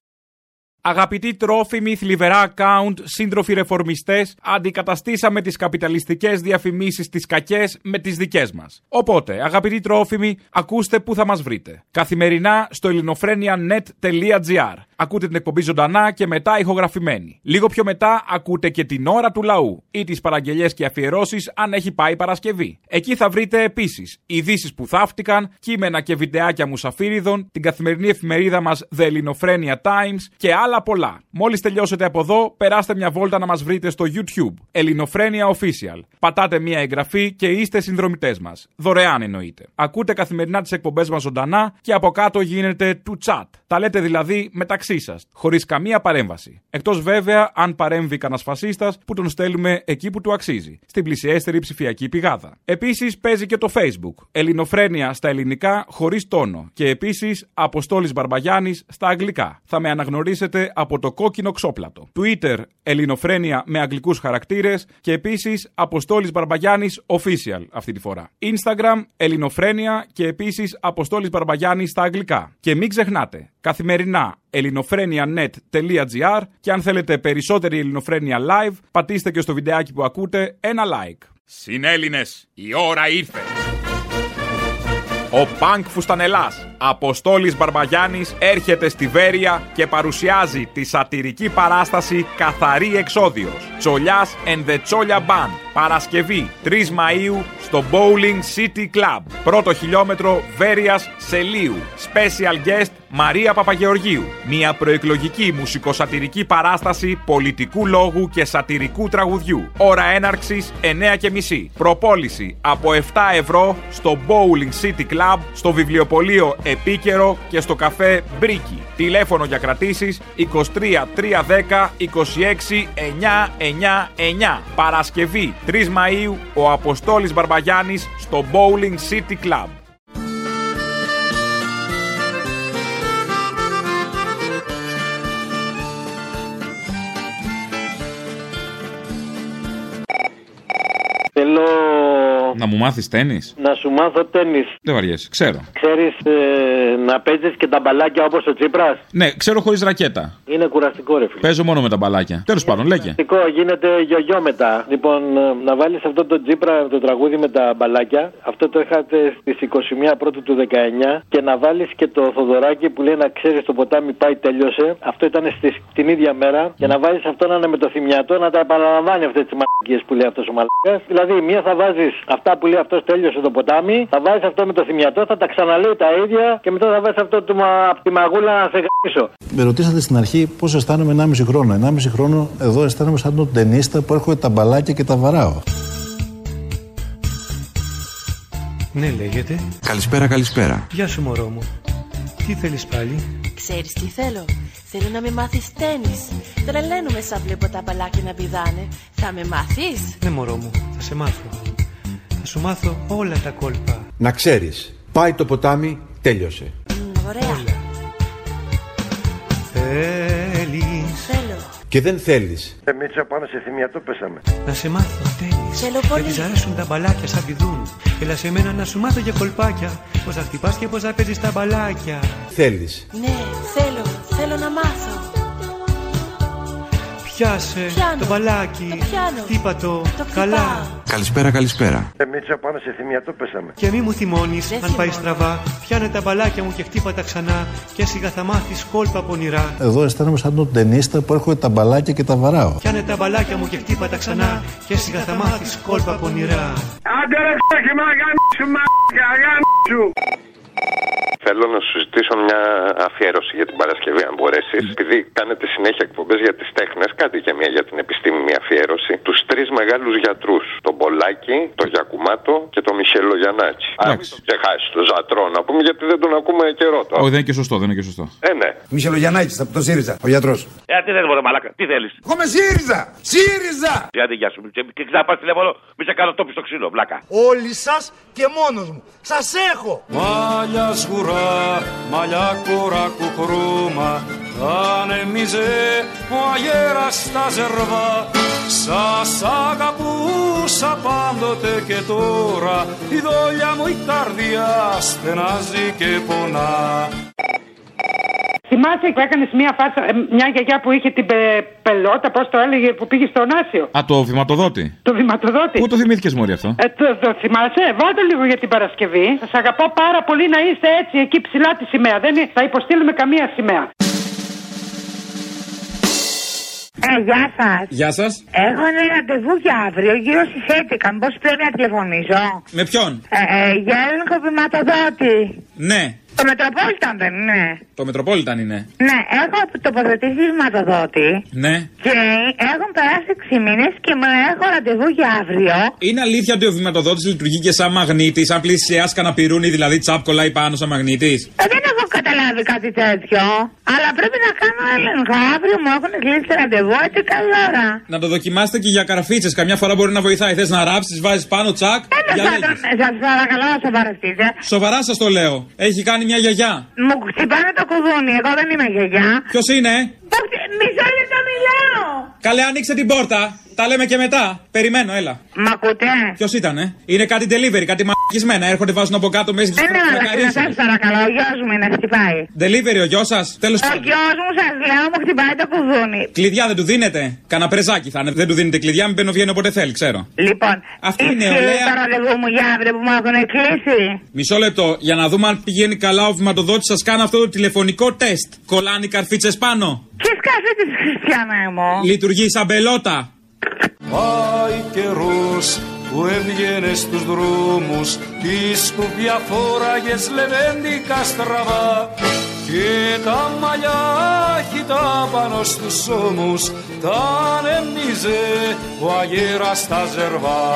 S2: Αγαπητοί τρόφιμοι, θλιβερά account, σύντροφοι ρεφορμιστές, αντικαταστήσαμε τις καπιταλιστικές διαφημίσεις τις κακές με τις δικές μας. Οπότε, αγαπητοί τρόφιμοι, ακούστε πού θα μας βρείτε. Καθημερινά στο ελληνοφρένια.net.gr. Ακούτε την εκπομπή ζωντανά και μετά ηχογραφημένη. Λίγο πιο μετά ακούτε και την ώρα του λαού ή τις παραγγελίες και αφιερώσεις αν έχει πάει Παρασκευή. Εκεί θα βρείτε επίσης ειδήσεις που θαύτηκαν, κείμενα και βιντεάκια μουσαφίριδων, την καθημερινή εφημερίδα μας The Ελληνοφρένια Times και άλλα πολλά. Μόλις τελειώσετε από εδώ, περάστε μια βόλτα να μας βρείτε στο YouTube. Ελληνοφρένια Official. Πατάτε μια εγγραφή και είστε συνδρομητές μας. Δωρεάν εννοείται. Ακούτε καθημερινά τις εκπομπές μας ζωντανά και από κάτω γίνεται to chat. Τα λέτε δηλαδή μεταξύ σας, χωρίς καμία παρέμβαση. Εκτός βέβαια αν παρέμβει κανένας φασίστας που τον στέλνουμε εκεί που του αξίζει, στην πλησιέστερη ψηφιακή πηγάδα. Επίσης παίζει και το Facebook. Ελληνοφρένια στα ελληνικά χωρίς τόνο. Και επίσης Αποστόλης Μπαρμπαγιάννης στα αγγλικά. Θα με αναγνωρίσετε από το κόκκινο ξόπλατο. Twitter Ελληνοφρένια με αγγλικούς χαρακτήρες. Και επίσης Αποστόλης Μπαρμπαγιάννης Official αυτή τη φορά. Instagram Ελληνοφρένια και επίσης Αποστόλης Μπαρμπαγιάννη στα αγγλικά. Και μην ξεχνάτε, καθημερινά ελληνοφρένια.net.gr και αν θέλετε περισσότερη ελληνοφρένια live, πατήστε και στο βιντεάκι που ακούτε ένα like. Συνέλληνες, η ώρα ήρθε. Ο Πανκ Φουστανελάς, Αποστόλης Μπαρμπαγιάννης, έρχεται στη Βέρεια και παρουσιάζει τη σατυρική παράσταση «Καθαρή Εξόδιος». Τσολιάς and the Τσόλια Band. Παρασκευή 3 Μαΐου στο Bowling City Club. Πρώτο χιλιόμετρο Βέρειας Σελίου. Special guest Μαρία Παπαγεωργίου. Μια προεκλογική μουσικοσατυρική παράσταση πολιτικού λόγου και σατυρικού τραγουδιού. Ώρα έναρξης 9.30. Προπόληση από 7 ευρώ στο Bowling City Club, στο βιβλιοπωλείο Επίκαιρο και στο καφέ Μπρίκι. Τηλέφωνο για κρατήσεις 23 310 26 999. Παρασκευή 3 Μαΐου ο Αποστόλης Μπαρμπαγιάννης στο Bowling City Club.
S31: Θέλω
S10: Να μου μάθεις τέννις.
S31: να σου μάθω τέννη.
S10: Δεν βαριέσαι, ξέρω.
S31: Ξέρεις να παίζεις και τα μπαλάκια όπως ο Τσίπρας.
S10: Ναι, ξέρω χωρίς ρακέτα.
S31: Είναι κουραστικό, ρε φίλε.
S10: Παίζω μόνο με τα μπαλάκια. Τέλος πάντων, λέγε.
S31: Κουραστικό, γίνεται γιογιό μετά. Λοιπόν, ε, να βάλεις αυτό το Τσίπρα, το τραγούδι με τα μπαλάκια. Αυτό το είχατε στι 21 πρώτου του 19. Και να βάλεις και το Θοδωράκι που λέει να ξέρεις το ποτάμι πάει τέλειωσε. Αυτό ήταν στις, την ίδια μέρα. Και να βάλεις αυτό να είναι με το θυμιατό να τα επαναλαμβάνει αυτές τις μαλακίες που λέει αυτός ο μαλακάς. Δηλαδή, μία θα βάζεις αυτά αυτά που λέει αυτός τέλειωσε το ποτάμι, θα βάζεις αυτό με το θυμιατό, θα τα ξαναλέει τα ίδια και μετά θα βάζεις αυτό του, μα- από τη μαγούλα να σε γαμίσω.
S33: Με ρωτήσατε στην αρχή πώς αισθάνομαι 1,5 χρόνο. 1,5 χρόνο εδώ αισθάνομαι σαν τον ταινίστα που έρχομαι τα μπαλάκια και τα βαράω.
S34: Ναι, λέγεται.
S4: Καλησπέρα, καλησπέρα.
S34: Γεια σου, μωρό μου. Τι θέλεις πάλι.
S17: Ξέρεις τι θέλω. Θέλω να με μάθεις τέννις. Τρελαίνουμε σαν βλέπω τα παλάκια να πηδάνε. Θα με μάθεις.
S34: Ναι, μωρό μου, θα σε μάθω. Θα σου μάθω όλα τα κόλπα.
S4: Να ξέρεις, πάει το ποτάμι, τέλειωσε.
S17: Μ, Ωραία.
S34: Θέλεις
S17: Θέλω.
S4: Και δεν θέλεις.
S34: Εμείς πάνω σε θυμιατό πέσαμε. Να σε μάθω τέννις.
S17: Θέλω
S34: Να τις
S17: πολύ.
S34: αρέσουν τα μπαλάκια σαν πηδούν. Έλα σε μένα να σου μάθω για κολπάκια. Πώς θα χτυπάς και πώς θα παίζεις τα μπαλάκια.
S4: Θέλεις.
S17: Ναι, θέλω. Θέλω να μάθω.
S34: Πιάσε
S17: Πιάνω.
S34: το μπαλάκι.
S17: Το πιάνω.
S34: Χτύπα το.
S17: Το χτυπάω.
S34: Καλά.
S4: Καλησπέρα, καλησπέρα.
S34: Εμείς πάνω σε θυμιατό πέσαμε. Και μη μου θυμώνεις αν πάει στραβά. Πιάνε τα μπαλάκια μου και χτύπα τα ξανά. Και σιγά θα μάθεις κόλπα πονηρά.
S33: Εδώ αισθάνομαι σαν τον ταινίστα που έρχομαι τα μπαλάκια και τα βαράω.
S34: Πιάνε τα μπαλάκια μου και χτύπα τα ξανά. Και σιγά θα μάθεις κόλπα πονηρά.
S35: Άντε ρε ξέχει σου μάγκα, σου.
S2: Θέλω να σου ζητήσω μια αφιέρωση για την Παρασκευή, αν μπορέσεις. Επειδή κάνετε συνέχεια εκπομπές για τις τέχνες, κάντε και μια για την επιστήμη, μια αφιέρωση. Τους τρεις μεγάλους γιατρούς. Τον Πολάκη, τον Γιακουμάτο και τον Μιχέλο Γιαννάκη. Αν μην τον ξεχάσεις, τον Ζατρό να πούμε, γιατί δεν τον ακούμε καιρό τώρα.
S10: Όχι, δεν είναι και σωστό, δεν είναι και σωστό.
S2: Ε, ναι.
S3: Μισελογιανάκης από το ΣΥΡΙΖΑ, ο γιατρός.
S5: Ε, τι θέλεις, Μωρέ Μαλάκα, τι θέλεις.
S3: Εγώ με ΣΥΡΙΖΑ! ΣΥΡΙΖΑ!
S5: Γιατί γεια σου, και και ξαναπά τηλέφωνο, μη σε κάνω τόπι στο ξύλο, βλάκα.
S3: Όλοι σας και μόνος μου. Σας έχω!
S36: Μάλια σγουρά, μάλια κόρα κουκρούμα Ανεμίζε ο αγέρας στα ζερβά Σας αγαπούσα πάντοτε και τώρα Η δόλια μου η καρδιά στενάζει και πονά
S25: Θυμάσαι που έκανες μια, φάτσα, ε, μια γιαγιά που είχε την πε- πελότα, πώς το έλεγε, που πήγε στον Άσιο.
S10: Α, το βηματοδότη.
S25: Το βηματοδότη.
S10: Πού το θυμήθηκες, Μωρή, αυτό.
S25: Ε, το, το θυμάσαι, βάλτε λίγο για την Παρασκευή. Σας αγαπώ πάρα πολύ να είστε έτσι εκεί ψηλά τη σημαία. Δεν είναι- θα υποστείλουμε καμία σημαία.
S9: Ε, γεια σας.
S10: Γεια σας.
S9: Έχω ένα ραντεβού για αύριο, γύρω στις 11. Μήπως πρέπει να τηλεφωνήσω.
S2: Με ποιον?
S9: Ε, ε, για έλεγχο βηματοδότη.
S2: Ναι.
S9: Το Μετροπόλιταν δεν είναι.
S2: Το Μετροπόλιταν είναι.
S9: Ναι, έχω τοποθετήσει βηματοδότη
S2: Ναι.
S9: και Ε, έχουν περάσει 6 μήνες και με έχω ραντεβού για αύριο.
S2: Είναι αλήθεια ότι ο βηματοδότης λειτουργεί και σαν μαγνήτης, αν πλησιάσει καναπηρούνι, δηλαδή τσάπκολα ή πάνω σαν μαγνήτης.
S9: Ε, δεν έχω καταλάβει κάτι τέτοιο. Αλλά πρέπει να κάνω έλεγχο. Αύριο μου έχουν κλείσει ραντεβού, έτσι καλή ώρα.
S2: Να το δοκιμάσετε και για καραφίτσες. Καμιά φορά μπορεί να βοηθάει. Θες να ράψεις, βάζεις πάνω τσακ. διαλέγεις.
S9: Σα ε, παρακαλώ, σοβαρευτείτε.
S2: Σοβαρά σας το λέω. Έχει κάνει μια γιαγιά.
S9: Μου χτυπάνε το κουδούνι, εγώ δεν είμαι γιαγιά.
S2: Ποιος είναι?
S9: Ε, Μισό λεπτό μιλάω.
S2: Καλέ, ανοίξε την πόρτα. Τα λέμε και μετά. Περιμένω, έλα.
S9: Μ' ακούτε.
S2: Ποιο ήτανε? Είναι κάτι delivery, κάτι μαγισμένα. Έρχονται, βάζουν από κάτω μέσα
S25: Ε,
S2: και
S25: ναι.
S9: Δεν είναι μαλακή, σας παρακαλώ. Ο γιος μου είναι, χτυπάει.
S2: Delivery ο γιος σας. Τέλος
S25: Ε,
S9: Ο
S2: πάντων.
S9: γιος μου, σας λέω, μου χτυπάει το κουδούνι.
S2: Κλειδιά δεν του δίνετε. Κανα πρεζάκι θα είναι. Δεν του δίνετε κλειδιά, μην μπαίνει βγαίνει όποτε θέλει, ξέρω.
S9: Λοιπόν,
S2: αυτή είναι η
S9: Ισχύει
S2: νεολαία.
S9: το ραντεβού μου για αύριο που μου έχουν κλείσει.
S2: Μισό λεπτό, για να δούμε αν πηγαίνει καλά ο βηματοδότης, σας κάνω αυτό το τηλεφωνικό τεστ. Κολλάνε οι καρφίτσες πάνω.
S9: Και σκάσε τη χριστιανά μου.
S2: Λειτουργεί σαν πελότα.
S36: Πάει καιρός που έβγαινε στους δρόμους Τη σκουπιά φόραγες λεβέντικα στραβά Και τα μαλλιά χιτά πάνω στους ώμους Τα ανεμίζε ο αγέρας στα ζερβά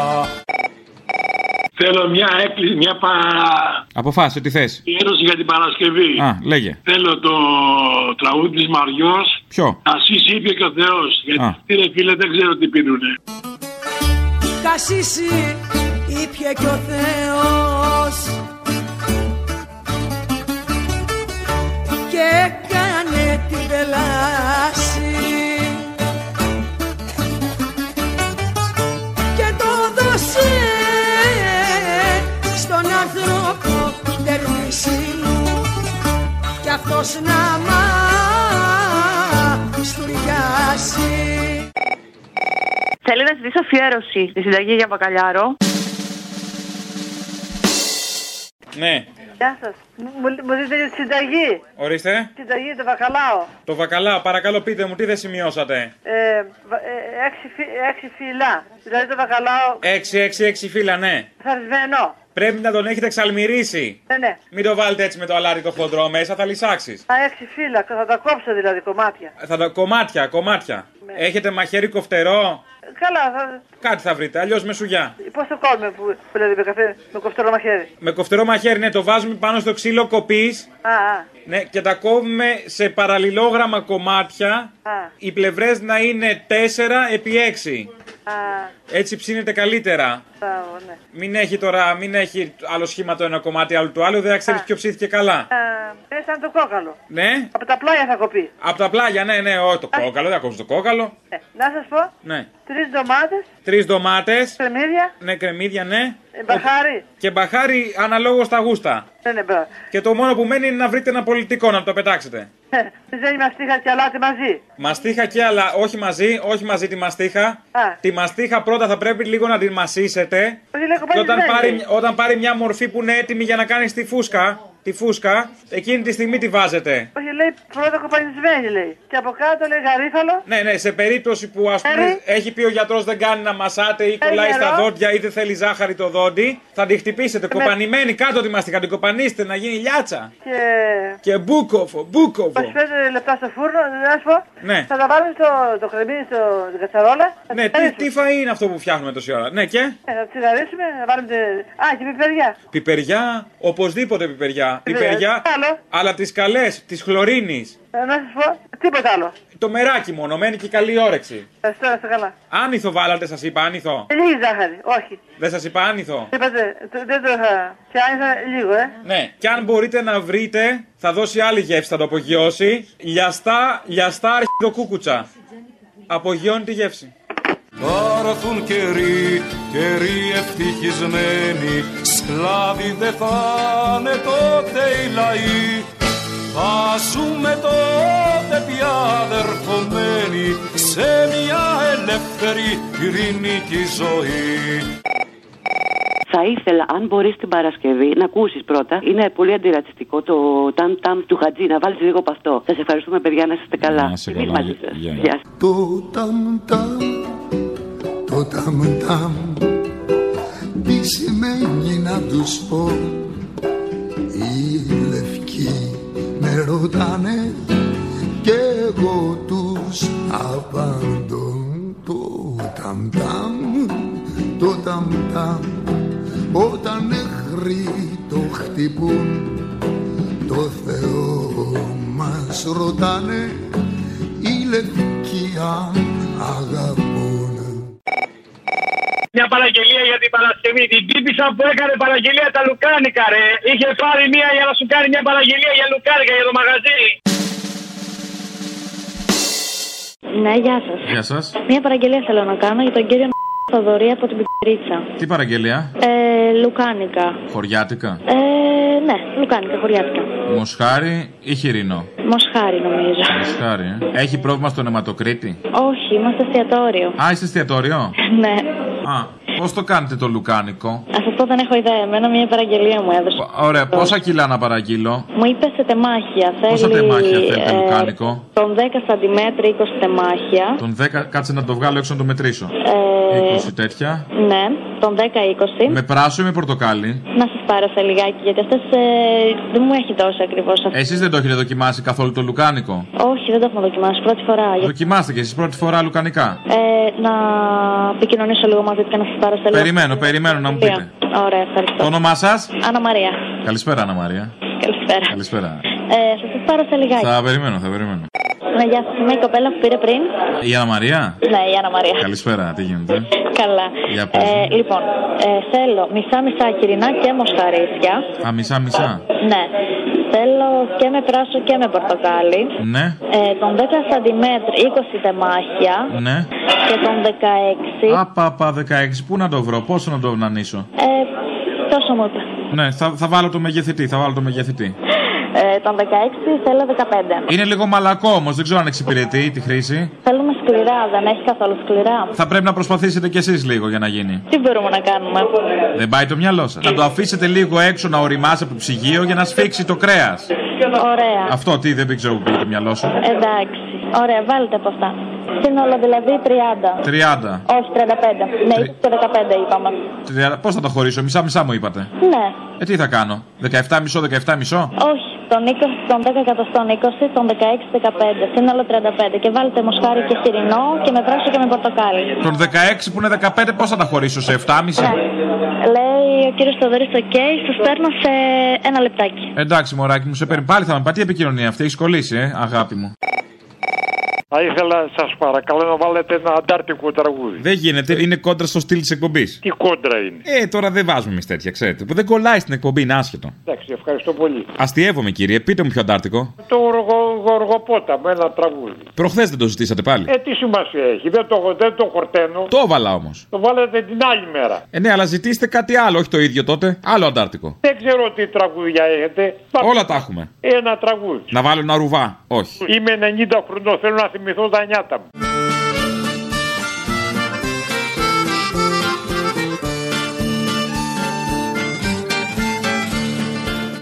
S3: Θέλω μια έκκληση, μια παραέρωση
S10: Αποφάσισε τι θες.
S3: για την Παρασκευή.
S10: Α, λέγε.
S3: Θέλω το τραγούδι της Μαριός
S10: Ποιο.
S3: Ασής είπε και ο Θεός. Γιατί
S10: Α.
S3: αυτοί ρε φίλε δεν ξέρω τι πίνουνε.
S5: Κασίσι ήπια κι ο Θεός και έκανε την πελάση και το δώσε στον άνθρωπο τερμισίνου κι αυτός να μας στουριάσει
S20: Θέλω να ζητήσω αφιέρωση στη συνταγή για μπακαλιάρο.
S2: Ναι.
S9: Γεια σας. Μου δείτε τη συνταγή.
S2: Ορίστε.
S9: Συνταγή το βακαλάο.
S2: Το βακαλά, παρακαλώ πείτε μου, τι δεν σημειώσατε.
S9: Ε, βα- ε, έξι, φι, έξι φύλλα. Δηλαδή το βακαλάο
S2: 6-6-6 φύλλα, ναι.
S9: θαρισμένο.
S2: Πρέπει να τον έχετε εξαλμυρίσει.
S9: Ναι, ναι.
S2: Μην το βάλετε έτσι με το αλάτι το χοντρό μέσα, θα λυσάξεις.
S9: Α, έξι φύλλα. Θα τα κόψω δηλαδή κομμάτια.
S2: Θα τα κομμάτια, κομμάτια. Έχετε μαχαίρι κοφτερό.
S9: Ε, Καλά, θα...
S2: Κάτι θα βρείτε, αλλιώς με σουγιά.
S9: πώς το κόβουμε που, που λέτε με καφέ, με κοφτερό μαχαίρι.
S2: Με κοφτερό μαχαίρι, ναι, το βάζουμε πάνω στο ξύλο κοπής.
S9: Α, α,
S2: Ναι, και τα κόβουμε σε παραλληλόγραμμα κομμάτια.
S9: α,
S2: Οι πλευρές να είναι 4 επί 6.
S9: α,
S2: Έτσι ψήνεται καλύτερα.
S9: μπράβο, ναι.
S2: Μην έχει τώρα, μην έχει άλλο σχήμα το ένα κομμάτι, άλλο το άλλο, δεν θα ξέρεις ποιο ψήθηκε καλά.
S9: Α, ε, σαν το κόκαλο.
S2: Ναι.
S9: Από τα πλάγια θα κοπεί.
S2: Από τα πλάγια, ναι, ναι, όχι το κόκαλο, δεν ακούω το κόκαλο.
S9: Ε, να σας πω,
S2: Ναι.
S9: τρεις ντομάτες,
S2: Τρεις ντομάτες.
S9: κρεμμύδια,
S2: Ναι, κρεμμύδια, ναι.
S9: ε, μπαχάρι.
S2: Και μπαχάρι αναλόγως τα γούστα.
S9: Ναι, ναι, μπράβο.
S2: Και το μόνο που μένει είναι να βρείτε ένα πολιτικό να το πετάξετε.
S9: Ε, Δεν μα τύχα και αλάτι μαζί.
S2: Μαστίχα και αλλά όχι μαζί, όχι μαζί τη μαστίχα.
S9: Α.
S2: Τη μαστίχα πρώτα θα πρέπει λίγο να την μασίσετε.
S9: Όχι, λέγω
S2: Και
S9: πάλι
S2: όταν
S9: δεν
S2: πάρει,
S9: είναι.
S2: όταν πάρει μια μορφή που είναι έτοιμη για να κάνει τη φούσκα, τη φούσκα, εκείνη τη στιγμή τη βάζετε.
S9: Όχι, λέει πρώτα κοπανισμένη, λέει. Και από κάτω λέει γαρίφαλο.
S2: Ναι, ναι, σε περίπτωση που ας πούμε
S9: Έρι.
S2: έχει πει ο γιατρός δεν κάνει να μασάτε ή
S9: Ε,
S2: κολλάει στα
S9: νερό.
S2: δόντια ή δεν θέλει ζάχαρη το δόντι, θα την χτυπήσετε.
S9: Ναι.
S2: Κοπανημένη κάτω τη μαστίχα, την κοπανίστε να γίνει λιάτσα.
S9: Και
S2: Και μπούκοφο, μπούκοφο.
S9: 25 λεπτά στο φούρνο, να σου πω.
S2: Ναι.
S9: Θα τα βάλουμε στο το κρεμμύδι, στο την κατσαρόλα. Θα
S2: Ναι,
S9: τα
S2: τι, τι φαΐ είναι αυτό που φτιάχνουμε τόση ώρα. Ναι, και.
S9: Ε, Θα τσιγαρίσουμε, να βάλουμε. τε- Α, και πιπεριά. Ε,
S2: Πιπεριά, οπωσδήποτε πιπεριά. Πιπεριά,
S9: Άλλο.
S2: αλλά τις καλές, τη χλωρίνη.
S9: Ε, Να σα πω, τίποτα άλλο.
S2: Το μεράκι μόνο, μένει και η καλή όρεξη.
S9: Ευχαριστώ, να είστε καλά.
S2: Άνηθο βάλατε, σας είπα άνηθο.
S9: Ε, Λίγη ζάχαρη, όχι.
S2: Δεν σας είπα άνηθο.
S9: Είπατε, το- δεν το θα. Και αν ήταν λίγο, ε.
S2: Ναι, και αν μπορείτε να βρείτε, θα δώσει άλλη γεύση, θα το απογειώσει. Λιαστά, λιαστά αρχιδοκούκουτσα. Απογειώνει τη γεύση.
S36: Πάρθουν καιροί, καιροί ευτυχισμένοι, σκλάβοι δε θα είναι τότε οι λαοί. Θα ζούμε τότε πια αδερφωμένοι, σε μια ελεύθερη ειρηνική ζωή.
S9: Θα ήθελα, αν μπορείς την Παρασκευή, να ακούσεις πρώτα. Είναι πολύ αντιρατσιστικό το τάμ τάμ του Χατζή. Να βάλεις λίγο από αυτό. Σας ευχαριστούμε, παιδιά, να είστε καλά. Να
S37: καλά.
S9: Γεια.
S37: Το ταμ ταμ, το ταμ ταμ, τι σημαίνει να τους πω. Οι λευκοί με ρωτάνε και εγώ τους απαντώ. Το ταμ ταμ, το ταμ ταμ, όταν νεχροί το χτυπούν, το Θεό μας ρωτάνε η λευκή αν αγαπούν.
S14: Μια παραγγελία για την Παρασκευή. Την τύπησα που έκανε παραγγελία τα λουκάνικα, ρε. Είχε πάρει μια για να σου κάνει μια παραγγελία για λουκάνικα για το μαγαζί.
S38: Ναι, γεια σας.
S2: Γεια σας.
S38: Μία παραγγελία θέλω να κάνω για τον κύριο Θοδωρή από την Πιτρίτσα.
S2: Τι παραγγελία,
S38: Ε, λουκάνικα.
S2: χωριάτικα,
S38: Ε, ναι, λουκάνικα, χωριάτικα.
S2: μοσχάρι ή χοιρινό.
S38: Μοσχάρι, νομίζω.
S2: Μοσχάρι, ε. Έχει πρόβλημα στον αιματοκρίτη.
S38: Όχι, είμαστε εστιατόριο.
S2: Α, είστε εστιατόριο.
S38: ναι.
S2: Α, πώς το κάνετε το λουκάνικο.
S38: Α αυτό δεν έχω ιδέα. Εμένα μία παραγγελία μου έδωσε.
S2: Ωραία, πόσα κιλά να παραγγείλω.
S38: Μου είπε σε τεμάχια. Θέλει.
S2: Πόσα τεμάχια θέλετε
S38: ε,
S2: λουκάνικο.
S38: Τον 10 σαντιμέτρη, 20 τεμάχια.
S2: Τον 10, κάτσε να το βγάλω έξω να το μετρήσω.
S38: Ε,
S2: 20 τέτοια.
S38: ναι, τον 10-20.
S2: Με πράσινο ή με πορτοκάλι.
S38: Να σας πάρω σε λιγάκι, γιατί αυτές δεν μου έχει δώσει ακριβώς αυτό.
S2: Εσείς δεν το έχετε δοκιμάσει καθόλου το λουκάνικο.
S38: Όχι, δεν το έχουμε δοκιμάσει. Πρώτη φορά. Για-
S2: Δοκιμάστε και εσείς πρώτη φορά λουκανικά.
S38: Ε, να επικοινωνήσω λίγο μαζί του και να σας πάρω σε λίγο.
S2: Περιμένω, περιμένω να μου πείτε.
S38: Ωραία, ευχαριστώ.
S2: Το όνομά σας.
S38: Άννα Μαρία.
S2: Καλησπέρα, Ανά Μαρία.
S38: Καλησπέρα.
S2: Καλησπέρα.
S38: Ε, θα σας πάρω σε λιγάκι.
S2: Θα περιμένω, θα περιμένω.
S38: Ναι, γεια σας. Είμαι η κοπέλα που πήρε πριν.
S2: Η Ανά Μαρία.
S38: Ναι, η Άννα Μαρία.
S2: Καλησπέρα, τι γίνεται.
S38: Καλά.
S2: Για πες.
S38: Ε, λοιπόν, ε, θέλω μισά-μισά κυρινά και μοσχαρίσια.
S2: Α, μισά, μισά.
S38: Ναι. Θέλω και με πράσο και με πορτοκάλι.
S2: Ναι,
S38: Ε, τον 10 σαντιμέτρη, 20 τεμάχια.
S2: ναι.
S38: Και τον 16.
S2: Απαπα 16, πού να το βρω, πόσο να το νανίσω.
S38: Ε, τόσο μου είπες.
S2: Ναι, θα, θα βάλω το μεγεθητή, θα βάλω το μεγεθητή.
S38: Ε, των 16, θέλω 15.
S2: Είναι λίγο μαλακό όμως, δεν ξέρω αν εξυπηρετεί τη χρήση.
S38: Θέλουμε σκληρά, δεν έχει καθόλου σκληρά.
S2: Θα πρέπει να προσπαθήσετε κι εσείς λίγο για να γίνει.
S38: Τι μπορούμε να κάνουμε.
S2: Δεν πάει το μυαλό σας. Να το αφήσετε λίγο έξω να οριμάσει από το ψυγείο για να σφίξει το κρέας.
S38: Ωραία.
S2: Αυτό τι δεν ξέρω που πήγε το μυαλό σου.
S38: Εντάξει. Ωραία, βάλτε από αυτά. Σύνολο δηλαδή 30.
S2: 30.
S38: Όχι, 35. Ναι, είπες και 15 είπαμε.
S2: 30. Πώς θα το χωρίσω, μισά-μισά μου είπατε.
S38: Ναι.
S2: Ε, τι θα κάνω. 17 μισό, 17 μισό.
S38: Όχι, τον 20, τον 10 εκατοστών 20, τον 16, 15, σύνολο 35. Και βάλτε μοσχάρι και χοιρινό και με πράσινο και με πορτοκάλι.
S2: Τον 16 που είναι 15, πώς θα τα χωρίσω σε 7,5.
S38: Λέει ο κύριος Θοδωρή, OK, σας παίρνω σε ένα λεπτάκι.
S2: Εντάξει, μωράκι μου, σε παίρνει. Πάλι θα με πατήσει επικοινωνία αυτή. Έχεις κολλήσει, ε, αγάπη μου.
S39: Θα ήθελα, σας παρακαλώ, να βάλετε ένα αντάρτικο τραγούδι.
S2: Δεν γίνεται, είναι κόντρα στο στυλ της εκπομπής.
S39: Τι κόντρα είναι.
S2: Ε, τώρα δεν βάζουμε εμείς τέτοια, ξέρετε. Που δεν κολλάει στην εκπομπή, είναι άσχετο.
S39: Εντάξει, ευχαριστώ πολύ.
S2: Αστειεύομαι, κύριε, πείτε μου πιο αντάρτικο.
S39: Το γοργο, γοργοπότα με ένα τραγούδι.
S2: Προχθές δεν το ζητήσατε πάλι.
S39: Ε, τι σημασία έχει, δεν το, δεν το χορταίνω.
S2: Το έβαλα όμως.
S39: Το βάλετε την άλλη μέρα.
S2: Ε, ναι, αλλά ζητήστε κάτι άλλο, όχι το ίδιο τότε. Άλλο αντάρτικο.
S39: Δεν ξέρω τι τραγούδια έχετε. Πάμε
S2: Όλα τα έχουμε.
S39: Ένα τραγούδι.
S2: Να βάλω ένα ρουβά. Όχι.
S39: Είμαι 90 χρονών, θέλω να θυμηθώ τα νιάτα μου.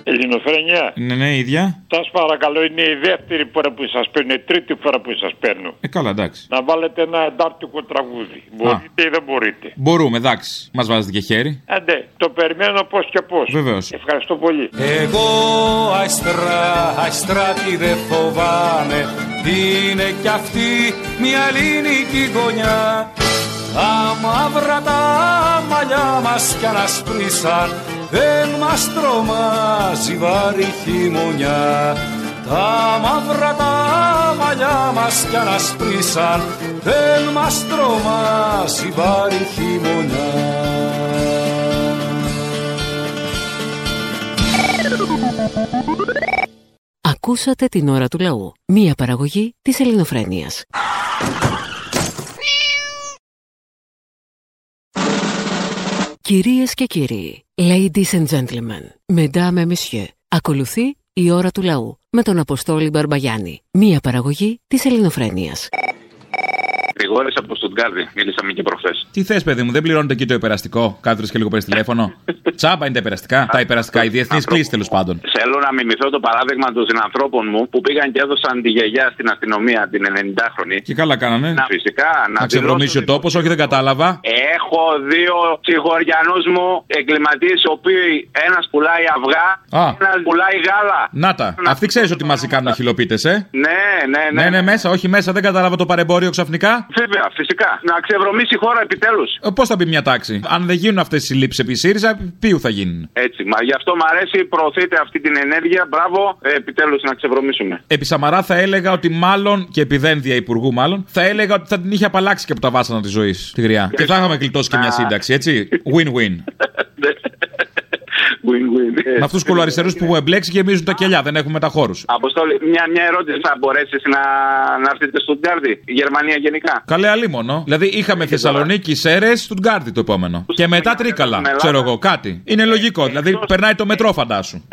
S39: Ελληνοφρένια,
S2: Ναι, ναι, ίδια.
S39: σας παρακαλώ, είναι η δεύτερη φορά που σας παίρνω, η τρίτη φορά που σας παίρνω.
S2: Ε, καλά, εντάξει.
S39: Να βάλετε ένα εντάρτικο τραγούδι. Μπορείτε ή δεν μπορείτε.
S2: Μπορούμε, εντάξει. Μας βάζετε και χέρι.
S39: Άντε, το περιμένω πώς και πώς.
S2: Βεβαίως.
S39: Ευχαριστώ πολύ.
S36: Εγώ αστρά, αστρά τι δεν φοβάμαι Είναι κι αυτή μια ελληνική γωνιά Τα μαύρα τα μαλλιά μας κι ανασπρίσαν Δεν μας τρομάζει βαρύ χειμωνιά Τα μαύρα τα μαλλιά μας κι ανασπρίσαν Δεν μας τρομάζει βαρύ χειμωνιά
S1: Ακούσατε την ώρα του λαού. Μία παραγωγή της ελληνοφρένειας. Κυρίες και κύριοι, ladies and gentlemen, mesdames et messieurs, ακολουθεί η ώρα του λαού με τον Αποστόλη Μπαρμπαγιάννη. Μία παραγωγή της ελληνοφρένειας.
S11: Γρηγόρη από Στουτγκάρδη. Μίλησαμε και προχθές.
S2: Τι θες, παιδί μου, δεν πληρώνετε εκεί το υπεραστικό. Κάτρε και λίγο παίρνει τηλέφωνο. Τσάμπα είναι τα υπεραστικά. τα υπεραστικά, οι διεθνεί κλείσει τέλο πάντων.
S11: Θέλω να μιμηθώ το παράδειγμα των συνανθρώπων μου που πήγαν και έδωσαν τη γιαγιά στην αστυνομία την 90χρονη.
S2: Και Ε, καλά κάνανε.
S11: Να, φυσικά, να
S2: Να ξεβρωμίσει ο
S11: δηλώσουν-
S2: τόπος, όχι δεν κατάλαβα.
S11: Έχω δύο συγχωριανού μου εγκληματίες, οι οποίοι ένας πουλάει αυγά,
S2: Α.
S11: ένας πουλάει γάλα.
S2: Να τα. Αυτοί ξέρεις ότι μαζί κάνουν αχυλοπίτε, ε.
S11: Ναι, ναι, ναι.
S2: Ναι, ναι, μέσα, όχι μέσα, δεν κατάλαβα το παρεμπόριο ξαφνικά.
S11: Βέβαια, φυσικά. Να ξεβρωμίσει η χώρα επιτέλους.
S2: Πώς θα μπει μια τάξη. Αν δεν γίνουν αυτές οι συλλήψει επί ΣΥΡΙΖΑ, ποιου θα γίνουν.
S11: Έτσι, μα γι' αυτό μου αρέσει, προωθείτε αυτή την ενέργεια. Μπράβο, επιτέλους να ξεβρωμίσουμε.
S2: Επί Σαμαρά θα έλεγα ότι μάλλον, και επί δένδια υπουργού μάλλον, θα έλεγα ότι θα την είχε απαλλάξει και από τα βάσανα της ζωής, τη γριά. Και θα είχαμε γλιτώσει και μια σύνταξη, έτσι. Win-win.
S11: Win-win.
S2: Με αυτούς του κολοαριστερούς που εμπλέξει γεμίζουν τα κελιά, δεν έχουμε τα χώρους.
S11: Αποστόλη, μια, μια ερώτηση θα μπορέσεις να, να έρθετε στον Τάρδη, Γερμανία γενικά.
S2: Καλέ αλίμονο. Δηλαδή είχαμε Θεσσαλονίκη, Σέρε, Στουτγκάρδη το επόμενο. Και μετά Τρίκαλα,
S11: Ελλάδα.
S2: ξέρω εγώ, κάτι. Είναι λογικό. Δηλαδή περνάει το μετρό, φαντάσου.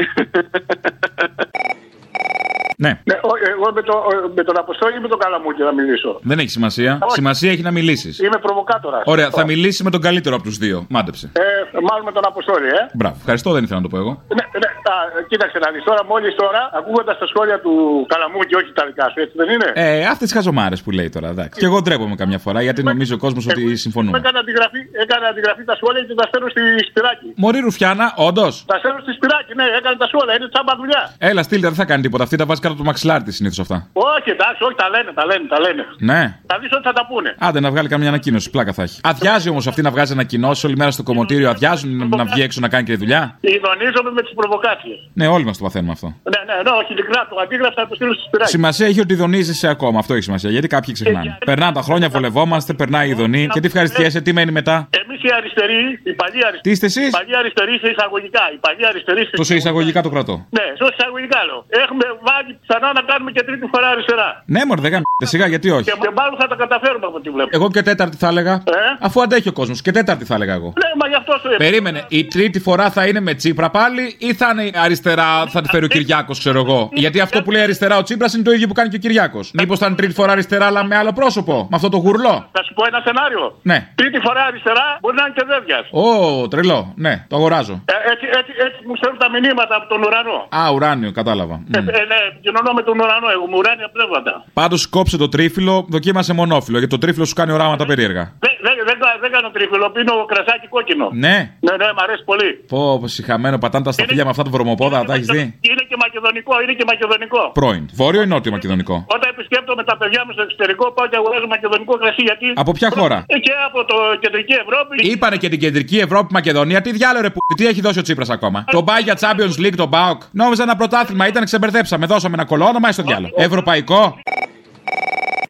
S2: Ναι,
S16: Ναι, ο- εγώ με, το, ο- με τον Αποστόλη ή με τον Καλαμούκη να μιλήσω.
S2: δεν έχει σημασία.
S16: Όχι.
S2: Σημασία έχει να μιλήσεις.
S16: Είμαι προβοκάτορας.
S2: Ωραία, θα μιλήσεις με τον καλύτερο από τους δύο. Μάντεψε.
S16: Ε, μάλλον με τον Αποστόλη, ε.
S2: Μπράβο, ευχαριστώ, δεν ήθελα να το πω εγώ.
S16: Ναι, ναι, α, κοίταξε να δεις τώρα, μόλις τώρα, ακούγοντας τα σχόλια του Καλαμούκη, όχι τα δικά σου, έτσι δεν είναι.
S2: Ε, αυτές τι χαζομάρες που λέει τώρα, εντάξει. Και εγώ ντρέπομαι καμιά φορά γιατί νομίζει ο κόσμος ότι συμφωνούμε.
S16: Έκανα αντιγραφή, έκανα αντιγραφή τα σχόλια και τα στέλνω στη Σπυράκη.
S2: Μωρή Ρουφιάνα, όντως.
S16: Τα στέλνω στη Σπυράκη, ναι, έκανα τα σχόλια, είναι τσάμπα δουλειά.
S2: Έλα, στείλτε, δεν θα κάνει τίποτα. Αυτή τα βάζει κάτω από το μαξιλάρι τη συνήθως αυτά.
S16: Όχι, εντάξει, όχι, τα λένε, τα λένε, τα λένε.
S2: Ναι.
S16: Θα δεις ότι θα τα πούνε.
S2: Άντε να βγάλει καμιά ανακοίνωση, πλάκα θα έχει. Αδειάζει όμως αυτή να βγάζει ανακοινώσεις όλη μέρα στο κομμωτήριο, αδειάζουν να βγει έξω να κάνει και δουλειά.
S16: Ειδονίζομαι με τις προβοκάτιε.
S2: Ναι, όλοι μας το παθαίνουμε αυτό.
S16: Ναι, ναι, ναι, όχι, ειλικρινά το αντίγραφα θα το στείλω στη Σπυράκη.
S2: Σημασία έχει ότι δονίζεσαι ακόμα, αυτό έχει σημασία γιατί κάποιοι ξεχνάνε. Περνάνε τα χρόνια, βολευόμαστε, περνάει η δονή και τι ευχαριστιέσαι, τι μένει μετά.
S16: Εμεί εσεί οι αριστεροί, οι παλιοί αριστεροί.
S2: Τι είστε εσείς?
S16: Οι παλιοί αριστεροί σε εισαγωγικά. Οι παλιοί αριστεροί σε.
S2: Το σε εισαγωγικά το κρατώ.
S16: Ναι, στο εισαγωγικά λέω. Έχουμε βάλει ξανά να κάνουμε και τρίτη φορά αριστερά.
S2: Ναι, μωρέ, δεν κάνετε σιγά, γιατί όχι.
S16: Και, και μάλλον θα τα καταφέρουμε από ό,τι βλέπω.
S2: Εγώ και τέταρτη θα έλεγα. Αφού αντέχει ο κόσμος, και τέταρτη θα έλεγα εγώ.
S16: Ναι, μα γι' αυτό σου είπα.
S2: Περίμενε, η τρίτη φορά θα είναι με Τσίπρα πάλι ή θα είναι αριστερά, θα τη φέρει ο Κυριάκος, ξέρω εγώ. Γιατί αυτό που λέει αριστερά ο Τσίπρας είναι το ίδιο που κάνει και ο Κυριάκος. Μήπως θα είναι τρίτη φορά αριστερά, αλλά με άλλο πρόσωπο, με αυτό το γουρλό.
S16: Θα σου πω ένα σενάριο.
S2: Ναι.
S16: Τρίτη φορά αριστερά μπορεί να είναι και δέδια.
S2: Ω, τρελό, ναι, το αγοράζω.
S16: Ε, έτσι, έτσι, έτσι μου στέλνουν τα μηνύματα από τον ουρανό.
S2: Α, ουράνιο, κατάλαβα.
S16: Ε, ε, ναι, επικοινωνώ με τον ουρανό, εγώ μου ουράνια πνεύματα.
S2: Πάντως κόψε το τρίφυλλο, δοκίμασε μονόφυλλο, γιατί το τρίφυλλο σου κάνει οράματα περίεργα.
S16: Δεν, δεν, δεν, κα- δεν κάνω τρίφυλλο, πίνω κρασάκι κόκκινο.
S2: Ναι.
S16: Ναι, ναι, μ' αρέσει πολύ.
S2: Πω, πω, συχαμένο, πατάνε τα σταφύλια με αυτά τα βρωμοπόδα, τα έχεις δει.
S16: Είναι και μακεδονικό, είναι και μακεδονικό.
S2: Πρώην. Βόρειο ή νότιο μακεδονικό.
S16: Όταν επισκέπτομαι τα παιδιά μου στο εξωτερικό, πάω και αγοράζω μακεδονικό κρασί. Γιατί
S2: Από ποια χώρα.
S16: Ε, και από το κεντρική Ευρώπη.
S2: Είπανε και την κεντρική Ευρώπη, Μακεδονία. Τι διάλογο ρε που. Τι έχει δώσει ο Τσίπρας ακόμα. Τον πάει για Champions League, τον Μπάουκ. Νόμιζα ένα πρωτάθλημα, ήταν ξεμπερδέψαμε. Δώσαμε ένα κολόνομα, έστω διάλογο. Ευρωπαϊκό.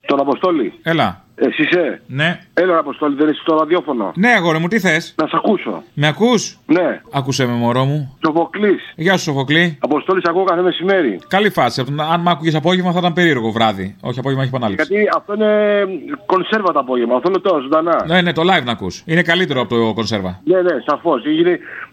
S31: Τον Αποστόλη.
S2: Έλα.
S31: Εσύ είσαι.
S2: Ε. Ναι.
S31: Έλα, Αποστόλη, δεν είσαι στο ραδιόφωνο.
S2: Ναι, αγόρι μου, τι θες.
S31: Να σε ακούσω.
S2: Με ακούς.
S31: Ναι.
S2: Ακούσε με μωρό μου.
S31: Σοφοκλής.
S2: Γεια σου, Σοφοκλή.
S31: Αποστόλη, ακούω κάθε μεσημέρι.
S2: Καλή φάση. Από τον- Αν μ' άκουγες απόγευμα θα ήταν περίεργο βράδυ. Όχι, απόγευμα έχει επανάληψη.
S31: Γιατί αυτό είναι κονσέρβα το απόγευμα. Αυτό είναι τώρα, ζωντανά.
S2: Ναι, ναι, το live να ακούς. Είναι καλύτερο από το κονσέρβα.
S31: Ναι, ναι, σαφώς.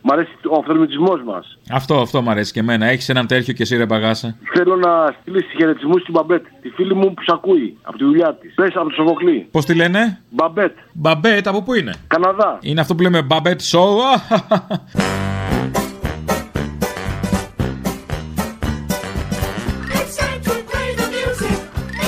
S31: Μ' αρέσει ο αυθορμητισμό μας.
S2: Αυτό, αυτό μου αρέσει και εμένα. Έχεις έναν τέτοιο και εσύ ρε μπαγάσα.
S31: Θέλω να στείλεις χαιρετισμούς στην Μπαμπέτ, τη φίλη μου που σ' ακούει από τη δουλειά της. Πες από το Σοφοκλή.
S2: Πώς τη λένε?
S31: Μπαμπέτ.
S2: Μπαμπέτ, από πού είναι?
S31: Καναδά.
S2: Είναι αυτό που λέμε Μπαμπέτ Show.
S17: It's time to play the music.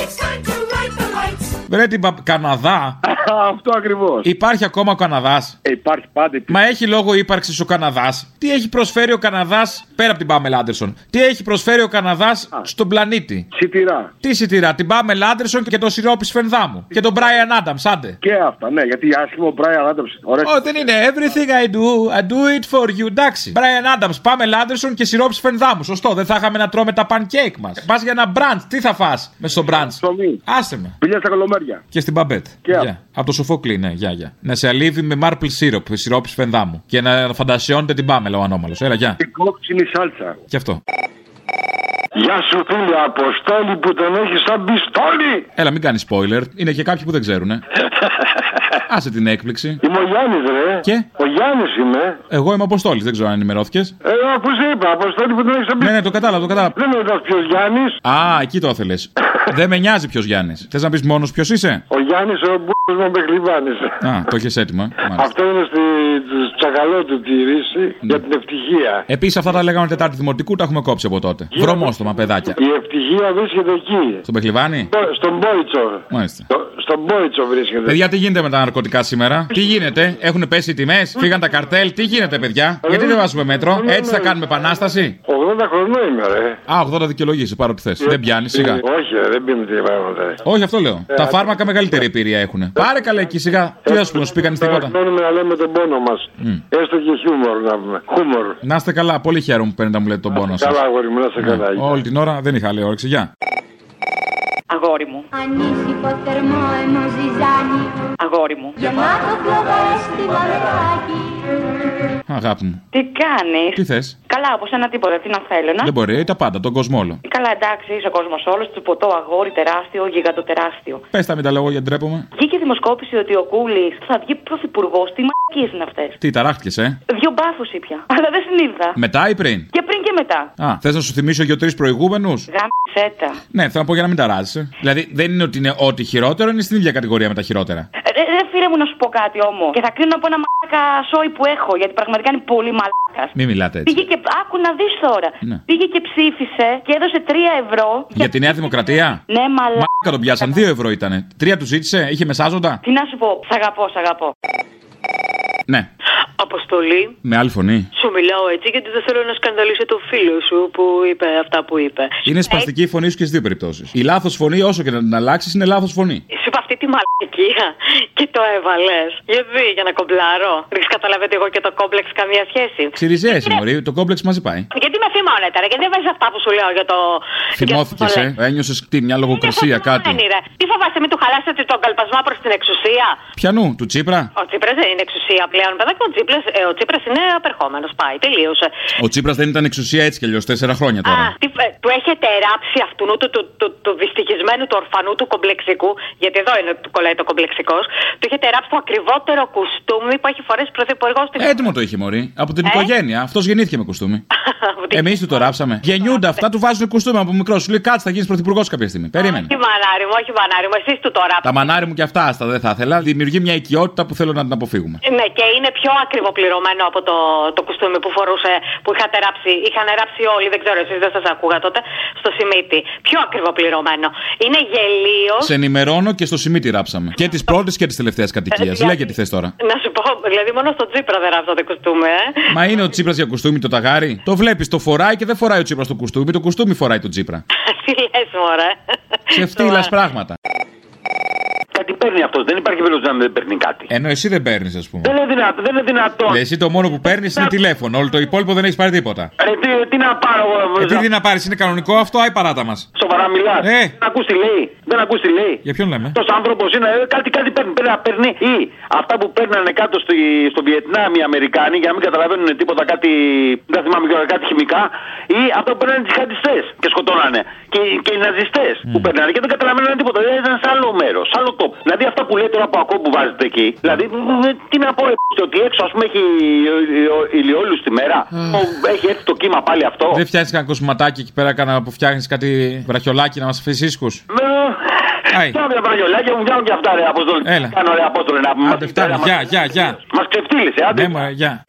S17: It's time to light the lights.
S2: Βρε την Μπα- Καναδά.
S31: Αυτό ακριβώς.
S2: Υπάρχει ακόμα ο Καναδάς.
S31: υπάρχει πάντα.
S2: Μα έχει λόγο ύπαρξης ο Καναδάς. Τι έχει προσφέρει ο Καναδάς πέρα από την Πάμελ Άντερσον. Τι έχει προσφέρει ο Καναδάς στον πλανήτη.
S31: Σιτηρά.
S2: Τι σιτηρά, την Πάμελ Άντερσον και τον Σιρόπη Σφενδάμου. Και τον Μπράιαν Άνταμ, άντε.
S31: Και αυτά, ναι, γιατί άσχημο ο Brian Adams. Ωραία.
S2: Ω, δεν είναι. Everything I do, I do it for you. Εντάξει. Brian Adams, πάμε Λάντερσον και σιρόπι Φενδάμου. Σωστό. Δεν θα είχαμε να τρώμε τα pancake μας. Πας για ένα brunch. Τι θα φας με στο brunch. Άσε με.
S31: Πήγα στα κολομέρια.
S2: Και στην Μπαμπέτ.
S31: Και
S2: Γεια. Από το Σοφόκλι, ναι, γεια, γεια. Να σε αλείβει με maple syrup, σιρόπι Φενδάμου. Και να φαντασιώνετε την πάμελα ο ανώμαλος. Έλα, γεια.
S31: Την κόκκινη σάλτσα.
S2: Και αυτό.
S40: Γεια σου φίλε Αποστόλη που τον έχεις σαν πιστόλι.
S2: Έλα, μην κάνεις spoiler. Είναι και κάποιοι που δεν ξέρουν. Ε. Άσε την έκπληξη.
S40: Είμαι ο Γιάννης ρε.
S2: Και?
S40: Ο Γιάννης είμαι.
S2: Εγώ είμαι Αποστόλης, δεν ξέρω αν ενημερώθηκες.
S40: Ε, αφού σε είπα, Αποστόλη που τον έχεις σαν πιστόλι.
S2: Ναι, ναι, το κατάλαβα, το κατάλαβα.
S40: Δεν με ρωτάς ποιος Γιάννης.
S2: Α, εκεί το ήθελες. Δεν με νοιάζει ποιος Γιάννης. Θες να πεις μόνος ποιος είσαι.
S40: Ο Γιάννης ο μπούς μου μπεχλιβάνης.
S2: Α, το έχεις έτοιμα. Μάλιστα.
S40: Αυτό είναι στη στη τσακαλώτητη
S2: Ναι.
S40: ρίση για την ευτυχία.
S2: Επίσης, αυτά τα λέγαμε Τετάρτη Δημοτικού, τα έχουμε κόψει από τότε. Βρωμόστομα, παιδάκια.
S40: Η ευτυχία βρίσκεται εκεί.
S2: Στον Πεχλιβάνι.
S40: Στο- Στον Μπόιτσο.
S2: Μάλιστα.
S40: Στο- Στον Μπόιτσο βρίσκεται.
S2: Παιδιά, τι γίνεται με τα ναρκωτικά σήμερα. Τι γίνεται, έχουν πέσει οι τιμές, φύγαν τα καρτέλ. Τι γίνεται, παιδιά. Γιατί δεν βάζουμε μέτρο, έτσι θα κάνουμε επανάσταση.
S40: 80 χρονών είμαι, ρε. Ε,
S2: Α, 80 δικαιολογήσει, πάρω τι θέση. Δεν πιάνεις, σιγά.
S40: Όχι, ρε, δεν πίνει τίποτα πράγματα. ρε.
S2: Όχι, αυτό λέω.
S40: Ε,
S2: Τα
S40: α-
S2: φάρμακα μεγαλύτερη εμπειρία έχουν. Πάρε καλά εκεί, σιγά. Τι α πούμε, σου πήγαν στην κότα.
S40: Περιμένουμε να λέμε τον πόνο μας. Έστω και χιούμορ να πούμε. Χούμορ.
S2: Να είστε καλά, πολύ χαίρομαι που παίρνετε να μου λέτε τον πόνο
S40: Καλά,
S2: σα.
S40: αγόρι μου, να σε καλά.
S2: Όλη την ώρα δεν είχα άλλη όρεξη. Γεια.
S23: Αγόρι μου.
S14: Ανήσυχο θερμό ενό ζυζάνι.
S23: Αγόρι μου.
S14: Γεμάτο ε, φλογαίσθημα νεράκι.
S2: Αγάπη μου.
S23: Τι κάνεις.
S2: Τι θες.
S23: Καλά, από σένα τίποτα. Τι να θέλω, να.
S2: Δεν μπορεί, τα πάντα, τον κόσμο όλο.
S23: Καλά, εντάξει, είσαι ο κόσμος όλος. Του ποτό αγόρι τεράστιο, γίγαντο τεράστιο.
S2: Πες τα μην τα λόγω γιατί ντρέπομαι.
S23: Βγήκε δημοσκόπηση ότι ο Κούλης θα βγει πρωθυπουργός. Τι μαλακίες είναι αυτές.
S2: Τι, ταράχτηκες, ε.
S23: Δύο μπάφου ήπια. Αλλά δεν συνείδησα.
S2: Μετά ή πριν.
S23: Και πριν και μετά.
S2: Α, θες να σου θυμίσω για τρεις προηγούμενους.
S23: Γάμισέτα.
S2: Ναι, θέλω να πω για να μην ταράζει. Δηλαδή δεν είναι ότι είναι ό,τι χειρότερο, είναι στην ίδια κατηγορία με τα χειρότερα.
S23: Ρε, ρε, Ε, φίλε μου, να σου πω κάτι όμω. Και θα κρίνω από ένα μαλάκα σόι που έχω, γιατί πραγματικά είναι πολύ μαλάκας.
S2: Μην μιλάτε έτσι.
S23: Πήγε και. Άκου να δεις τώρα.
S2: Ναι.
S23: Πήγε και ψήφισε και έδωσε 3 ευρώ.
S2: Για τη Νέα Δημοκρατία.
S23: Ναι, μαλάκα.
S2: Μαλάκα τον πιάσαν, δύο ευρώ ήταν. Τρία του ζήτησε, είχε μεσάζοντα.
S23: Τι να σου πω, σ' αγαπώ, σ' αγαπώ.
S2: Ναι,
S41: Αποστολή,
S2: με άλλη φωνή.
S41: σου μιλάω έτσι γιατί δεν θέλω να σκανδαλίσω το φίλο σου που είπε αυτά που είπε.
S2: Είναι σπαστική η φωνή σου και στις δύο περιπτώσεις. Η λάθος φωνή, όσο και να την αλλάξεις, είναι λάθος φωνή.
S41: Ε, Σου είπα αυτό αυτή τη μαλακία και το έβαλες. Γιατί, για να κομπλάρω. Δεν καταλαβαίνετε εγώ και το κόμπλεξ καμία σχέση.
S2: Ξυριζέεσαι, Μωρή, το κόμπλεξ μαζί πάει.
S41: Γιατί με θυμώνε τώρα, γιατί δεν βάζεις αυτά που σου λέω για το.
S2: Θυμώθηκε, ε. Ένιωσες τι, μια λογοκρισία, κάτι.
S41: Δεν ρε. Τι φοβάσαι, μην του χαλάσετε τον καλπασμά προς την εξουσία.
S2: Πιανού, του Τσίπρα.
S41: Ο Τσίπρας δεν είναι εξουσία πλέον, παιδάκι. Ο Τσίπρας ε, ο Τσίπρας είναι απερχόμενος. Πάει, τελείωσε.
S2: Ο Τσίπρας δεν ήταν εξουσία έτσι κι αλλιώς τέσσερα χρόνια
S41: Α,
S2: τώρα.
S41: τι, ε, του έχετε ράψει αυτού του, του, του, του δυστυχισμένου, του ορφανού, του κομπλεξικού. Γιατί εδώ είναι που κολλάει το κομπλεξικός. Του έχετε ράψει το ακριβότερο κουστούμι που έχει φορέσει πρωθυπουργός στην.
S2: Έτοιμο το είχε Μωρή. Από την
S41: Ε?
S2: οικογένεια. Αυτός γεννήθηκε με κουστούμι. Εμείς του το ράψαμε. Γεννιούνται αυτά, του βάζουν κουστούμι από μικρός. Σου λέει κάτσε, θα γίνεις πρωθυπουργός κάποια στιγμή. Περίμενε.
S41: Όχι μανάρι μου, όχι μανάρι μου, εσείς του τώρα.
S2: Τα μανάρι μου και αυτά άστα δεν θα ήθελα. Δημιουργεί μια οικειότητα που θέλω να την αποφύγουμε.
S41: Ναι, και είναι πιο ακριβοπληρωμένο από το, το κουστούμι που φορούσε, που είχατε ράψει. Είχαν ράψει όλοι, δεν ξέρω, εσείς δεν σας ακούγα τότε, στο Σιμίτι. Πιο ακριβοπληρωμένο. Είναι γελίος.
S2: Σε ενημερώνω και στο σημείτι ράψαμε. Και τη πρώτη και τη τελευταία κατοικία.
S41: Ε,
S2: Λέγε τι θες τώρα.
S41: Να σου πω, δηλαδή μόνο στο Τσίπρα δεν ράψα το κουστούμι, ε.
S2: Μα είναι ο Τσίπρας για κουστούμι το ταγάρι. Το βλέπεις, το φοράει και δεν φοράει ο Τσίπρας το κουστούμι, το κουστούμι φοράει τον Τσίπρα.
S23: Ε,
S41: Τι λες, μωρέ. Ε,
S2: Σε φτύλας πράγματα.
S32: Κάτι παίρνει αυτός. Δεν υπάρχει περίπτωση να δεν παίρνει κάτι.
S2: Ενώ εσύ δεν παίρνεις, ας
S41: Ε,
S2: πούμε.
S32: Δεν είναι δυνατό. Δεν είναι δυνατό.
S2: Λε, εσύ το μόνο που παίρνεις είναι τηλέφωνο. Όλο το υπόλοιπο δεν έχεις πάρει τίποτα.
S7: Ε,
S32: Ρε, τι, Ε, τι να πάρω εγώ.
S2: Επειδή να πάρεις, είναι κανονικό αυτό, αϊ παράτα μας.
S32: Σοβαρά μιλάς.
S2: Ε.
S32: Δεν ακούς τι λέει. Δεν ακούς τι λέει.
S2: Για ποιον λέμε.
S32: Αυτός άνθρωπος είναι. ε, Κάτι, κάτι παίρνει, παίρνει, παίρνει. Ή αυτά που παίρνανε κάτω στη, στο Βιετνάμ οι Αμερικάνοι για να μην καταλαβαίνουν τίποτα, κάτι. Δεν θυμάμαι κιόλας, κάτι χημικά. Ή αυτά που παίρνανε τις χατιστές και σκοτώνανε. Και, και οι ναζιστές που παίρνανε και δεν καταλαβαίνουν τίποτα. Δεν ήταν σε άλλο μέρος, σε άλλο τόπο. Δηλαδή αυτά που λέει τώρα που ακούω που βάζετε εκεί. Δηλαδή μ, μ, τι να πω, ρε, ότι έξω ας πούμε έχει ηλιόλους τη μέρα. Έχει έρθει το κύμα πάλι αυτό.
S2: Δεν φτιάχνεις κανένα κοσματάκι εκεί πέρα κανένα που φτιάχνεις κάτι βραχιολάκι να μας αφήσει ίσκου. Άι.
S32: Πάμε τα βραγιολάκια μου βγαίνουν και αυτά ρε Αποστόλη.
S2: Έλα.
S32: Κάνω ρε Απόστολε να πούμε.
S2: Άντε, φτάνει. Γεια, γεια, γεια.
S32: Μας ξεφτύλισε, άντε.
S2: Ναι, μα, γεια.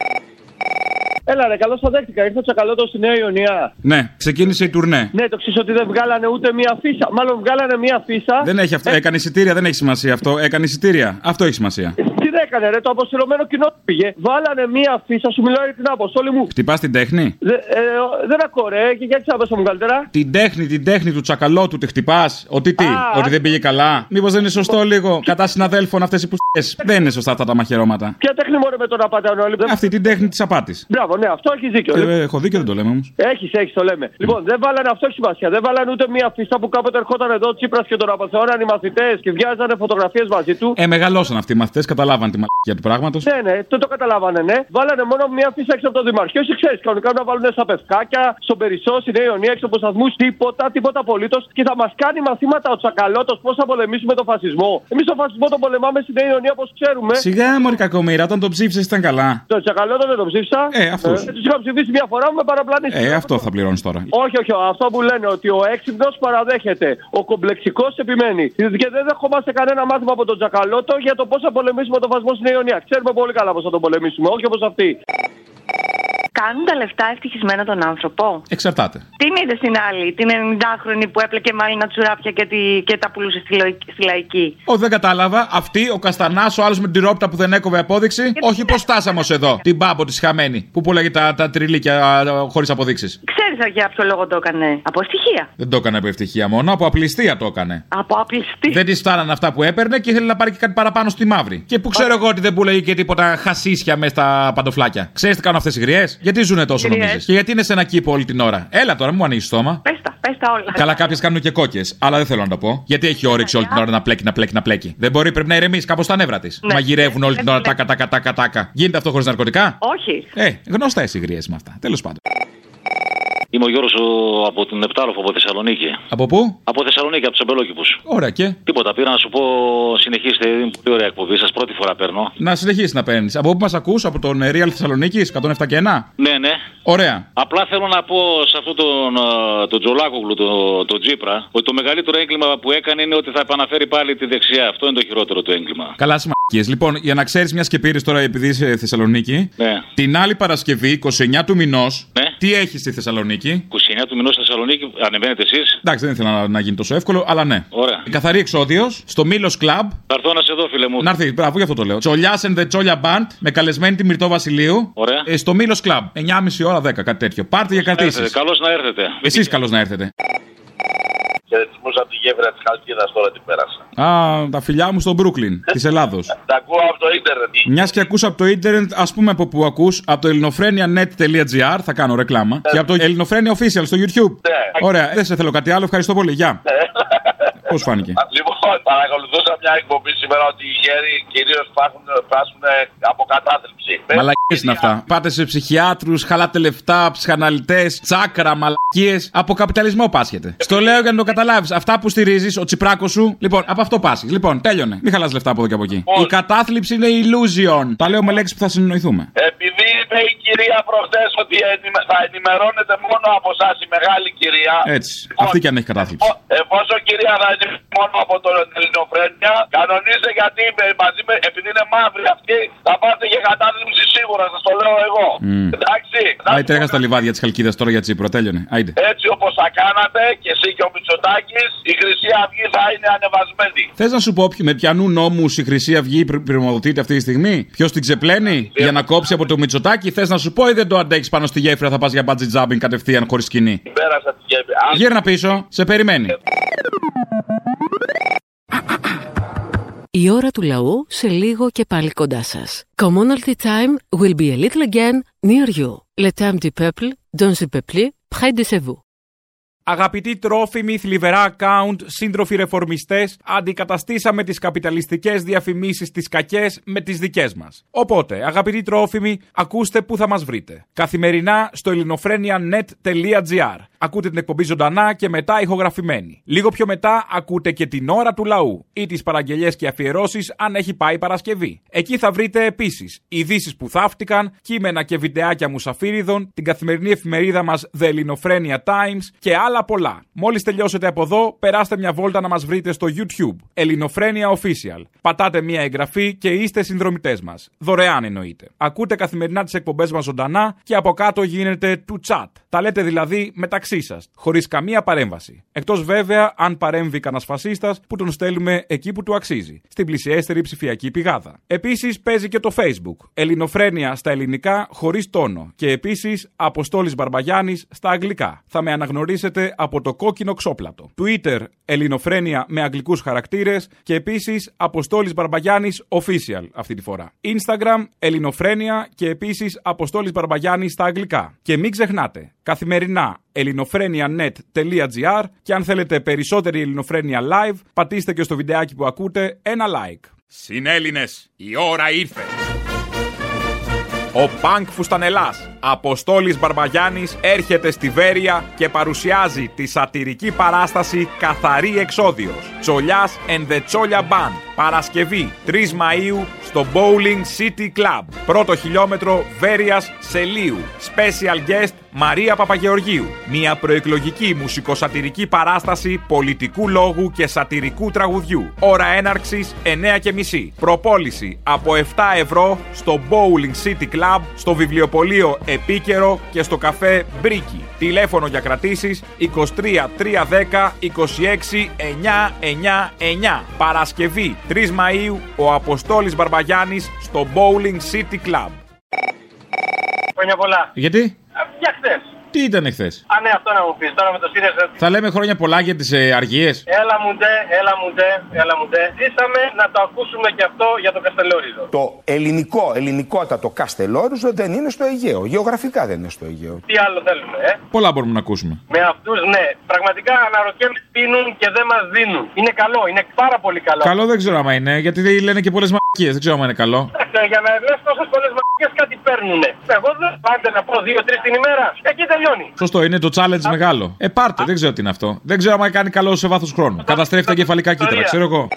S42: Έλα ρε, καλώ τα δέχτηκα. Ήρθα τσακαλώτο στη Νέα Ιωνία.
S2: Ναι, ξεκίνησε η τουρνέ.
S42: Ναι, το ξέρεις ότι δεν βγάλανε ούτε μία φίσα. Μάλλον βγάλανε μία φίσα.
S2: Δεν έχει αυτό. Έκανε εισιτήρια, δεν έχει σημασία αυτό. Έκανε εισιτήρια. Αυτό έχει σημασία.
S42: Τι έκανε ρε, το αποστηρωμένο κοινό πήγε. Βάλανε μία φίσα, σου μιλάω για την αποστόλη μου.
S2: Χτυπάς την τέχνη.
S42: Δε, ε, ο- δεν ακούω ρε, και γιατί θα μου καλύτερα.
S2: Την τέχνη, την τέχνη του τσακαλώτου τη χτυπάς. Ότι τι, ότι δεν πήγε καλά. Μήπως δεν είναι σωστό λίγο. Κατά συναδέλφων αυτές οι πουστιές. Δεν είναι σωστά αυτά τα μαχαιρώματα.
S42: Ποια τέχνη μωρέ με τον απατανόλη.
S2: Αυτή την τέχνη της απάτης.
S42: Μπράβο, ναι, αυτό έχεις δίκιο.
S2: Ε, Έχω δίκιο, δεν το λέμε όμως.
S42: Έχεις, έχεις, το λέμε. Λοιπόν, δεν βάλανε αυτό έχει σημασία. Δεν βάλανε ούτε μία φίσα που κάποτε ερχόταν εδώ ο Τσίπρας και τον απαθεώραν οι μαθητές και βγάζανε φωτογραφίες μαζί του.
S2: Ε, μεγαλώσαν αυτοί οι μαθητές, καταλάβαν τη μαλακία του πράγματος.
S42: Ναι, ναι, το, το καταλάβανε, ναι. Βάλανε μόνο μία φύση έξω από το Δημαρχείο. Εσύ ξέρεις, κανονικά να βάλουν στα πευκάκια, στον Περισσό, στην Νέα Ιωνία, έξω από σταθμούς, τίποτα, τίποτα απολύτως. Και θα μας κάνει μαθήματα ο Τσακαλώτος πώς θα πολεμήσουμε τον φασισμό. Εμείς τον φασισμό τον πολεμάμε στην Νέα Ιωνία, όπως ξέρουμε.
S2: Σιγά μωρή κακομοίρα, όταν το ψήφισες ήταν καλά.
S42: Τον Τσακαλώτο δεν τον ψήφισα.
S2: Ε, αυτούς.
S42: τους είχα ψηφίσει μία φορά, μου με παραπλανήσαν.
S2: Ε, αυτό θα πληρώνεις τώρα.
S42: Όχι, όχι, αυτό που λένε ότι ο έξυπνος παραδέχεται, ο κομπλεξικός επιμένει. Και δεν δεχόμαστε κανένα μάθημα από τον Τζακαλώτο για το πώς θα πολεμήσουμε τον φασμό στην Νέα Ιωνία. Ξέρουμε πολύ καλά πώ θα τον πολεμήσουμε, όχι όπω αυτή.
S20: Κάνουν τα λεφτά ευτυχισμένα τον άνθρωπο.
S2: Εξαρτάται.
S20: Την είδε στην άλλη, την 90χρονη που έπλεκε μάλινα τσουράπια και, τη, και τα πουλούσε στη, λοϊ- στη λαϊκή.
S2: Ω, δεν κατάλαβα. Αυτή, ο Καστανάς, ο άλλος με την ρόπτα που δεν έκοβε απόδειξη. Όχι, πώς φτάσαμε ως εδώ. Την μπάμπο της χαμένη. Που πουλάγε τα, τα τριλίκια χωρίς αποδείξεις.
S20: Ξέρεις για ποιο λόγο το έκανε. Από στοιχεία.
S2: Δεν το έκανε από ευτυχία μόνο, από απληστία το έκανε.
S20: Από απληστή.
S2: Δεν της φτάναν αυτά που έπαιρνε και ήθελε να πάρει και κάτι παραπάνω στη μαύρη. Και που ξέρω εγώ ότι δεν πουλάει και τίποτα χασίσια μέσα στα παντοφλάκια. Ξέρεις τι κάνουν αυτές οι γριές. Γιατί ζουνε τόσο
S20: Γριές.
S2: νομίζεις. Και γιατί είναι σε ένα κήπο όλη την ώρα. Έλα τώρα, μου ανοίγεις στόμα.
S20: Πες τα, πες τα όλα.
S2: Καλά, κάποιες κάνουν και κόκκες, αλλά δεν θέλω να το πω. Γιατί έχει όρεξη όλη την ώρα να πλέκει, να πλέκει, να πλέκει. Δεν μπορεί, πρέπει να ηρεμήσει κάπω τα νεύρα της.
S20: Ναι.
S2: Μαγειρεύουν όλη την ώρα τάκα, τάκα, τάκα, τάκα. Γίνεται αυτό χωρίς ναρκωτικά.
S20: Όχι.
S2: Ε, γνωστά οι γριές με αυτά. Τέλος πάντων.
S7: Είμαι ο Γιώργος ο, από την Επτάλοφο από Θεσσαλονίκη.
S2: Από πού?
S7: Από Θεσσαλονίκη, από τους Αμπελόκηπους.
S2: Ωραία και.
S7: Τίποτα, πήρα να σου πω, συνεχίστε, είναι πολύ ωραία εκπομπή σας. Πρώτη φορά παίρνω.
S2: Να συνεχίσεις να παίρνεις. Από πού μας ακούς, από τον ε, Real Θεσσαλονίκη 107 και 1.
S7: Ναι, ναι.
S2: Ωραία.
S7: Απλά θέλω να πω σε αυτόν τον, ε, τον Τζολάκογλου, τον, τον Τζίπρα, ότι το μεγαλύτερο έγκλημα που έκανε είναι ότι θα επαναφέρει πάλι τη δεξιά. Αυτό είναι το χειρότερο του έγκλημα.
S2: Καλά σημαντικές. Λοιπόν, για να ξέρεις, μιας και πήρες τώρα επειδή είσαι Θεσσαλονίκη,
S7: Ναι.
S2: την άλλη Παρασκευή, 29 του μηνός, τι έχει στη Θεσσαλονίκη.
S7: 29 του μηνός Θεσσαλονίκη, ανεβαίνετε εσείς.
S2: Εντάξει, δεν ήθελα να, να γίνει τόσο εύκολο, αλλά ναι.
S7: Ωραία.
S2: Καθαρή εξόδιος στο Μήλο Κλαμπ.
S7: Θα έρθω να σε δω, φίλε μου.
S2: Να έρθεις, μπράβο, γι' αυτό το λέω. Τσολιά and the Τσόλια Band με καλεσμένη τη Μυρτό Βασιλείου.
S7: Ωραία.
S2: Ε, στο Μήλο Κλαμπ. 9.30 ώρα 10, κάτι τέτοιο. Πάρτε για κρατήσεις.
S7: Καλώς να έρθετε.
S2: Εσείς καλώς να έρθετε.
S8: Χαιρετισμούς από τη γέφυρα της Χαλκίδας τώρα την πέρασα.
S43: Α, τα φιλιά μου στον Μπρούκλιν της Ελλάδος.
S8: Τα ακούω από το ίντερνετ.
S43: Μιας και ακούς από το ίντερνετ, ας πούμε από που ακούς, από το ελληνοφρένια.net.gr, θα κάνω
S7: Ναι.
S43: ρεκλάμα. Και από το ελληνοφρένια official στο YouTube.
S8: Ναι.
S43: Ωραία, δεν σε θέλω κάτι άλλο, ευχαριστώ πολύ. Γεια.
S7: Ναι.
S43: Πώς φάνηκε.
S8: Λοιπόν, παρακολουθούσα μια εκπομπή σήμερα ότι οι γέροι κυρίως πάσχουν από κατάθλιψη.
S43: Μαλακίες είναι αυτά. Πάτε σε ψυχιάτρους, χαλάτε λεφτά, ψυχαναλυτές, τσάκρα, μαλακίες. Από καπιταλισμό πάσχετε. Στο λέω για να το καταλάβεις. Αυτά που στηρίζεις, ο τσιπράκος σου. Λοιπόν, από αυτό πάσχεις. Λοιπόν, τέλειωνε. Μην χαλάς λεφτά από εδώ και από εκεί. Η κατάθλιψη είναι illusion. Τα λέω με λέξει που θα συνεννοηθούμε.
S8: Επειδή είπε η κυρία προχθές ότι ενημε- θα ενημερώνεται μόνο από εσά η μεγάλη κυρία.
S43: Έτσι. Αυτή κι αν έχει κατάθλιψη.
S8: Ο- Εφόσον κυρία θα είναι μόνο από το Ελληνοφρένια, κανονίστε γιατί με, μαζί με, επειδή είναι μαύρη αυτή, θα πάτε για κατάθλιψη σίγουρα, σας το λέω εγώ.
S43: Μμμ.
S8: Εντάξει.
S43: Άι, τρέχα στα λιβάδια της Χαλκίδας τώρα για Τσίπρο. Τέλειωνε. Άιντε.
S8: Έτσι όπως θα κάνατε και εσύ και ο Μητσοτάκης, η Χρυσή Αυγή θα είναι ανεβασμένη.
S43: Θες να σου πω ποιοι- με ποιανού νόμους η Χρυσή Αυγή πρι- πυρομοδοτείται αυτή τη στιγμή, Ποιος την ξεπλένει για να κόψει από το Μητσοτάκι, θες να σου πω ή δεν το αντέξει πάνω στη γέφυρα, θα πας για μπάτζι τζάμπινγκ κατευθείαν χωρίς σκηνή.
S8: Πέρασα τη γέφυρα. Α,
S43: Γύρνα πίσω, σε περιμένει.
S1: Η ώρα του λαού σε λίγο και πάλι κοντά σας. Commonalty time will be a little again near you. Le temps du peuple, dans le peuple, près de chez vous.
S2: Αγαπητοί τρόφιμοι, θλιβερά account, σύντροφοι ρεφορμιστές, αντικαταστήσαμε τις καπιταλιστικές διαφημίσεις τις κακές με τις δικές μας. Οπότε, αγαπητοί τρόφιμοι, ακούστε πού θα μας βρείτε. Καθημερινά στο ελληνοφρένια.net.gr. Ακούτε την εκπομπή ζωντανά και μετά ηχογραφημένη. Λίγο πιο μετά ακούτε και την ώρα του λαού ή τις παραγγελίε και αφιερώσεις αν έχει πάει Παρασκευή. Εκεί θα βρείτε επίσης ειδήσεις που θαύτηκαν, κείμενα και βιντεάκια μουσαφίριδων, την καθημερινή εφημερίδα μας The Ελληνοφρένια Times και άλλα πολλά. Μόλις τελειώσετε από εδώ, περάστε μια βόλτα να μας βρείτε στο YouTube. Ελληνοφρένια Official. Πατάτε μια εγγραφή και είστε συνδρομητές μας. Δωρεάν εννοείται. Ακούτε καθημερινά τις εκπομπές μας ζωντανά και από κάτω γίνεται του chat. Τα λέτε δηλαδή μεταξύ σας, χωρίς καμία παρέμβαση. Εκτός βέβαια αν παρέμβει κανένα φασίστας που τον στέλνουμε εκεί που του αξίζει, στην πλησιέστερη ψηφιακή πηγάδα. Επίσης παίζει και το Facebook. Ελληνοφρένια στα ελληνικά χωρίς τόνο. Και επίσης Αποστόλης Μπαρμπαγιάννης στα αγγλικά. Θα με αναγνωρίσετε από το κόκκινο ξόπλατο. Twitter Ελληνοφρένια με αγγλικούς χαρακτήρες. Και επίσης Αποστόλης Μπαρμπαγιάννης Official αυτή τη φορά. Instagram Ελληνοφρένια και επίσης Αποστόλης Μπαρμπαγιάννης στα αγγλικά. Και μην ξεχνάτε, καθημερινά ελληνοφρένια.net.gr και αν θέλετε περισσότερη ελληνοφρένια live, πατήστε και στο βιντεάκι που ακούτε ένα like. Συνέλληνες, η ώρα ήρθε. Ο Πανκ Φουστανελάς, Αποστόλης Μπαρμπαγιάννης, έρχεται στη Βέρεια και παρουσιάζει τη σατυρική παράσταση «Καθαρή Εξόδιος». Τσολιάς and the Τσόλια Band. Παρασκευή 3 Μαΐου στο Bowling City Club. Πρώτο χιλιόμετρο Βέρειας Σελίου. Special guest Μαρία Παπαγεωργίου. Μια προεκλογική μουσικοσατυρική παράσταση πολιτικού λόγου και σατυρικού τραγουδιού. Ώρα έναρξης 9.30. Προπόληση από 7 ευρώ στο Bowling City Club, στο βιβλιοπωλείο Επίκαιρο και στο καφέ Μπρίκι. Τηλέφωνο για κρατήσεις 23 310 26 999. Παρασκευή 3 Μαΐου ο Αποστόλης Μπαρμπαγιάννης στο Bowling City Club.
S14: Χρόνια πολλά.
S43: Γιατί?
S14: Α, Για χθε.
S43: Τι ήταν εχθές.
S14: Α, ναι, αυτό να μου πεις. Τώρα με το ΣΥΡΙΖΑ.
S43: Θα λέμε χρόνια πολλά για ε, τι αργίες.
S14: Έλα μου ντε, έλα μου ντε, έλα Ναι, μου ντε. Ζήσαμε να το ακούσουμε και αυτό για το Καστελόριζο.
S44: Το ελληνικό, ελληνικότατο Καστελόριζο δεν είναι στο Αιγαίο. Γεωγραφικά δεν είναι στο Αιγαίο.
S14: Τι άλλο θέλουμε, ε.
S43: Πολλά μπορούμε να ακούσουμε.
S14: Με αυτούς, ναι. Πραγματικά αναρωτιέμαι τι πίνουν και δεν μας δίνουν. Είναι καλό, είναι πάρα πολύ καλό.
S43: Καλό δεν ξέρω άμα είναι, γιατί δεν λένε και πολλές μαλακίες. Δεν ξέρω άμα είναι καλό.
S14: Εντάξει, για να λες τόσες πολλές μαγικέ κάτι παίρνουν. Εγώ δεν πάντα να πω δύο-τρει την ημέρα. Εκεί τελειώνει.
S43: Σωστό, είναι το challenge μεγάλο. Ε, πάρτε, δεν ξέρω τι είναι αυτό. Δεν ξέρω άμα κάνει καλό σε βάθος χρόνου. Καταστρέφει τα κεφαλικά κύτταρα, ξέρω εγώ.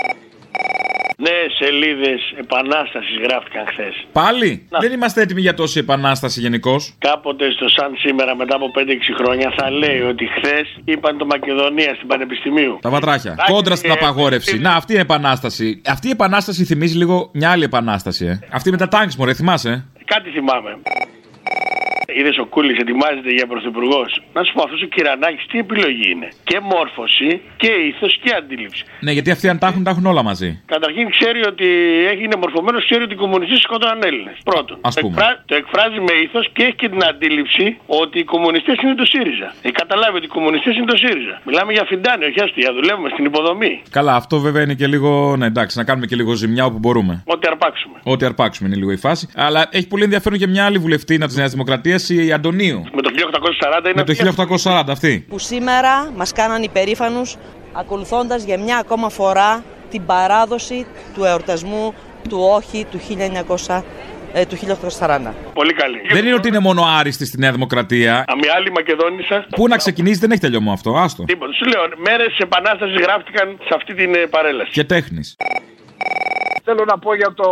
S6: Ναι, σελίδες επανάστασης γράφτηκαν χθες.
S43: Πάλι δεν είμαστε έτοιμοι για τόση επανάσταση γενικώς.
S6: Κάποτε στο Σαν σήμερα, μετά από 5-6 χρόνια, θα λέει ότι χθες είπαν το Μακεδονία στην Πανεπιστημίου.
S43: Τα βατράχια.
S6: Εντάξει,
S43: Κόντρα στην
S6: ε,
S43: απαγόρευση. Να, αυτή είναι η επανάσταση. Αυτή η επανάσταση θυμίζει ε? λίγο μια άλλη επανάσταση, ε. Αυτή με τα τάγκ, μωρέ, θυμάσαι.
S6: Κάτι θυμάμαι. Είδες ο Κούλης ετοιμάζεται για πρωθυπουργός. Να σου πω, αυτός ο Κυρανάκης τι επιλογή είναι. Και μόρφωση και ήθος και αντίληψη.
S2: Ναι, γιατί αυτοί αν τα έχουν, τα έχουν όλα μαζί.
S6: Καταρχήν ξέρει ότι έχει είναι μορφωμένος, ξέρει ότι οι κομμουνιστές σκότωναν Έλληνες. Πρώτον.
S2: Ας
S6: το,
S2: πούμε.
S6: το εκφράζει με ήθος και έχει και την αντίληψη ότι οι κομμουνιστές είναι το ΣΥΡΙΖΑ. Έχει καταλάβει ότι οι κομμουνιστές είναι το ΣΥΡΙΖΑ. Μιλάμε για φιντάνιο, όχι αστεία. Δουλεύουμε στην υποδομή.
S2: Καλά, αυτό βέβαια είναι και λίγο. Ναι, εντάξει, να κάνουμε και λίγο ζημιά όπου μπορούμε.
S6: Ό,τι αρπάξουμε.
S2: Ό,τι αρπάξουμε είναι λίγο η φάση. Αλλά έχει πολύ ενδιαφέρον και μια άλλη βουλευτήνα τη Νέα Δημοκρατία, η Αντωνίου.
S6: Με το 1840 είναι
S2: Με το 1840 αυτή.
S45: που σήμερα μας κάναν υπερήφανους ακολουθώντας για μια ακόμα φορά την παράδοση του εορτασμού του όχι του, 1900, ε, του 1840.
S6: πολύ καλή.
S2: Δεν είναι ότι είναι μόνο άριστη στη Νέα Δημοκρατία.
S6: Α, μια άλλη Μακεδόνισσα.
S2: Πού να ξεκινήσει, δεν έχει τελειωμό αυτό. Άστο.
S6: Τίποτα. Σου λέω, μέρες επανάστασης γράφτηκαν σε αυτή την ε, παρέλαση.
S2: Και τέχνης.
S46: Θέλω να πω για, το...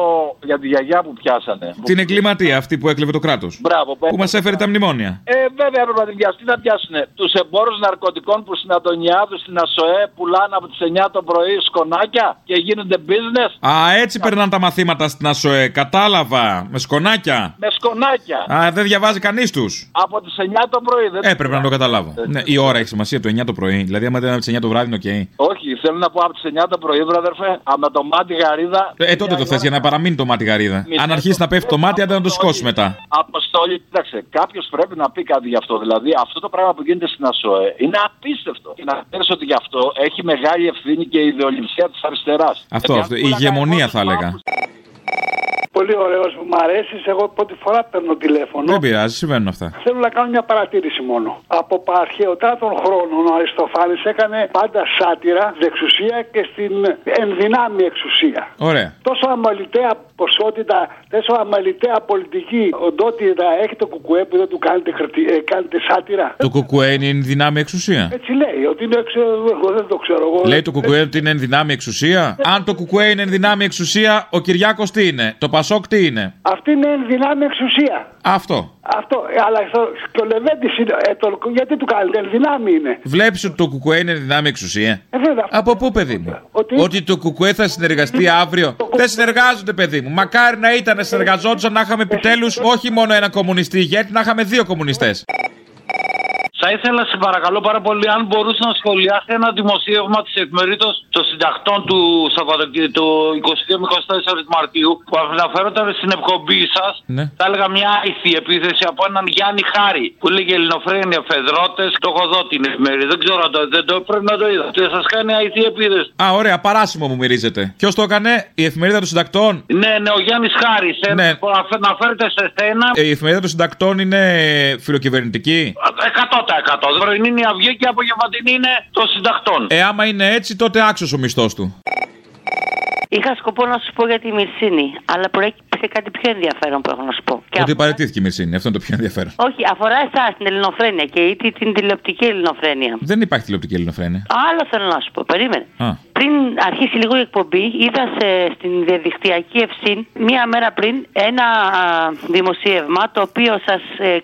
S46: για τη γιαγιά που πιάσανε.
S2: Την εγκληματία αυτή που έκλεβε το κράτος.
S46: Μπράβο,
S2: Που μας έφερε τα μνημόνια.
S46: Ε, βέβαια έπρεπε να την πιάσουν. Τι θα πιάσουνε. Τους εμπόρους ναρκωτικών που στην Αντωνιάδου, στην ΑΣΟΕ πουλάνε από τις 9 το πρωί σκονάκια και γίνονται business
S2: Α, έτσι περνάνε τα μαθήματα στην ΑΣΟΕ. Κατάλαβα. Με σκονάκια.
S46: με σκονάκια.
S2: Α, δεν διαβάζει κανείς τους.
S46: Από τις 9 το πρωί. Δεν...
S2: Έπρεπε να το καταλάβω. Ναι, η ώρα έχει σημασία, το 9 το πρωί. Δηλαδή, άμα ήταν από τις 9 το βράδυ, είναι οκ.
S46: Όχι, θέλω να πω από τις 9 το πρωί, βραδερφέ, α, με το μάτι γαρίδα.
S2: Ε, τότε το θες για να παραμείνει το μάτι γαρίδα.
S46: Μισό
S2: Αν αρχίσει να πέφτει το μάτι, άντε να το σηκώσει μετά.
S46: Αποστόλη, κοίταξε, κάποιος πρέπει να πει κάτι γι' αυτό. Δηλαδή, αυτό το πράγμα που γίνεται στην ΑΣΟΕ είναι απίστευτο. Και να ξέρει ότι γι' αυτό έχει μεγάλη ευθύνη και η ιδεολειψία της αριστεράς.
S2: Αυτό, αυτό. Η ηγεμονία θα έλεγα.
S10: Πολύ ωραίος, μου αρέσεις. Εγώ πρώτη φορά παίρνω τηλέφωνο.
S2: Δεν πειράζει, συμβαίνουν αυτά.
S10: Θέλω να κάνω μια παρατήρηση μόνο. Από αρχαιοτά των χρόνων ο Αριστοφάνης έκανε πάντα σάτυρα, δεξουσία και στην ενδυνάμει εξουσία.
S2: Ωραία.
S10: Τόσο αμαλυταία ποσότητα, τόσο αμαλυταία πολιτική οντότητα έχει το κουκουέ που δεν του κάνετε, κριτή- ε, κάνετε σάτυρα.
S2: Το κουκουέ είναι εν δυνάμει εξουσία.
S10: Έτσι λέει, ότι είναι εξ- εγώ δεν το ξέρω εγώ.
S2: Λέει το κουκουέ ότι είναι εν δυνάμει εξουσία. Αν το κουκουέ είναι εν δυνάμει εξουσία, ο Κυριάκος τι είναι. Το Πασόκ τι είναι.
S10: Αυτή είναι ενδυνάμει εξουσία.
S2: Αυτό.
S10: Αυτό, ε, αλλά στο, και ο Λεβέντης είναι, ε, το, γιατί του κάνετε, ενδυνάμει είναι.
S2: Βλέπεις ότι το κουκουέ είναι εν δυνάμει εξουσία.
S10: Ε, βέβαια,
S2: Από πού, παιδί μου. Ότι... το κουκουέ θα συνεργαστεί αύριο. Δεν συνεργάζονται, παιδί μου. Μακάρι να ήταν να συνεργαζόντουσαν να είχαμε επιτέλους όχι μόνο ένα κομμουνιστή ηγέτη, να είχαμε δύο κομμουνιστές.
S7: Θα ήθελα, σε παρακαλώ πάρα πολύ, αν μπορούσες να σχολιάσεις ένα δημοσίευμα της εφημερίδας των συντακτών του Σαββατοκύρι- του 22 με 24 Μαρτίου, που αναφέρονταν στην εκπομπή σας.
S2: Ναι.
S7: Θα έλεγα μια άηθη επίθεση από έναν Γιάννη Χάρη, που λέγε Ελληνοφρένια Φεδρότες. Το έχω δω την εφημερίδα. Δεν ξέρω αν το, δεν το πρέπει να το είδα. Και σας κάνει άηθη επίθεση.
S2: Α, ωραία, παράσημο μου μυρίζεται. Ποιος το έκανε, η εφημερίδα των συντακτών.
S7: Ναι, ναι, ο Γιάννης Χάρης. Ε,
S2: Ναι.
S7: που αφε- Αναφέρεται σε σένα.
S2: Ε, Η εφημερίδα των συντακτών είναι φιλοκυβερνητική.
S7: 100%. Πρωινή είναι η αυγή και η απογευματινή είναι των συντακτών.
S2: Ε, άμα είναι έτσι, τότε άξιος ο μισθός του.
S47: Είχα σκοπό να σου πω για τη Μυρσίνη, αλλά προέκυψε κάτι πιο ενδιαφέρον που έχω να σου πω. Και
S2: Ότι παρετήθηκε η Μυρσίνη. Αυτό είναι το πιο ενδιαφέρον.
S47: Όχι, αφορά εσάς την ελληνοφρένεια και τη- την τηλεοπτική ελληνοφρένεια.
S2: Δεν υπάρχει τηλεοπτική ελληνοφρένεια.
S47: Άλλο θέλω να σου πω, περίμενε.
S2: Α.
S47: Πριν αρχίσει λίγο η εκπομπή, είδα σε- στην διαδικτυακή ευσύν μία μέρα πριν ένα α, δημοσίευμα το οποίο σας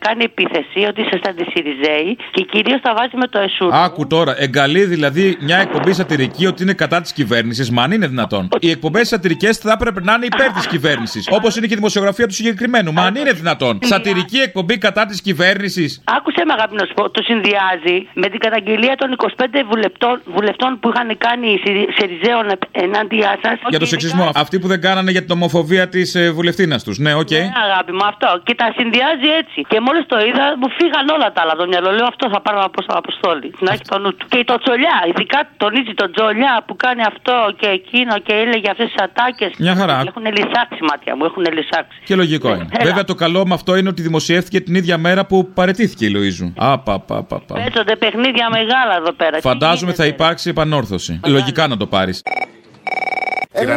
S47: κάνει επίθεση ότι είσαστε αντισυριζέοι και κυρίως τα βάζει με το ΕΣΟΥΡ.
S2: Άκου τώρα, εγκαλεί δηλαδή μια εκπομπή σατυρική ότι είναι κατά της κυβέρνησης, μα αν είναι δυνατόν. Οι εκπομπές σατυρικές θα έπρεπε να είναι υπέρ της κυβέρνησης. Όπως είναι και η δημοσιογραφία του συγκεκριμένου, μα αν είναι δυνατόν. Σατυρική εκπομπή κατά της κυβέρνησης.
S47: Άκουσε με αγάπη να σου πω, το συνδυάζει με την καταγγελία των 25 βουλευτών, βουλευτών που είχαν κάνει οι Συρι- Σιριζέων επ- ενάντια σας.
S2: Για το σεξισμό. Αυτοί που δεν κάνανε για την ομοφοβία της βουλευτήνα τους. Ναι, οκ.
S47: αγάπη μου, αυτό. Και τα συνδυάζει έτσι. Και μόλις το είδα, μου φύγαν όλα τα άλλα από το μυαλό. Λέω αυτό θα πάρω από στον Αποστόλη. Να έχει το νου του. Και το Τσολιά, ειδικά τονίζει τον Τσολιά που κάνει αυτό και εκείνο και έλεγε αυτές τις ατάκες.
S2: Μια χαρά.
S47: Έχουν λυσάξει μάτια μου, έχουν λυσάξει.
S2: Και λογικό είναι.
S47: Έλα.
S2: Βέβαια το καλό με αυτό είναι ότι δημοσιεύτηκε την ίδια μέρα που παρετήθηκε η Λοίζου. Α, πα, πα, πα, πα.
S47: Παίζονται παιχνίδια μεγάλα εδώ πέρα.
S2: Φαντάζομαι θα υπάρξει επανόρθωση. Λογικά να το πάρεις.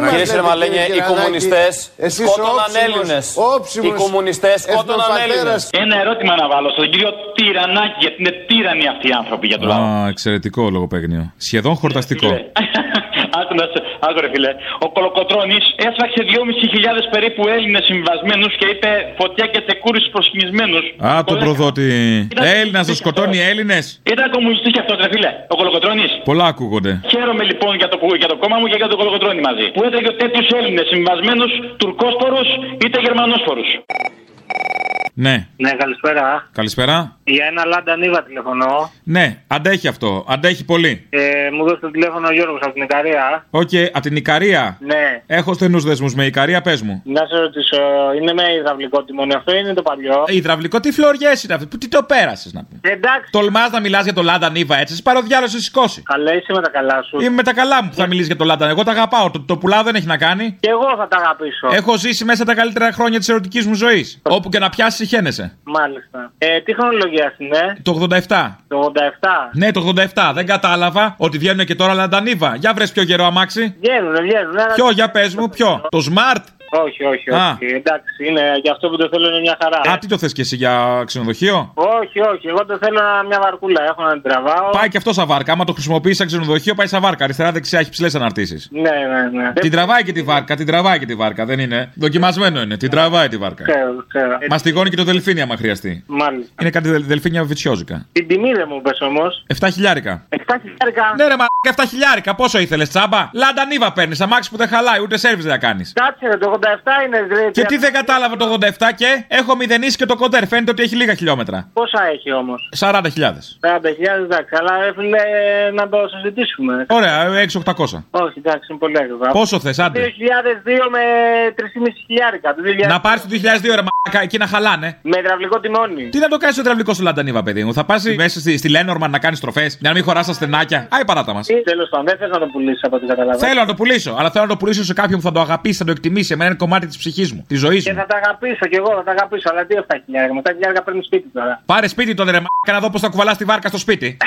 S48: Κύριε Σερμαλένια, οι κομμουνιστέ σκότωναν Έλληνες. Οι κομμουνιστέ σκότωναν Έλληνες.
S11: Ένα ερώτημα να βάλω στον κύριο Τυρανάκη, γιατί είναι τύρανοι αυτοί οι άνθρωποι για το λαό.
S2: Α, εξαιρετικό λογοπαίγνιο. Σχεδόν χορταστικό.
S11: Άκου να σε- άκου ρε φίλε. Ο Κολοκοτρόνη έσφαξε 2.500 περίπου Έλληνες συμβασμένους και είπε φωτιά και τεκούρις στου προσκυνισμένους.
S2: Α, τον προδότη. Έλληνα να σκοτώνει Έλληνες.
S11: Ήταν κομμουνιστής και αυτός, ρε φίλε. Ο Κολοκοτρόνη.
S2: Πολλά ακούγονται.
S11: Χαίρομαι λοιπόν για το, για το κόμμα μου και για τον Κολοκοτρόνη μαζί. Που έτρεγε τέτοιους Έλληνες συμβασμένους, τουρκόσπορους είτε γερμανόσπορους.
S2: Ναι.
S43: Ναι, καλησπέρα.
S2: Καλησπέρα.
S43: Για ένα Λάντα Νίβα τηλεφωνώ.
S2: Ναι, αντέχει αυτό. Αντέχει πολύ.
S43: Ε, μου δώσε το τηλέφωνο ο Γιώργος από την Ικαρία.
S2: Οκ, από την Ικαρία.
S43: Ναι.
S2: Έχω στενούς δεσμούς με Ικαρία, πες μου.
S43: Να σε ρωτήσω, είναι με υδραυλικό τιμόνι αυτό ή είναι το παλιό.
S2: Ε, Υδραυλικό, τι φλωριέ είναι αυτό. Τι το πέρασες να πει.
S43: Εντάξει.
S2: Τολμάς να μιλάς για το Λάντα Νίβα έτσι. Σε πάρω διάλογο σε σηκώσει.
S43: Καλά, είσαι με τα καλά σου.
S2: Είμαι με τα καλά μου που θα μιλήσεις για το Λάντα. Εγώ τα αγαπάω. Το, το πουλάω δεν έχει να κάνει.
S43: Και εγώ θα τα αγαπήσω.
S2: Έχω ζήσει μέσα τα καλύτερα χρόνια της ερωτικής μου ζωής. Όπου και να πιάσεις, χαίνεσαι.
S43: Μάλιστα. Ε, τι χρονολογία είναι,
S2: Το 87.
S43: το 87.
S2: Ναι, το 87. Δεν κατάλαβα ότι βγαίνουν και τώρα Λαντανίβα. Για βρες πιο γερό αμάξι.
S43: Βγαίνουν, βγαίνουν. αλλά-
S2: Ποιο, για πες μου, ποιο. Το Smart.
S43: Όχι, όχι,
S2: Α.
S43: όχι. Εντάξει, είναι για αυτό που το θέλω είναι μια χαρά.
S2: Α, τι το θες και εσύ για ξενοδοχείο.
S43: Όχι, όχι. Εγώ το θέλω να- μια βαρκούλα. Έχω να την τραβάω.
S2: Πάει και αυτό σαν βάρκα. Άμα το χρησιμοποιείς σαν ξενοδοχείο, πάει σαν βάρκα. Αριστερά-δεξιά έχει ψηλές αναρτήσεις.
S43: Ναι, ναι, ναι.
S2: Την τραβάει και τη βάρκα, την τραβάει και τη βάρκα. Δεν είναι. Δοκιμασμένο είναι. Την τραβάει τη βάρκα.
S43: Ξέρω, ξέρω.
S2: Μα τηγώνει και το δελφίνι άμα χρειαστεί.
S43: Μάλιστα.
S2: Είναι κάτι δελ- δελφίνια βιτσιόζικα.
S43: Την τιμή δεν μου πες όμω.
S2: 7 χιλιάρικα.
S43: 7 χιλιάρικα.
S2: Ναι, ρε μαλάκα, 7 χιλιάρικα. Πόσο ήθελες, τσάμπα. Λαντανίβα παίρνεις. Αμάξι που δεν χαλάει, ούτε σερβις δεν κάνεις.
S43: Κάτσε, ρε, το 87 είναι. Ρε,
S2: Και τι δεν κατάλαβα το 87 και έχω μηδενίσει και το κοντέρ. Φαίνεται ότι έχει λίγα χιλιόμετρα.
S43: Πόσα έχει όμως.
S2: 40.000.
S43: 40.000 εντάξει, αλλά ρε φίλε να το συζητήσουμε.
S2: Ωραία, 6.800.
S43: Όχι, εντάξει, είναι πολύ ακριβά.
S2: Πόσο θες, άντε.
S43: 2002 με 3,5 χιλιάρικα. Το 2000
S2: Να πάρεις το 2002 ρε μαλάκα, εκεί να χαλάνε.
S43: Με υδραυλικό τιμόνι.
S2: Τι να το κάνεις ο υδραυλικός του Λαντανίβα, παιδί μου. Θα πας μέσα στη, στη Λένορμαν να κάνεις τροφέ, για να μην χωράς στα στενάκια. Άι, παράτα μας.
S43: Τέλος πάντων, δεν θες να το πουλήσεις από ό,τι καταλαβαίνω.
S2: Θέλω να το πουλήσω, αλλά θέλω να το πουλήσω σε κάποιον που θα το αγαπήσει, θα το εκτιμήσει. Εμένα είναι κομμάτι της ψυχής μου, της ζωής
S43: Και
S2: μου.
S43: θα τα αγαπήσω κι εγώ, θα τα αγαπήσω. Αλλά τι 7 χιλιάρικα. Με 7 χιλιάρικα παίρνει σπίτι τώρα.
S2: Πάρε σπίτι τότε, ρε μαλάκα, να δω πώς θα κουβαλάς τη βάρκα στο σπίτι.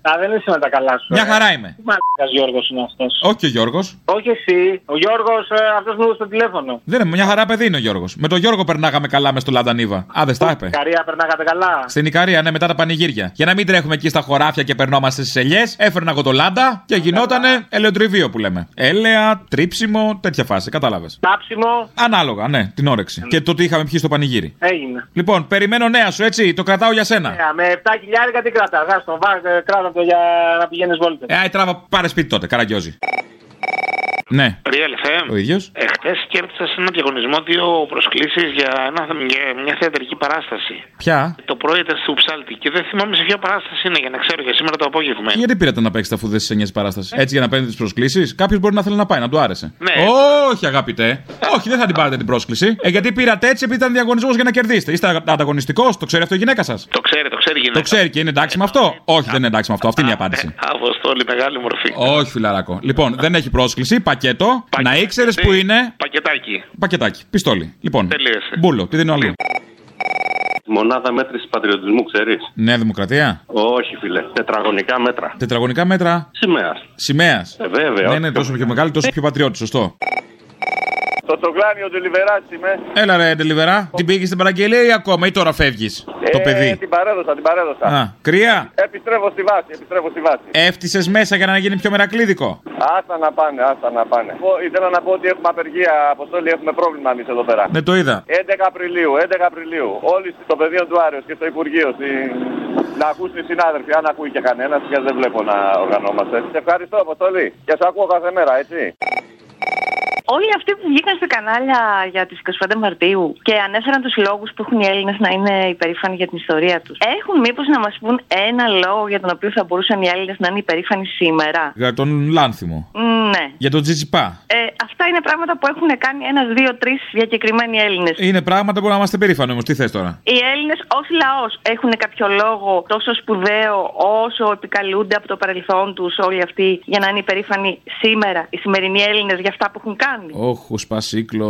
S43: Α, δεν είσαι με τα καλάς σου.
S2: Μια
S43: ε.
S2: χαρά είμαι.
S43: Τι μαλακά Γιώργος είναι αυτός.
S2: Όχι ο Γιώργος.
S43: Όχι εσύ. Ο Γιώργος αυτός μου στο τηλέφωνο.
S2: Δεν είναι, μια χαρά παιδί είναι ο Γιώργος. Με τον Γιώργο περνάγαμε καλά μες στο Λαντανίβα. Α, δεν στα είπε.
S43: Καρία, περνάγατε καλά.
S2: Στην Ικαρία, ναι, μετά τα πανηγύρια. Για να μην τρέχουμε εκεί στα χωράφια και περνόμαστε στις ελιές, έφερνα εγώ το λάντα και γινότανε ελαιοτριβείο που λέμε. Έλεα, τρίψιμο, τέτοια φάση, κατάλαβες.
S43: Κάψιμο,
S2: Ανάλογα, ναι, την όρεξη. Και το τι είχαμε πιει στο πανηγύρι.
S43: έγινε.
S2: Λοιπόν, περιμένω νέα σου, έτσι, το κρατάω για σένα.
S43: Ε, με 7 χιλιάρικα τι κρατά. Α τον βάζω, κράτα το για να πηγαίνεις βόλτες.
S2: Ε, άι, τράβα, πάρε σπίτι τότε, καραγκιόζη. Ναι,
S11: Real FM.
S2: ο ίδιος.
S11: Εχθές κέρδισα σε ένα διαγωνισμό δύο προσκλήσεις για, ένα- για μια θεατρική παράσταση.
S2: Πια.
S11: Το πρωί ήταν στο Ψάλτη και δεν θυμάμαι σε ποια παράσταση είναι για να ξέρω για σήμερα το απόγευμα.
S2: Γιατί πήρατε να παίξετε αφού δεν σα εννοιάζει η παράσταση. Έτσι για να παίρνετε τις προσκλήσεις. Κάποιος μπορεί να θέλει να πάει, να του άρεσε.
S11: Ναι.
S2: Όχι, αγαπητέ. Όχι, δεν θα την πάρετε την πρόσκληση. Ε, γιατί πήρατε έτσι επειδή ήταν διαγωνισμός για να κερδίσετε. Είστε ανταγωνιστικός, το ξέρει αυτό η γυναίκα σας.
S11: Το ξέρει, το ξέρει η
S2: Το
S11: γυναίκα.
S2: ξέρει και είναι εντάξει με αυτό. Όχι, δεν είναι εντάξει με αυτό. Αυτή είναι η απάντηση.
S11: Αποστόλη, μεγάλη μορφή.
S2: Όχι, φιλαράκο. Λοιπόν, δεν έχει πρόσκληση, πακέτο. Να ήξερες που είναι.
S11: Πακετάκι.
S2: Πακετάκι, πιστόλι. Λοιπόν,
S11: Τελείωσε.
S2: μπούλο, τι δίνω αλλού.
S4: Μονάδα μέτρησης πατριωτισμού, ξέρεις.
S2: Νέα Δημοκρατία.
S4: Όχι, φίλε. Τετραγωνικά μέτρα.
S2: Τετραγωνικά μέτρα.
S4: Σημαίας.
S2: Σημαίας.
S4: Ε, βέβαια.
S2: Ναι, είναι τόσο πιο μεγάλη, τόσο πιο πατριώτη, σωστό.
S42: Το τογλάνιο του Λιβεράτσι είμαι.
S2: Έλα ρε, Ντελιβερά. Την πήγες στην παραγγελία ή ακόμα, ή τώρα φεύγεις. Το
S42: Ε,
S2: παιδί.
S42: Την παρέδωσα, την παρέδωσα.
S2: Α, κρύα.
S42: Επιστρέφω στη βάση, επιστρέφω στη βάση.
S2: Έφτισες μέσα για να γίνει πιο μερακλίδικο.
S42: Άστα να πάνε, άστα να πάνε. Πω, ήθελα να πω ότι έχουμε απεργία, αποστόλη, έχουμε πρόβλημα εμείς εδώ πέρα.
S2: Ναι, το είδα.
S42: 11 Απριλίου, 11 Απριλίου. Όλοι στο πεδίο του Άρεο και στο Υπουργείο. στη- Να ακούσουν οι συνάδελφοι, αν ακούει και κανένας, γιατί δεν βλέπω να οργανώμαστε. Σε ευχαριστώ, Αποστολή. Και σε ακούω κάθε μέρα, έτσι.
S20: Όλοι αυτοί που βγήκαν στα κανάλια για τις 25 Μαρτίου και ανέφεραν τους λόγους που έχουν οι Έλληνες να είναι υπερήφανοι για την ιστορία τους, έχουν μήπως να μας πούν ένα λόγο για τον οποίο θα μπορούσαν οι Έλληνες να είναι υπερήφανοι σήμερα.
S2: Για τον Λάνθιμο.
S20: Ναι.
S2: Για τον Τζιτζιπά.
S20: Ε, αυτά είναι πράγματα που έχουν κάνει ένα, δύο, τρεις διακεκριμένοι Έλληνες.
S2: Είναι πράγματα που να είμαστε περήφανοι όμως. Τι θες τώρα.
S20: Οι Έλληνες ως λαός έχουν κάποιο λόγο τόσο σπουδαίο όσο επικαλούνται από το παρελθόν τους όλοι αυτοί για να είναι υπερήφανοι σήμερα οι σημερινοί Έλληνες για αυτά που έχουν κάνει.
S2: Όχι, σπασίκλο.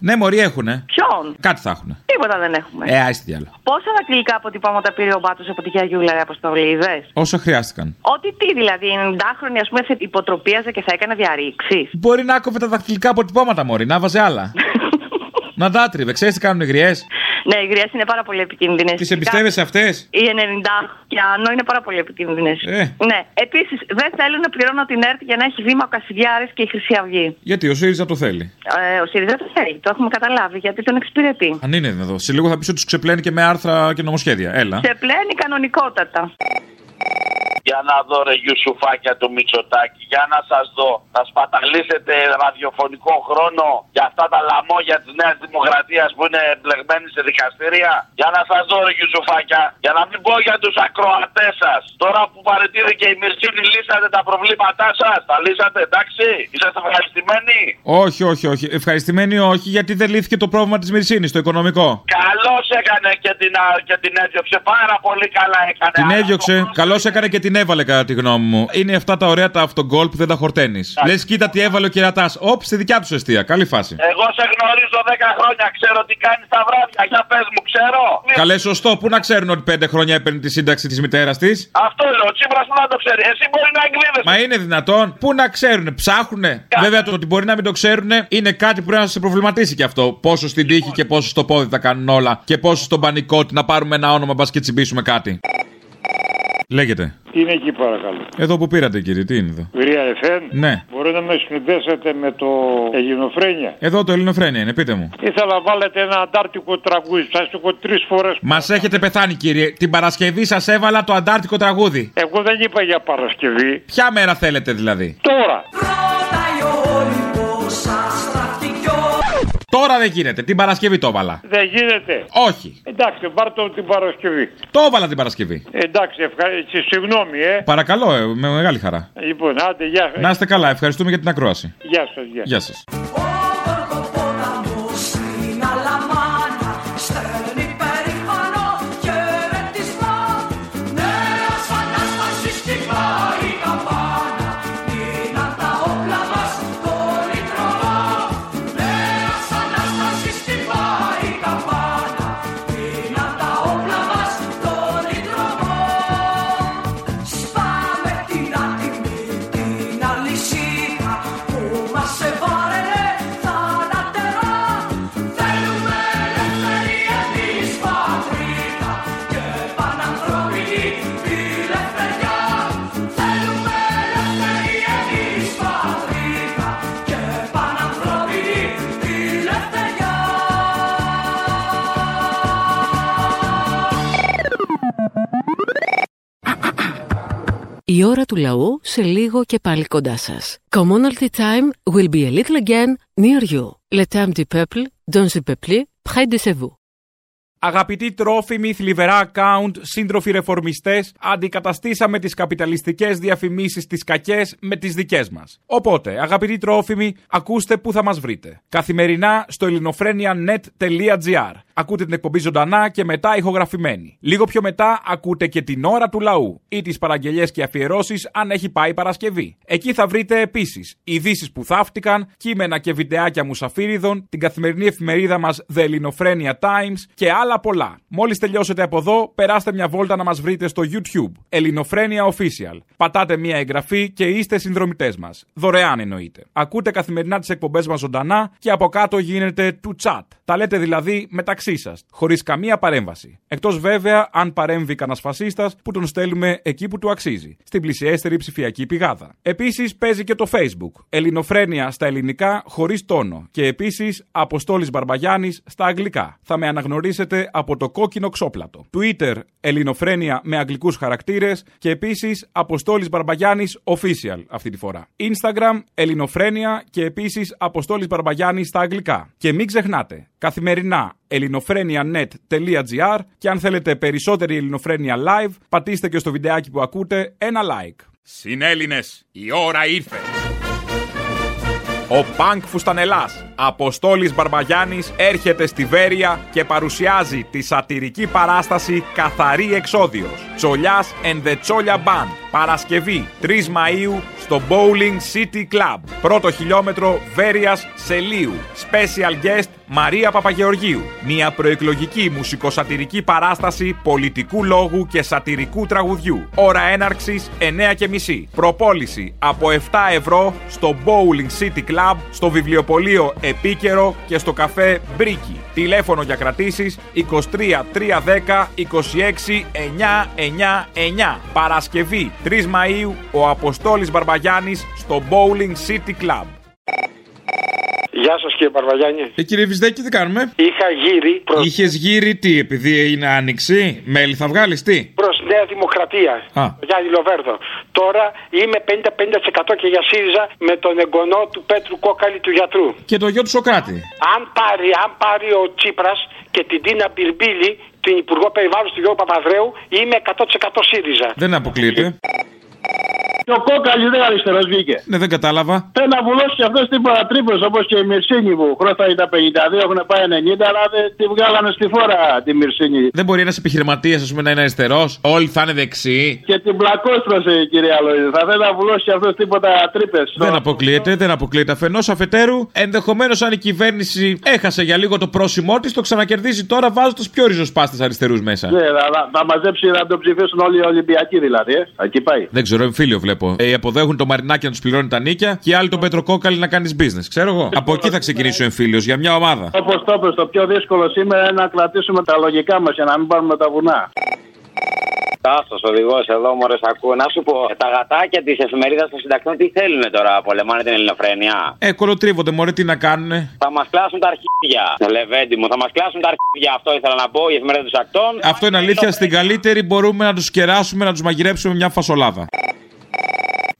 S2: Ναι, μωρή έχουνε.
S20: Ποιον?
S2: Κάτι θα έχουνε.
S20: Τίποτα δεν
S42: Ναι.
S20: έχουμε.
S2: Ε, άιστη διάλογο.
S20: Πόσα δακτυλικά αποτυπώματα πήρε ο Μπάτος από τη Γιαγιούλα ρε Αποστολή, είδες?
S2: Όσο χρειάστηκαν.
S20: Ότι τι δηλαδή, η 90χρονη ας πούμε θα υποτροπίαζε και θα έκανε διαρρήξεις.
S2: Μπορεί να άκοβε τα δαχτυλικά αποτυπώματα, Μωρή, να βάζε άλλα. να δάτριβε, ξέρεις τι κάνουν οι γριές.
S20: Ναι, οι γριές είναι πάρα πολύ επικίνδυνες.
S2: Τις εμπιστεύεσαι αυτές.
S20: Οι 90 και άνω είναι πάρα πολύ επικίνδυνες.
S2: Ε,
S20: Ναι. Επίσης, δεν θέλουν να πληρώνω την ΕΡΤ για να έχει βήμα ο Κασιδιάρης και η Χρυσή Αυγή.
S2: Γιατί ο ΣΥΡΙΖΑ το θέλει.
S20: Ε, ο ΣΥΡΙΖΑ το θέλει, το έχουμε καταλάβει, γιατί τον εξυπηρετεί.
S2: Αν είναι εδώ. Σε λίγο θα πεις ότι τους ξεπλένει και με άρθρα και νομοσχέδια. Έλα.
S20: Σε πλένει κανονικότατα.
S8: Για να δω ρε Γιουσουφάκια του Μητσοτάκη, για να σας δω. Θα σπαταλίσετε ραδιοφωνικό χρόνο για αυτά τα λαμόγια της Νέας Δημοκρατίας που είναι εμπλεγμένοι σε δικαστήρια. Για να σας δω ρε Γιουσουφάκια, για να μην πω για τους ακροατές σας. Τώρα που παρετήθηκε η Μυρσίνη, λύσατε τα προβλήματά σας. Τα λύσατε, εντάξει. Είσαστε ευχαριστημένοι.
S49: Όχι, όχι, όχι. Ευχαριστημένοι όχι, γιατί δεν λύθηκε το πρόβλημα της Μυρσίνης, το οικονομικό.
S8: Καλώς έκανε και την, α- και την έδιωξε. Πάρα πολύ καλά έκανε.
S49: Την έδιωξε. Καλώς έκανε και την έβαλε, κατά τη γνώμη μου. Είναι αυτά τα ωραία τα αυτογκολ που δεν τα χορταίνεις. Λες, κοίτα τι έβαλε ο κερατάς. Όπ, στη δικιά τους αιστεία. Καλή φάση.
S8: Εγώ σε γνωρίζω 10 χρόνια, ξέρω τι κάνει τα βράδια. Για πες μου, ξέρω.
S49: Καλέ, σωστό. Πού να ξέρουν ότι πέντε χρόνια έπαιρνε τη σύνταξη της μητέρας της.
S8: Αυτό λέω, ο Τσίπρας που να το ξέρει. Εσύ μπορεί να εκδίδεσαι.
S49: Μα είναι δυνατόν. Πού να ξέρουνε, ψάχνουνε. Βέβαια το ότι μπορεί να μην το ξέρουνε είναι κάτι που πρέπει να σε προβληματίσει κι αυτό. Πόσο στην τύχη και πόσο στο πόδι τα κάνουν όλα. Και πόσο στον πανικό ότι να πάρουμε ένα όνομα μπας και τσιμπήσουμε κάτι. Λέγεται.
S39: Τι είναι εκεί παρακαλώ.
S49: Εδώ που πήρατε κύριε, τι είναι εδώ.
S39: Βυρία Εφέν.
S49: Ναι.
S39: Μπορεί να με συνδέσετε με το Ελληνοφρένια.
S49: Εδώ το Ελληνοφρένια είναι, πείτε μου.
S39: Ήθελα να βάλετε ένα αντάρτικο τραγούδι. Σα το έχω τρεις φορές.
S49: Μα έχετε πεθάνει κύριε. Την Παρασκευή σας έβαλα το αντάρτικο τραγούδι.
S39: Εγώ δεν είπα για Παρασκευή.
S49: Ποια μέρα θέλετε δηλαδή.
S39: Τώρα.
S49: Τώρα δεν γίνεται. Την Παρασκευή το έβαλα.
S39: Δεν γίνεται.
S49: Όχι.
S39: Εντάξει, πάρτε το την Παρασκευή.
S49: Το έβαλα την Παρασκευή.
S39: Εντάξει, ευχαριστώ. Συγγνώμη, ε.
S49: Παρακαλώ, ε, με μεγάλη χαρά.
S39: Λοιπόν, άντε, γεια,
S49: Να είστε καλά, ευχαριστούμε για την ακρόαση.
S39: γεια σας, γεια.
S49: Γεια σας.
S5: Η ώρα του λαού σε λίγο και πάλι κοντά σας. Commonalty time will be a little again near you. Le temps du peuple, dans le peuple, près de chez vous.
S2: Αγαπητοί τρόφιμοι, θλιβερά account, σύντροφοι ρεφορμιστές, αντικαταστήσαμε τις καπιταλιστικές διαφημίσεις τις κακές με τις δικές μας. Οπότε, αγαπητοί τρόφιμοι, ακούστε πού θα μας βρείτε. Καθημερινά στο ελληνοφρένια.net.gr. Ακούτε την εκπομπή ζωντανά και μετά ηχογραφημένη. Λίγο πιο μετά ακούτε και την ώρα του λαού ή τις παραγγελίε και αφιερώσεις αν έχει πάει Παρασκευή. Εκεί θα βρείτε επίσης ειδήσεις που θαύτηκαν, κείμενα και βιντεάκια μουσαφίριδων, την καθημερινή εφημερίδα μας The Ελληνοφρένια Times και άλλα πολλά. Μόλις τελειώσετε από εδώ, περάστε μια βόλτα να μας βρείτε στο YouTube. Ελληνοφρένια Official. Πατάτε μια εγγραφή και είστε συνδρομητές μας. Δωρεάν εννοείται. Ακούτε καθημερινά τις εκπομπές μας ζωντανά και από κάτω γίνεται του chat. Τα λέτε δηλαδή μεταξύ σας, χωρίς καμία παρέμβαση. Εκτός βέβαια αν παρέμβει κανένας φασίστας που τον στέλνουμε εκεί που του αξίζει, στην πλησιέστερη ψηφιακή πηγάδα. Επίσης παίζει και το Facebook. Ελληνοφρένια στα ελληνικά χωρίς τόνο. Και επίσης Αποστόλης Μπαρμπαγιάννης στα αγγλικά. Θα με αναγνωρίσετε από το κόκκινο ξόπλατο. Twitter Ελληνοφρένια με αγγλικούς χαρακτήρες και επίσης Αποστόλης Μπαρμπαγιάννης Official αυτή τη φορά. Instagram Ελληνοφρένια και επίσης Αποστόλης Μπαρμπαγιάννης στα αγγλικά. Και μην ξεχνάτε, καθημερινά ελληνοφρένια.net.gr και αν θέλετε περισσότερη ελληνοφρένια live, πατήστε και στο βιντεάκι που ακούτε ένα like. Συνέλληνες, η ώρα ήρθε. Ο Πανκ Φουστανελάς, Αποστόλης Μπαρμπαγιάννης, έρχεται στη Βέρεια και παρουσιάζει τη σατυρική παράσταση «Καθαρή Εξόδιος». Τσολιάς and the Τσόλια Band. Παρασκευή 3 Μαΐου στο Bowling City Club. Πρώτο χιλιόμετρο Βέρειας Σελίου. Special guest Μαρία Παπαγεωργίου. Μια προεκλογική μουσικοσατυρική παράσταση πολιτικού λόγου και σατυρικού τραγουδιού. Ώρα έναρξης 9.30. Προπόληση από 7 ευρώ στο Bowling City Club, στο βιβλιοπωλείο Επίκαιρο και στο καφέ Μπρίκι. Τηλέφωνο για κρατήσεις 23 310 26 999. Παρασκευή 3 Μαΐου ο Αποστόλης Μπαρμπαγιάννης στο Bowling City Club.
S10: Γεια σας κύριε Παρβαγιάννη.
S49: Ε, κύριε Βυζδέκη, τι κάνουμε.
S10: Είχα γύρι προς
S49: Είχες γύρει τι, επειδή είναι άνοιξη, μέλι θα βγάλεις τι.
S10: προς Νέα Δημοκρατία.
S50: Δημοκρατία,
S2: Α.
S50: τον Γιάννη Λοβέρδο. Τώρα είμαι 50-50% και για ΣΥΡΙΖΑ με τον εγγονό του Πέτρου Κόκαλη του γιατρού.
S2: Και το γιο του Σοκράτη.
S50: Αν πάρει, αν πάρει ο Τσίπρας και την Τίνα Μπυρμπίλη, την Υπουργό Περιβάλλοντος του Γιώργου Παπαδρέου, είμαι 100% ΣΥΡΙΖΑ.
S2: Δεν αποκλείεται.
S16: Και ο κόκαλη δεν αριστερός βγήκε.
S2: Ναι, δεν κατάλαβα.
S16: Θέλει να βουλώσει και αυτό την παρατρίπλωση όπως και η Μυρσίνη που χρώστα ήταν 52, έχουν πάει 90, αλλά δεν τη βγάλανε στη φόρα τη Μυρσίνη.
S2: Δεν μπορεί ένας επιχειρηματίας, ας πούμε, να είναι αριστερός. Όλοι θα είναι δεξιοί.
S16: Και την πλακόστρωσε η κυρία Λοίδη. Θα θέλει να βουλώσει και αυτό τίποτα τρύπε.
S2: Δεν αποκλείεται, δεν αποκλείεται. Αφενός αφετέρου, ενδεχομένως αν η κυβέρνηση έχασε για λίγο το πρόσημό της, το ξανακερδίζει τώρα βάζοντας πιο ριζοσπάστες αριστερούς μέσα.
S16: Ναι, θα, θα μαζέψει να τον ψηφίσουν όλοι οι Ολυμπιακοί δηλαδή. Ε. Εκεί πάει.
S2: Δεν ξέρω, εμφύλιο βλέπω. Ε, οι αποδέχουν το μαρινάκι να τους πληρώνει τα νίκια και οι άλλοι τον Πέτρο Κόκαλη να κάνει business. Ξέρω εγώ. Από εκεί θα ξεκινήσει ο εμφύλιος για μια ομάδα.
S16: Όπως το είπες, το πιο δύσκολο σήμερα είναι να κρατήσουμε τα λογικά μας για να μην πάρουμε τα βουνά.
S51: Τάσο, οδηγός εδώ, μωρές, σ' ακούω. Να σου πω, ε, τα γατάκια της εφημερίδας των συντακτών τι θέλουν τώρα, πολεμάνε την ελληνοφρένεια.
S2: Ε, κολοτρίβονται, μωρέ, τι να κάνουνε.
S51: Θα μας κλάσουν τα αρχίδια. Λεβέντι μου, θα μας κλάσουν τα αρχίδια. Αυτό ήθελα να πω, η εφημερίδα των συντακτών.
S2: Αυτό είναι αλήθεια. Στην καλύτερη μπορούμε να τους κεράσουμε, να τους μαγειρέψουμε μια φασολάδα.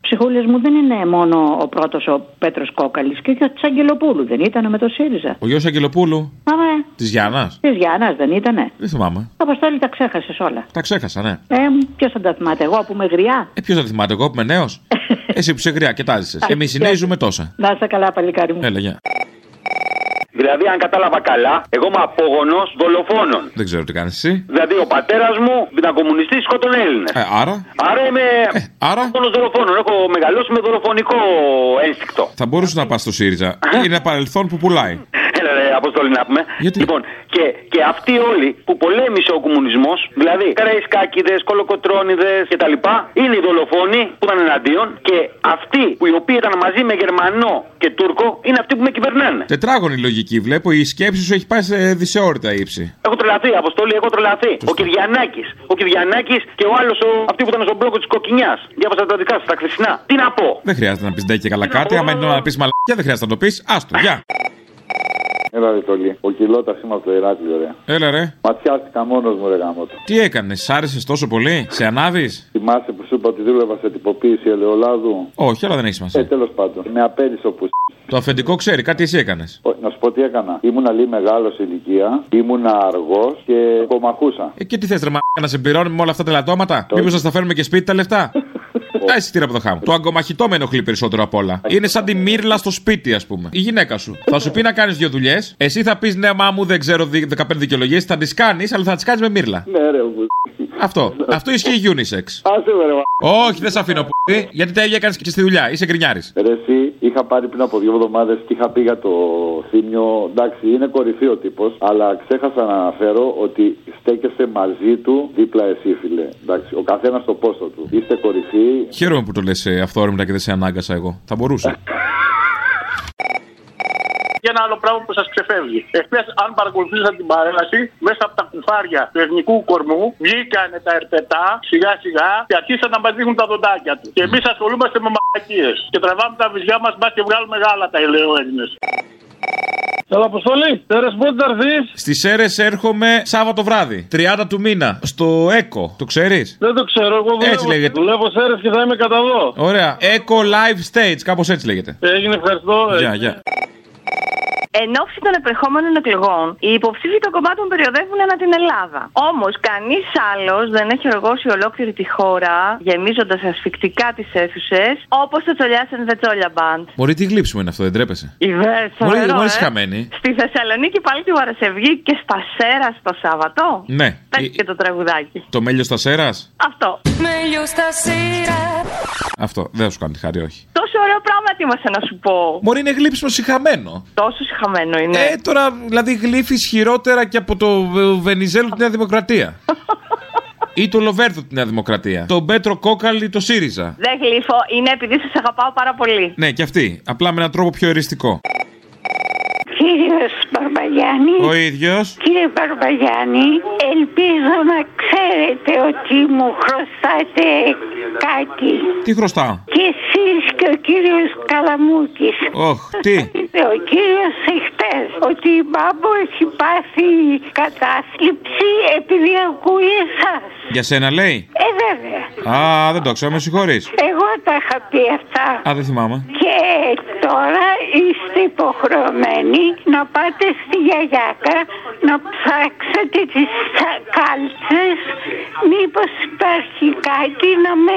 S23: Ψυχούλε μου δεν είναι μόνο ο πρώτος ο Πέτρος Κόκαλης και ο γιο τη Αγγελοπούλου. Δεν ήταν με το ΣΥΡΙΖΑ.
S2: Ο γιος Αγγελοπούλου.
S23: Αμέ.
S2: Της Γιάννας.
S23: Της Γιάννας δεν ήτανε.
S2: Δεν θυμάμαι.
S23: Αποστόλη τα ξέχασες όλα.
S2: Τα ξέχασα, ναι.
S23: Ε, ποιος θα τα θυμάται, εγώ που είμαι γριά.
S2: Ε, ποιος θα θυμάται, εγώ που είμαι νέος. Εσύ που είσαι γριά και τάζεσαι.
S23: Α,
S2: Εμεί οι νέοι ζούμε τόσα.
S23: Να είσαι καλά, παλικάρι μου.
S2: Έλα, γεια.
S7: Δηλαδή, αν κατάλαβα καλά, εγώ είμαι απόγονος δολοφόνων.
S2: Δεν ξέρω τι κάνεις εσύ.
S7: Δηλαδή, ο πατέρας μου ήταν κομμουνιστή, σκότωνε Έλληνες.
S2: Ε, άρα
S7: Άρα είμαι
S2: άρα...
S7: απόγονος δολοφόνων. Έχω μεγαλώσει με δολοφονικό ένστικτο.
S2: θα μπορούσε να πας στο ΣΥΡΙΖΑ. Είναι ένα παρελθόν που πουλάει.
S7: Έλα, ρε, αποστολή να πούμε. Λοιπόν, και, και αυτοί όλοι που πολέμησε ο κομμουνισμός, δηλαδή καραϊσκάκιδε, κολοκοτρόνιδε κτλ., είναι οι δολοφόνοι που ήταν εναντίον και αυτοί που οι οποίοι ήταν μαζί με Γερμανό και Τούρκο είναι αυτοί που με κυβερνάνε.
S2: Τετράγωνη λογική βλέπω. Η σκέψη σου έχει πάει σε δυσαιόρυτα ύψη.
S7: Έχω τρελαθεί, Αποστόλη, έχω τρελαθεί. Ο Κυριανάκης. Ο Κυριανάκης και ο άλλος, ο... αυτή που ήταν στον μπλόκο της Κοκκινιάς. Διάβασα τα δικά σας, τα χθεσινά. Τι να πω.
S2: Δεν χρειάζεται να πεις ντε και καλά κάτι. Άμα είναι να πεις μαλακιά, δεν χρειάζεται να το πεις. Άστο, γεια.
S10: Έλα ρε τολί. Ο κιλότα είμαι από το Ηράκλειο, ρε.
S2: Έλα ρε.
S10: Ματιάστηκα μόνος μου, ρε γάμο του.
S2: Τι έκανες, σ' άρεσες τόσο πολύ, σε ανάβεις.
S10: Θυμάσαι που σου είπα ότι δούλευα σε τυποποίηση ελαιολάδου.
S2: Όχι, αλλά δεν έχει σημασία.
S10: Ε, τέλος πάντων. Με απέλησε όπου.
S2: Το αφεντικό ξέρει, κάτι εσύ έκανες.
S10: Να σου πω τι έκανα. Ήμουνα λίγο μεγάλο σε ηλικία, ήμουνα αργός και κομμαχούσα.
S2: Ε, και τι θες, ρε μαλάκα, να σε πληρώνουμε με όλα αυτά τα λατώματα. Μήπω να στα φέρουμε και σπίτι τα λεφτά. Α, εσύ από το χάμ. Το αγκομαχητό με ενοχλεί περισσότερο απ' όλα. Είναι σαν τη μύρλα στο σπίτι, ας πούμε. Η γυναίκα σου. Θα σου πει να κάνεις δύο δουλειές. Εσύ θα πεις ναι, μα μου δεν ξέρω δι- 15 δικαιολογίες. Θα τις κάνεις, αλλά θα τις κάνεις με μύρλα.
S10: Ναι, ρε, που.
S2: Αυτό. Αυτό ισχύει unisex.
S10: Άσε με, ρε, μα.
S2: Όχι, δεν σε αφήνω που. Γιατί τα ίδια έκανε και στη δουλειά. Είσαι γκρινιάρης.
S10: Ρε, εσύ είχα πάρει πριν από δύο εβδομάδες και είχα πει για το θύμιο. Εντάξει, είναι κορυφή ο τύπος, αλλά ξέχασα να αναφέρω ότι στέκεσαι μαζί του δίπλα εσύ, φίλε. Εντάξει, ο καθένας στο πόστο του. Είστε κορυφή.
S2: Χαίρομαι που το λες αυθόρμητα και δεν σε ανάγκασα εγώ. Θα μπορούσα.
S52: Και ένα άλλο πράγμα που σας ξεφεύγει. Εχθές, αν παρακολουθήσατε την παρέλαση, μέσα από τα κουφάρια του εθνικού κορμού βγήκανε τα ερπετά σιγά σιγά και αρχίσαν να μα δείχνουν τα δοντάκια τους. Και εμείς ασχολούμαστε με μαλακίες. Και τραβάμε τα βυζιά μας, μπα και βγάλουμε γάλα τα ελαιοέλληνε.
S16: Έλα, Αποστολή, τέρε πότε θα έρθει.
S2: Στι αίρε έρχομαι Σάββατο βράδυ, 30 του μήνα, στο ΕΚΟ. Το ξέρεις.
S16: Δεν το ξέρω, εγώ δουλεύω.
S2: Έτσι λέγεται.
S16: Δουλεύω σε έρευνα και θα είμαι κατά εδώ. Ε,
S2: Ωραία. Echo Live Stage, κάπως έτσι λέγεται.
S16: Έγινε, ευχαριστώ.
S2: Γεια, γεια.
S20: Εν ώψη των επερχόμενων εκλογών, οι υποψήφοι των κομμάτων περιοδεύουν ανά την Ελλάδα. Όμως, κανείς άλλος δεν έχει οργώσει ολόκληρη τη χώρα, γεμίζοντας ασφικτικά τις αίθουσες, όπως το Τσολιά and the Τσόλια Band.
S2: Μωρή, τι γλύψουμε είναι αυτό, δεν τρέπεσαι.
S20: Ιδέε,
S2: Μωρή,
S20: φοβερό,
S2: μόλι
S20: ε.
S2: χαμένη.
S20: Στη Θεσσαλονίκη πάλι τη Βαρασευγή και στα Σέρας το Σάββατο.
S2: Ναι.
S20: Παίζει και το τραγουδάκι.
S2: Το μέλιο στα σέρας.
S20: Αυτό.
S2: Αυτό. Δεν θα σου κάνω τη χάρη, όχι.
S20: Τόσο ωραίο πράγμα τι είμαστε να σου πω.
S2: Μπορεί είναι γλύψιμο συχαμένο.
S20: Τόσο συχαμένο είναι.
S2: Ε, τώρα δηλαδή γλύφει χειρότερα και από το ε, Βενιζέλο τη Νέα Δημοκρατία. ή το Λοβέρδο τη Νέα Δημοκρατία. Τον Πέτρο Κόκαλη το ΣΥΡΙΖΑ.
S20: Δεν γλύφω, είναι επειδή σας αγαπάω πάρα πολύ.
S2: Ναι, και αυτή. Απλά με έναν τρόπο πιο εριστικό.
S53: Κύριος Μπαρμπαγιάννη,
S2: Ο ίδιος.
S53: κύριε Μπαρμπαγιάννη, ελπίζω να ξέρετε ότι μου χρωστάτε κάτι.
S2: Τι χρωστάω.
S53: Και εσείς και ο κύριος Καλαμούκης.
S2: Οχ, τι.
S53: είπε ο κύριος εχθές ότι η μπάμπο έχει πάθει κατάθλιψη επειδή ακούει εσάς.
S54: Για σένα λέει.
S53: Ε, βέβαια.
S54: Α, δεν το ξέρω, με συγχωρείς.
S53: Εγώ τα είχα πει αυτά.
S54: Α, δεν θυμάμαι.
S53: Και τώρα είστε υποχρεωμένοι να πάτε στη γιαγιάκα να ψάξετε τις τσα- κάλτσες μήπως υπάρχει κάτι να με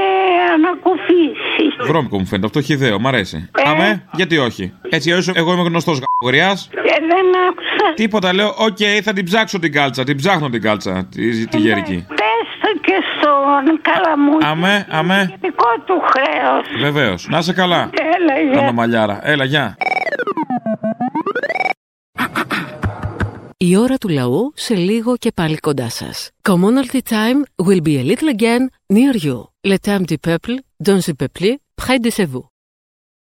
S53: ανακουφίσει.
S54: Βρώμικο μου φαίνεται, αυτό χιδαίο, μ' αρέσει.
S53: Ε.
S54: Αμέ, γιατί όχι. Έτσι κι αλλιώς εγώ είμαι γνωστός γαγκουριά.
S53: Και Ε, δεν άκουσα.
S54: Τίποτα, λέω, οκ, θα την ψάξω την κάλτσα, την ψάχνω την κάλτσα, τη, τη γερική.
S53: Πες το και στον καλαμούκι.
S54: Αμέ, αμέ,
S53: Δικό του χρέος.
S54: βεβαίως. Να σε καλά.
S53: Έλα, γεια.
S54: Ανομαλιάρα, έλα, γεια.
S1: Η ώρα του λαού σε λίγο και πάλι κοντά σας. Commonalty time will be a little again near you. Le temps du peuple, dans le peuple, près de chez vous.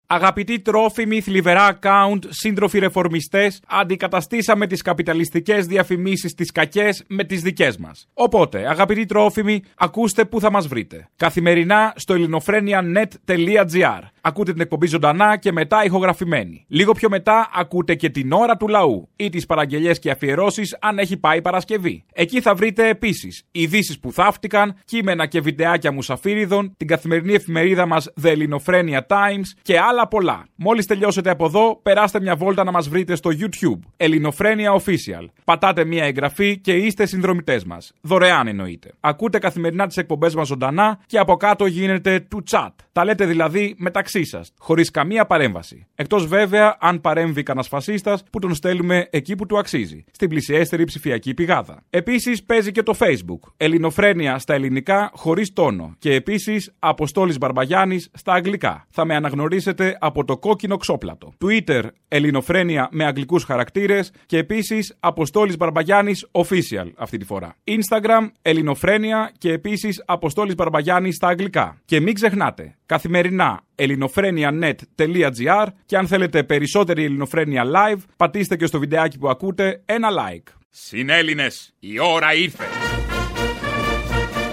S2: Αγαπητοί τρόφιμοι, θλιβερά account, σύντροφοι ρεφορμιστές, αντικαταστήσαμε τις καπιταλιστικές διαφημίσεις τις κακές με τις δικές μας. Οπότε, αγαπητοί τρόφιμοι, ακούστε πού θα μας βρείτε. Καθημερινά στο ελληνοφρένια.net.gr. Ακούτε την εκπομπή ζωντανά και μετά ηχογραφημένη. Λίγο πιο μετά ακούτε και την ώρα του λαού ή τις παραγγελίες και αφιερώσεις αν έχει πάει Παρασκευή. Εκεί θα βρείτε επίσης ειδήσεις που θαύτηκαν, κείμενα και βιντεάκια μουσαφίριδων, την καθημερινή εφημερίδα μας The Ελληνοφρένια Times και άλλα πολλά. Μόλις τελειώσετε από εδώ, περάστε μια βόλτα να μας βρείτε στο YouTube. Ελληνοφρένια Official. Πατάτε μια εγγραφή και είστε συνδρομητές μας. Δωρεάν εννοείται. Ακούτε καθημερινά τις εκπομπές μας ζωντανά και από κάτω γίνεται του chat. Τα λέτε δηλαδή μεταξύ σας, χωρίς καμία παρέμβαση. Εκτός βέβαια αν παρέμβει κανένας φασίστας που τον στέλνουμε εκεί που του αξίζει, στην πλησιέστερη ψηφιακή πηγάδα. Επίσης παίζει και το Facebook. Ελληνοφρένια στα ελληνικά χωρίς τόνο. Και επίσης Αποστόλης Μπαρμπαγιάννης στα αγγλικά. Θα με αναγνωρίσετε από το κόκκινο ξόπλατο. Twitter Ελληνοφρένια με αγγλικούς χαρακτήρες και επίσης Αποστόλης Μπαρμπαγιάννης Official αυτή τη φορά. Instagram Ελληνοφρένια και επίσης Αποστόλης Μπαρμπαγιάννης στα αγγλικά. Και μην ξεχνάτε, καθημερινά ελληνοφρένια.net.gr και αν θέλετε περισσότερη ελληνοφρένια live, πατήστε και στο βιντεάκι που ακούτε ένα like. Συνέλληνες, η ώρα ήρθε.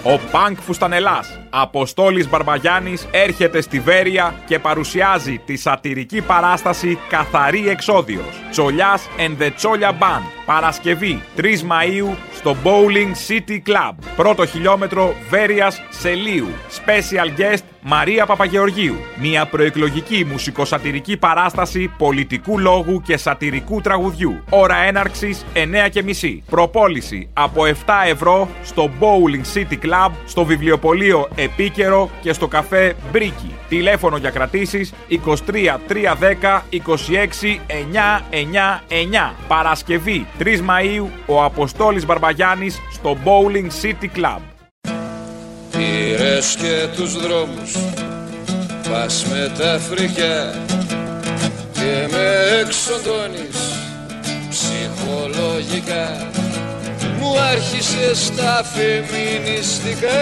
S2: Ο Πανκ Φουστανελάς, Αποστόλης Μπαρμπαγιάννης, έρχεται στη Βέρεια και παρουσιάζει τη σατυρική παράσταση «Καθαρή Εξόδιος». Τσολιάς and the Τσόλια Band. Παρασκευή 3 Μαΐου στο Bowling City Club. Πρώτο χιλιόμετρο Βέρειας Σελίου. Special guest Μαρία Παπαγεωργίου. Μια προεκλογική μουσικοσατυρική παράσταση πολιτικού λόγου και σατυρικού τραγουδιού. Ώρα έναρξης 9.30. Προπόληση από 7 ευρώ στο Bowling City Club, στο βιβλιοπωλείο Επίκαιρο και στο καφέ Μπρίκι. Τηλέφωνο για κρατήσεις 23 310 26 999. Παρασκευή 3 Μαΐου ο Αποστόλης Μπαρμπαγιάννης στο Bowling City Club.
S55: Πήρες και τους δρόμους Πας με τα φρικιά Και με εξοντώνεις Ψυχολογικά Μου άρχισες τα φεμινιστικά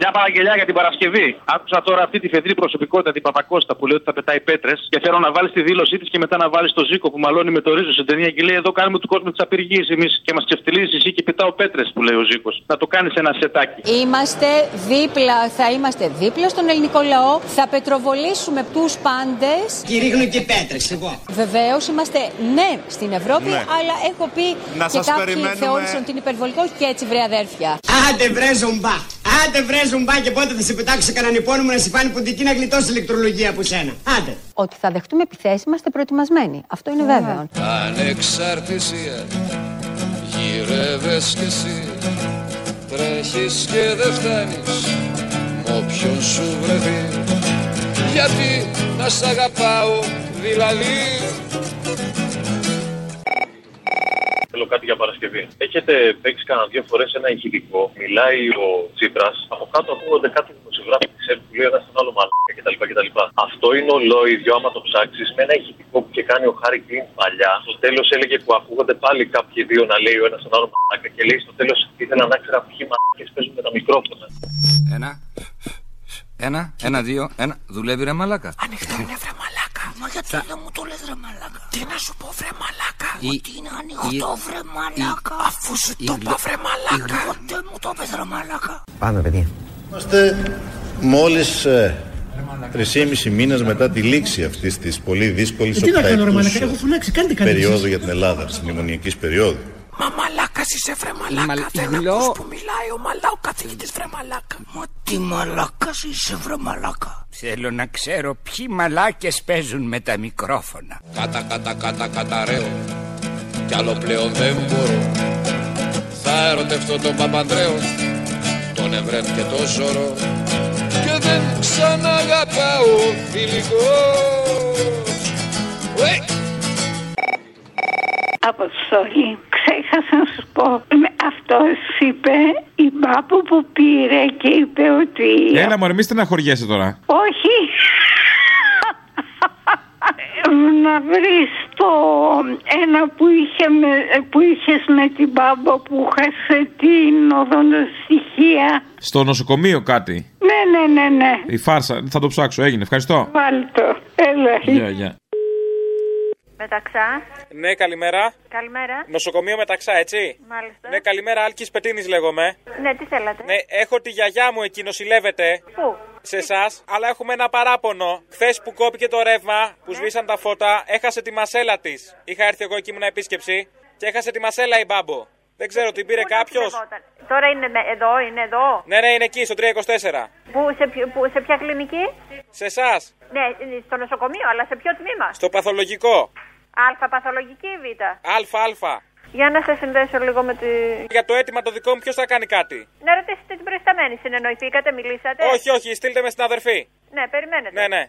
S7: Μια παραγγελιά για την Παρασκευή. Άκουσα τώρα αυτή τη φεδρή προσωπικότητα, την Παπακώστα, που λέει ότι θα πετάει πέτρες. Και θέλω να βάλεις τη δήλωσή της και μετά να βάλεις το Ζήκο που μαλώνει με το ρίζο στην ταινία και λέει: Εδώ κάνουμε του κόσμου τι απεργίε εμείς και μας ξεφτυλίζεις εσύ και πετάω πέτρες, που λέει ο Ζήκος. Να το κάνεις ένα σετάκι.
S56: Είμαστε δίπλα, θα είμαστε δίπλα στον ελληνικό λαό. Θα πετροβολήσουμε τους πάντες.
S9: Κηρύγνω και πέτρες εγώ.
S56: Βεβαίως είμαστε ναι στην Ευρώπη,
S9: Ναι.
S56: αλλά έχω πει
S9: Να
S56: και
S9: σας
S56: κάποιοι
S9: περιμένουμε-
S56: θεώρησαν ότι είναι υπερβολικό και έτσι βρε αδέρφια.
S9: Άντε βρε ζουμπά. Άντε βρε ζουμπά και πότε θα σε πετάξω σε κανέναν υπόνομο να σε φάνει ποντική να γλιτώσει ηλεκτρολογία από σένα. Άντε.
S56: Ότι θα δεχτούμε επιθέσεις είμαστε προετοιμασμένοι. Αυτό είναι βέβαιο.
S55: Ανεξαρτησία Γυρεύες κι εσύ Τρέχεις και δεν φτάνεις Μ' όποιον σου βρεθεί Γιατί να σ' αγαπάω δηλαδή
S57: Θέλω κάτι για Παρασκευή. Έχετε παίξει κανένα δύο φορές ένα ηχητικό. Μιλάει ο Τσίπρας. Από κάτω ακούγονται κάτι δημοσιογράφοι που ξέρει που λέει ένας στον άλλο μαλάκα κτλ. κτλ. Αυτό είναι ολόιδιο άμα το ψάξεις με ένα ηχητικό που είχε κάνει ο Χάρη Κλίν παλιά. Στο τέλος έλεγε που ακούγονται πάλι κάποιοι δύο να λέει ο ένας τον άλλο μαλάκα και λέει στο τέλος ήθελα να ξέρω ποιοι μαλάκες παίζουν με τα μικρόφωνα.
S5: Ένα. Ένα, ένα, δύο, ένα. Δουλεύει ρε μαλάκα.
S57: Ανοιχτό είναι βρε μαλάκα. Μα γιατί
S5: Θα-
S57: δεν μου το λες βρε μαλάκα. Τι να σου πω βρε μαλάκα.
S5: Η-
S57: Ότι είναι ανοιχτό
S5: η-
S57: βρε μαλάκα. Αφού σου
S5: η
S57: το
S5: γλω-
S57: είπα βρε μαλάκα.
S5: γλω-
S57: Ποτέ μου το είπες βρε μαλάκα.
S5: Πάμε, παιδιά.
S33: Είμαστε μόλις ε, Τρεις μήνες μετά τη λήξη αυτής της πολύ δύσκολης
S5: Ε, τι να κάνω, ρε
S33: οκταετούς,
S5: Μαλάκα, έχω φωνάξει. Κάντε κάτι.
S33: περίοδου για την Ελλάδα, της μνημονιακής περίοδου.
S5: Μα μαλάκα είσαι βρε μαλάκα. Δεν ακούς που μιλάει ο μαλάκα ο καθηγητής βρε μαλάκα. Μα τι μαλάκας είσαι βρε μαλάκα.
S58: Θέλω να ξέρω ποιοι μαλάκες παίζουν με τα μικρόφωνα.
S55: Κατά κατά κατά καταραίω Κι άλλο πλέον δεν μπορώ Θα ερωτευτώ τον Παπανδρέο Τον Ευρέμ και τον Ζωρό Και δεν ξαναγαπάω φιλικός Ουε!
S53: Αποστολή, ξέχασα να σου πω. Ε, Αυτός είπε η μπάπου που πήρε και είπε ότι.
S59: Έλα, μωρέ, μη στεναχωριέσαι τώρα.
S53: Όχι. να βρεις το ένα που, είχε με, που είχες με την μπάμπα που χάσε την οδοντοστοιχεία.
S59: Στο νοσοκομείο κάτι.
S53: Ναι, ναι, ναι, ναι.
S59: Η φάρσα. Θα το ψάξω. Έγινε. Ευχαριστώ.
S53: Βάλ' το. Έλα.
S59: Γεια, γεια.
S40: Μεταξά.
S2: Ναι, καλημέρα.
S40: Καλημέρα.
S2: Νοσοκομείο μεταξά, έτσι.
S40: Μάλιστα.
S2: Ναι, καλημέρα, Άλκης Πετίνης λέγομαι.
S40: Ναι, τι θέλατε.
S2: Ναι, έχω τη γιαγιά μου εκεί, νοσηλεύεται.
S40: Πού?
S2: Σε εσάς, αλλά έχουμε ένα παράπονο. Χθες που κόπηκε το ρεύμα, που σβήσαν τα φώτα, έχασε τη μασέλα της. Είχα έρθει εγώ εκεί, ήμουν επίσκεψη και έχασε τη μασέλα η μπάμπο. Δεν ξέρω, την πήρε κάποιος.
S40: Λεγόταν. Τώρα είναι με- εδώ, είναι εδώ.
S2: Ναι, ναι, είναι εκεί, στο 324.
S40: Πού, σε, ποιο- που, σε ποια κλινική?
S2: Σε εσάς,
S40: Ναι, είναι στο νοσοκομείο, αλλά σε ποιο τμήμα.
S2: στο παθολογικό.
S40: Α, παθολογική ή Β.
S2: Αλφα, αλφα.
S40: Για να σε συνδέσω λίγο με τη.
S2: Για το αίτημα το δικό μου, ποιος θα κάνει κάτι.
S40: Να ρωτήσετε την προϊσταμένη, συνεννοηθήκατε, μιλήσατε.
S2: Όχι, όχι, στείλτε με στην αδερφή.
S40: Ναι, περιμένετε.
S2: Ναι, ναι.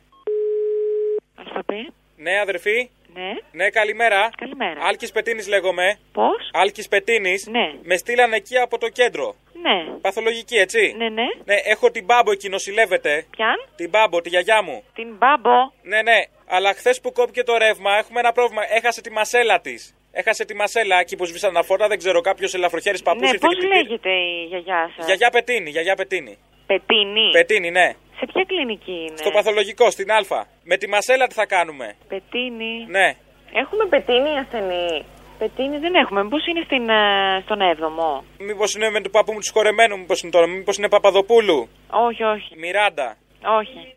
S2: Ναι, αδερφή.
S40: Ναι.
S2: Ναι, καλημέρα. Καλημέρα. Άλκης Πετίνης λέγομαι. Πώς? Άλκης Πετίνης. Ναι. Με στείλανε εκεί από το κέντρο.
S40: Ναι.
S2: Παθολογική, έτσι.
S40: Ναι, ναι.
S2: Ναι, έχω την μπάμπο εκεί, νοσηλεύεται.
S40: Ποιαν?
S2: Την μπάμπο, τη γιαγιά μου.
S40: Την μπάμπο.
S2: Ναι, ναι. Αλλά χθες που κόπηκε το ρεύμα, έχουμε ένα πρόβλημα. Έχασε τη μασέλα της. Έχασε τη μασέλα εκεί που σβήσαν τα φώτα, δεν ξέρω, κάποιος ελαφροχέρι παππούς
S20: Ναι,
S2: ήρθε
S20: πώ
S2: και την πήρε.
S20: λέγεται η γιαγιά σας.
S2: Γιαγιά Πετίνη, γιαγιά Πετίνη.
S20: Πετίνη.
S2: Πετίνη, ναι.
S20: Σε ποια κλινική είναι.
S2: Στο παθολογικό, στην Α. Με τη μασέλα τι θα κάνουμε.
S20: Πετίνη.
S2: Ναι.
S20: Έχουμε πετίνη ασθενή. Πετίνη δεν έχουμε. Μήπως είναι στην, ε, στον 7ο.
S2: Μήπως είναι με του παππού μου τους χορεμένου, μήπως είναι τώρα, μήπως είναι Παπαδοπούλου.
S20: Όχι, όχι.
S2: Μιράντα.
S20: Όχι.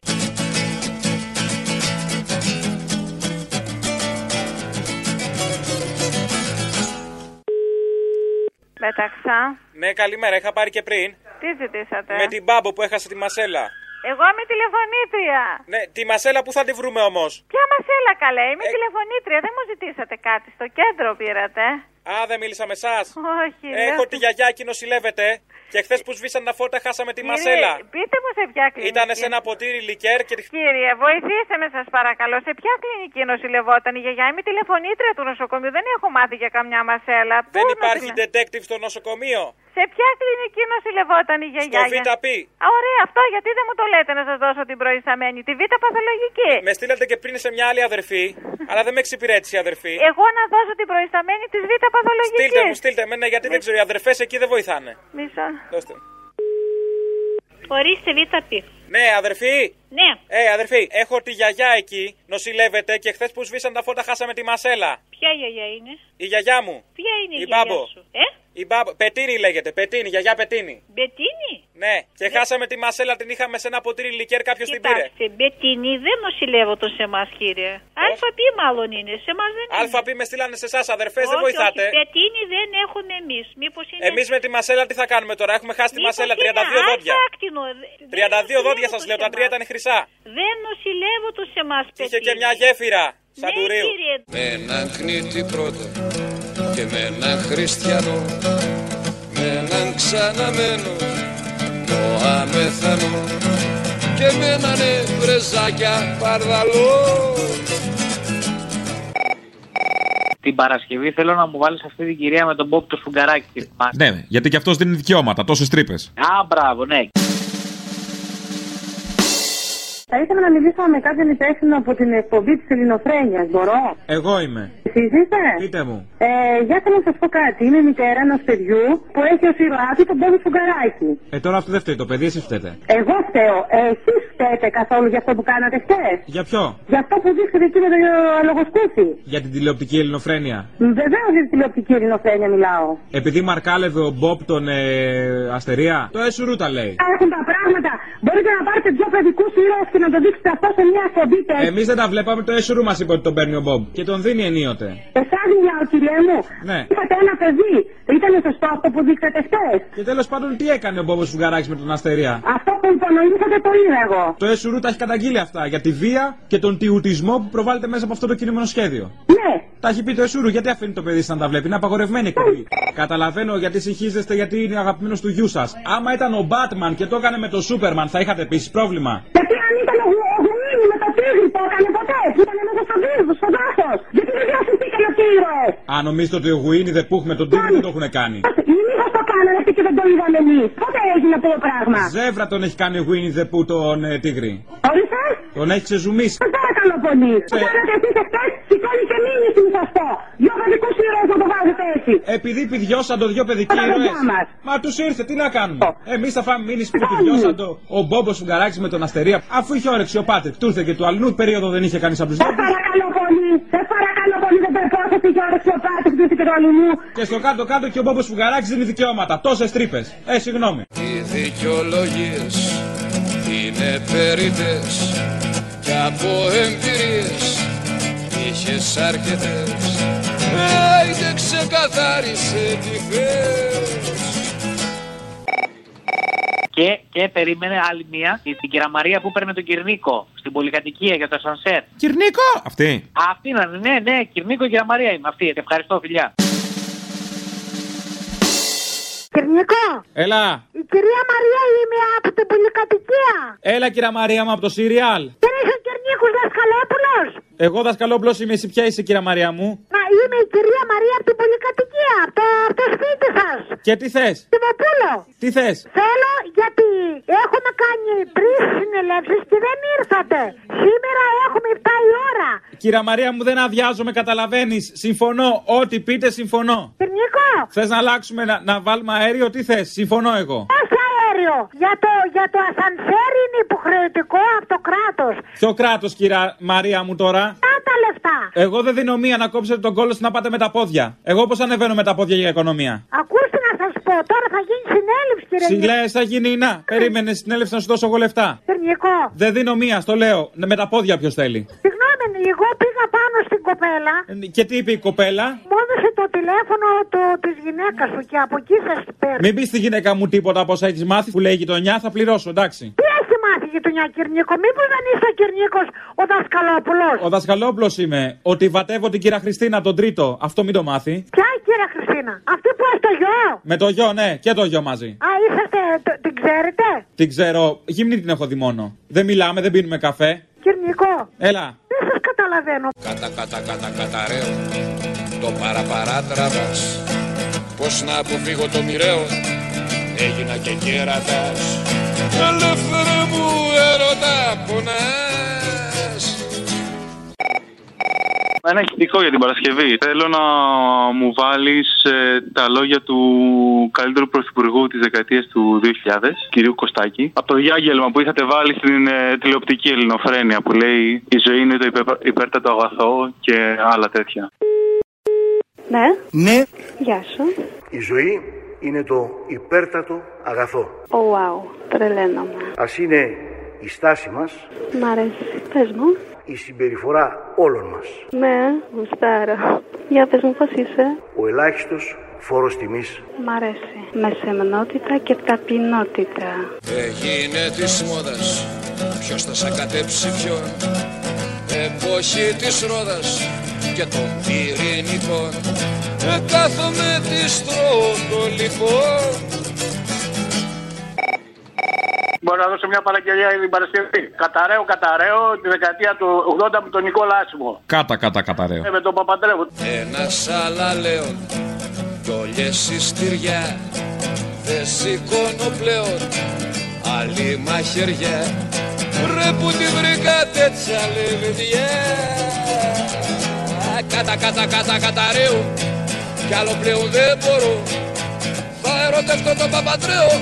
S40: Μεταξά.
S2: Ναι, καλημέρα, είχα πάρει και πριν.
S40: Τι ζητήσατε.
S2: Με την μπάμπο που έχασε τη μασέλα.
S40: Εγώ είμαι τηλεφωνήτρια.
S2: Ναι, τη μασέλα που θα τη βρούμε όμως.
S40: Ποια μα έλα καλέ, είμαι
S2: Ε-
S40: τηλεφωνήτρια. Δεν μου ζητήσατε κάτι. Στο κέντρο πήρατε.
S2: Α, δεν μίλησα με εσάς.
S40: Όχι. λέω.
S2: Έχω τη γιαγιά εκεί νοσηλεύεται. Και χθες που σβήσαν τα φώτα, χάσαμε τη
S40: Κύριε,
S2: μασέλα.
S40: Πείτε μου σε ποια κλινική.
S2: Ήτανε σε ένα ποτήρι λικέρ και τη
S40: Κύριε, βοηθήστε με σας παρακαλώ. Σε ποια κλινική νοσηλευόταν η γιαγιά. Είμαι τηλεφωνήτρια του νοσοκομείου. Δεν έχω μάθει για καμιά μασέλα. Πού
S2: Δεν
S40: να
S2: υπάρχει
S40: την-
S2: detective στο νοσοκομείο.
S40: Σε ποια κλινική νοσηλευόταν η
S2: Στο
S40: γιαγιά.
S2: ΒΠ.
S40: Α, Ωραία, αυτό γιατί δεν μου το λέτε να σας δώσω την προϊσταμένη. Τη β' παθολογική.
S2: Με στείλατε και πριν σε μια άλλη αδερφή, αλλά δεν με εξυπηρέτησε η αδερφή.
S40: Εγώ να δώσω την προϊσταμένη τη β' παθολογική.
S2: Ναι. Στείλτε μου, στείλτε με, ναι, γιατί δεν ξέρω, οι αδερφές εκεί δεν βοηθάνε.
S40: Μισό.
S2: Δώστε.
S40: Ορίστε β'
S2: Ναι, αδερφή.
S40: Ναι.
S2: Ε, αδερφή, έχω τη γιαγιά εκεί, νοσηλεύεται και χθες που σβήσαν τα φώτα χάσαμε τη μασέλα.
S40: Ποια γιαγιά είναι.
S2: Η γιαγιά μου.
S40: Ποια είναι
S2: Η μπάμπο.
S40: Ε,
S2: Η μπάμπο. Πετίνη λέγεται. Πετίνη, γιαγιά Πετίνη.
S40: Μπετίνη.
S2: Ναι, και χάσαμε τη μασέλα, την είχαμε σε ένα ποτήρι λικέρ, κάποιος την πήρε.
S40: Κοιτάξτε, Μπετίνη δεν νοσηλεύονταν σε εμά, κύριε. Αλφα πι μάλλον είναι, σε εμά δεν είναι.
S2: Αλφα πει με στείλανε σε εσάς, αδερφές,
S40: όχι,
S2: δεν βοηθάτε.
S40: Όχι, Μπετίνη δεν έχουμε εμείς. Μήπως είναι.
S2: Εμείς με τη μασέλα τι θα κάνουμε τώρα, έχουμε χάσει τη
S40: Μήπως
S2: μασέλα 32
S40: είναι
S2: δόντια.
S40: αλφα-άκτινο.
S2: 32 δόντια σας λέω, τα τρία ήταν χρυσά.
S40: Δεν νοσηλεύονταν σε Ναι, εμά,
S2: Είχε και μια γέφυρα. Σαντουρίου.
S55: Με έναν κνήτη πρώτα και με έναν χριστιανό Με έναν ξαναμένο Μωαμεθανό Και με έναν ευρεζάκια παρδαλό
S43: Την Παρασκευή θέλω να μου βάλεις αυτή την κυρία με τον Μπόπ το σφουγγαράκι. τη θυμάσαι.
S59: Ναι, γιατί και αυτός δίνει δικαιώματα, τόσες τρύπες.
S43: Α, μπράβο, ναι.
S9: Θα ήθελα να μιλήσω με κάποιον υπεύθυνο από την εκπομπή της Ελληνοφρένειας. Μπορώ.
S59: Εγώ είμαι.
S9: Εσείς είστε.
S2: Πείτε μου.
S9: Ε, για θέλω να σας πω κάτι. Είμαι μητέρα ενός παιδιού που έχει ως ηρωάτη τον Μπόμπι Φουγκαράκη.
S2: Ε, τώρα αυτό δεν φταίει το παιδί, εσείς φταίτε.
S9: Εγώ φταίω. Ε, εσείς φταίτε καθόλου για αυτό που κάνατε χθες.
S2: Για ποιο?
S9: Για αυτό που βρίσκεται εκεί με το ε, λογοσκούφι.
S2: Για την τηλεοπτική ελληνοφρένεια.
S9: Βεβαίως για την τηλεοπτική ελληνοφρένεια μιλάω.
S2: Επειδή μαρκάλευε ο Μπόπ τον ε, Αστερία, το Εσουρού τα λέει.
S9: Έχουν τα πράγματα. Μπορείτε να πάρετε δύο παιδικούς ήρωες και να το δείξετε αυτό σε μια εκπομπή
S32: Ε,
S9: τέτοια.
S2: Εμείς δεν τα βλέπαμε, το Εσουρού μας είπε ότι τον παίρνει ο Μπόπ και τον δίνει ενίοτε.
S9: Εσάς Ε, μιλάω, κυρία μου.
S2: Ναι.
S9: Είχατε ένα παιδί. Ήταν σωστό αυτό που δείξατε χθες.
S2: Και τέλος πάντων, τι έκανε ο Μπόμπο Φουγγαράκη με τον Αστερία.
S9: Αυτό που υπονοήσατε το είδα εγώ.
S2: Το Εσουρού τα έχει καταγγείλει αυτά για τη βία και τον τιουτισμό που προβάλλεται μέσα από αυτό το κινούμενο σχέδιο.
S9: Ναι.
S2: Τα έχει πει το Εσουρού, γιατί αφήνει το παιδί σας να τα βλέπει. Είναι απαγορευμένη εκπομπή. Καταλαβαίνω γιατί συγχύζεστε, γιατί είναι αγαπημένος του γιού σας. Άμα ήταν ο Batman και το έκανε με το Σούπερμαν, θα είχατε επίσης πρόβλημα.
S9: Γιατί αν ήταν ο Γουίνι με το τίγρη που έκανε ποτέ, που ήταν μέσα στον τίγρη, στον δάσο. Γιατί δεν διασυστήκαν οι ήρωες.
S2: Αν νομίζετε ότι ο Γουίνι δεν πούχ με τον Τίγρη, δεν το έχουν κάνει.
S9: Ή μήπως το κάνανε αυτοί και δεν το είδαμε εμείς. Πότε έγινε αυτό το πράγμα.
S2: Ζεύρα τον έχει κάνει ο Γουίνι δε που τον ε, Τίγρη.
S9: Ορίστε.
S2: Τον έχεις ξεζουμίσει.
S9: Σας παρακαλώ πολύ. Το κάνατε εσείς εχθές, σηκώνεις και μήνυση μου αυτό. Δυο παιδικούς ήρωες να το βάζετε έτσι.
S2: Επειδή πηδιώσαν το δυο παιδικοί
S9: Τα παιδιά
S2: ήρωες.
S9: μας.
S2: Μα τους ήρθε, τι να κάνουμε. Εμείς θα φάμε μήνυση που πηδιώσαν το ο Μπόμπος Φουγκαράκη με τον Αστερία. Αφού είχε όρεξη ο Πάτρικ, του ήρθε και του αλλού περίοδο δεν είχε κανείς από τους
S9: Σας παρακαλώ πολύ. Σας παρακαλώ πολύ δεν περπόσετε για όρεξη ο Πάτρικ του και του αλλού.
S2: Και στο κάτω-κάτω και ο Μπόμπος Φουγγαράκη δίνει δικαιώματα. Τόσες τρύπες. Ε, συγγνώμη.
S55: Οι δικαιολογίες είναι περίτες και από εμπειρίες είχες αρκετές Άιντε ξεκαθάρισε τι θες
S29: Και, και περίμενε άλλη μία τη- την κυραμαρία που παίρνε τον Κυρνίκο στην πολυκατοικία για το σανσέρ.
S2: Κυρνίκο! Αυτή.
S29: Αυτή να ναι, ναι, Κυρνίκο και Μαρία είμαι αυτή. Ευχαριστώ, φιλιά.
S32: Κυρνικό,
S2: Έλα.
S32: η κυρία Μαρία είμαι από την πολυκατοικία.
S2: Έλα, κυρία Μαρία μου, από το Σύριαλ.
S32: Δεν είσαι ο Κυρνίκος Δασκαλόπουλος.
S2: Εγώ δασκαλόπλο είμαι, εσύ ποια είσαι, κυρία Μαρία μου.
S32: Να είμαι η κυρία Μαρία από την πολυκατοικία, από το, από το σπίτι σας.
S2: Και τι θες,
S32: Δημοπούλο,
S2: τι θες.
S32: θέλω γιατί έχουμε κάνει τρεις συνελεύσεις και δεν ήρθατε. Σήμερα έχουμε 7 η ώρα.
S2: Κυρία Μαρία μου, δεν αδειάζομαι, καταλαβαίνεις. Συμφωνώ. Ό,τι πείτε, συμφωνώ.
S32: Κυρνικό,
S2: Θες να αλλάξουμε, να, να βάλουμε αέριο, τι θες. Συμφωνώ εγώ.
S32: όχι αέριο. Για το, για το ασανσέρ είναι υποχρεωτικό από το κράτος.
S2: Ποιο κράτος, κυρία Μαρία μου τώρα.
S32: Τα τα λεφτά.
S2: Εγώ δεν δίνω μία να κόψετε τον κόλλο σας να πάτε με τα πόδια. Εγώ πώς ανεβαίνω με τα πόδια για οικονομία.
S32: Ακούστε να σας πω, τώρα θα γίνει συνέλευση κύριε
S2: Συγκλέε θα γίνει, να. Περίμενε συνέλευση να σου δώσω εγώ λεφτά.
S32: Κυρνικό,
S2: Δεν δίνω μία, στο λέω. Με τα πόδια ποιος θέλει. Ε,
S32: συγγνώμη, εγώ πήγα πάνω στην κοπέλα,
S2: Και τι είπε η κοπέλα.
S32: μου έδωσε το τηλέφωνο το, της γυναίκας σου και από εκεί σας παίρνω.
S2: Μην πεις στη γυναίκα μου τίποτα από όσα έχεις μάθει που λέει η γειτονιά, θα πληρώσω, εντάξει.
S32: Τι έχει μάθει η γειτονιά Κυρνίκο, μήπως δεν είσαι ο Κυρνίκος ο δασκαλόπουλος.
S2: Ο δασκαλόπλο είμαι. Ότι βατεύω την κυρία Χριστίνα τον τρίτο. Αυτό μην το μάθει.
S32: Ποια η κυρία Χριστίνα, αυτή που έχει το γιο.
S2: Με το γιο, ναι, και το γιο μαζί.
S32: Α, είσαστε, το- την ξέρετε.
S2: Την ξέρω, γυμνή την έχω δει μόνο. Δεν μιλάμε, δεν πίνουμε καφέ.
S32: Κυρνικό,
S2: Έλα.
S32: δεν σας καταλαβαίνω.
S55: Κατά κατά κατά καταραίω το παραπαράτρα μας Πώς να αποφύγω το μοιραίο έγινα και κέρατας Ελεύθερα μου έρωτα πονάς
S11: Ένα ηχητικό για την Παρασκευή. Θέλω να μου βάλεις τα λόγια του καλύτερου πρωθυπουργού της δεκαετίας του 2000, κυρίου Κωστάκη. Από το διάγγελμα που είχατε βάλει στην ε, τηλεοπτική ελληνοφρένεια που λέει Η ζωή είναι το υπε- υπέρτατο αγαθό και άλλα τέτοια.
S53: Ναι,
S11: Ναι.
S53: γεια σου.
S7: Η ζωή είναι το υπέρτατο αγαθό.
S53: Ω, wow, τρελαίνομαι.
S7: Ας είναι η στάση μας,
S53: Μ' αρέσει. Πες μου.
S7: η συμπεριφορά όλων μας.
S53: Ναι, γουστάρω. Για πες μου πώς είσαι.
S7: Ο ελάχιστος φόρος τιμής.
S53: Μ' αρέσει. Με σεμνότητα και ταπεινότητα.
S55: Έγινε της μόδας Ποιος θα σε κατέψει ποιον Εποχή της ρόδας Και των πυρηνικών ε, Κάθομαι της τρώω λοιπόν
S14: Μπορώ να δώσω μια παραγγελία για την Παρασκευή. Καταραίω, καταραίω τη δεκαετία του 80 με τον Νικόλα Άσιμο.
S2: Κάτα, κάτα, καταραίω.
S14: Ε, ναι. με τον Παπαντρέου.
S55: Ένας αλαλέον κι όλες οι στυριά Δε σηκώνω πλέον άλλη μαχαιριά Ρε που τη βρήκα τέτοια λεβδιά κατα κατα κατα καταραίω Κι άλλο πλέον δεν μπορώ Θα ερωτευτώ τον Παπαντρέο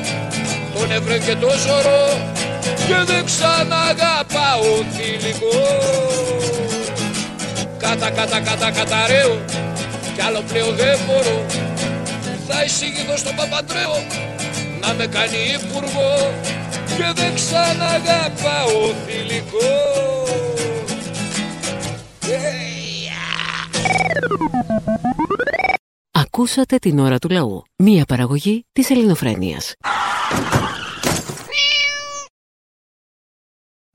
S55: Τον ευρέν και τον ζωρό Και δεν ξαναγαπάω θηλυκό Κατα κατα κατα καταραίω Κι άλλο πλέον δεν μπορώ Θα εισηγηθώ στον Παπαντρέο Να με κάνει υπουργό Και δεν ξαναγαπάω θηλυκό
S1: Ακούσατε την ώρα του λαού. Μία παραγωγή της ελληνοφρένειας.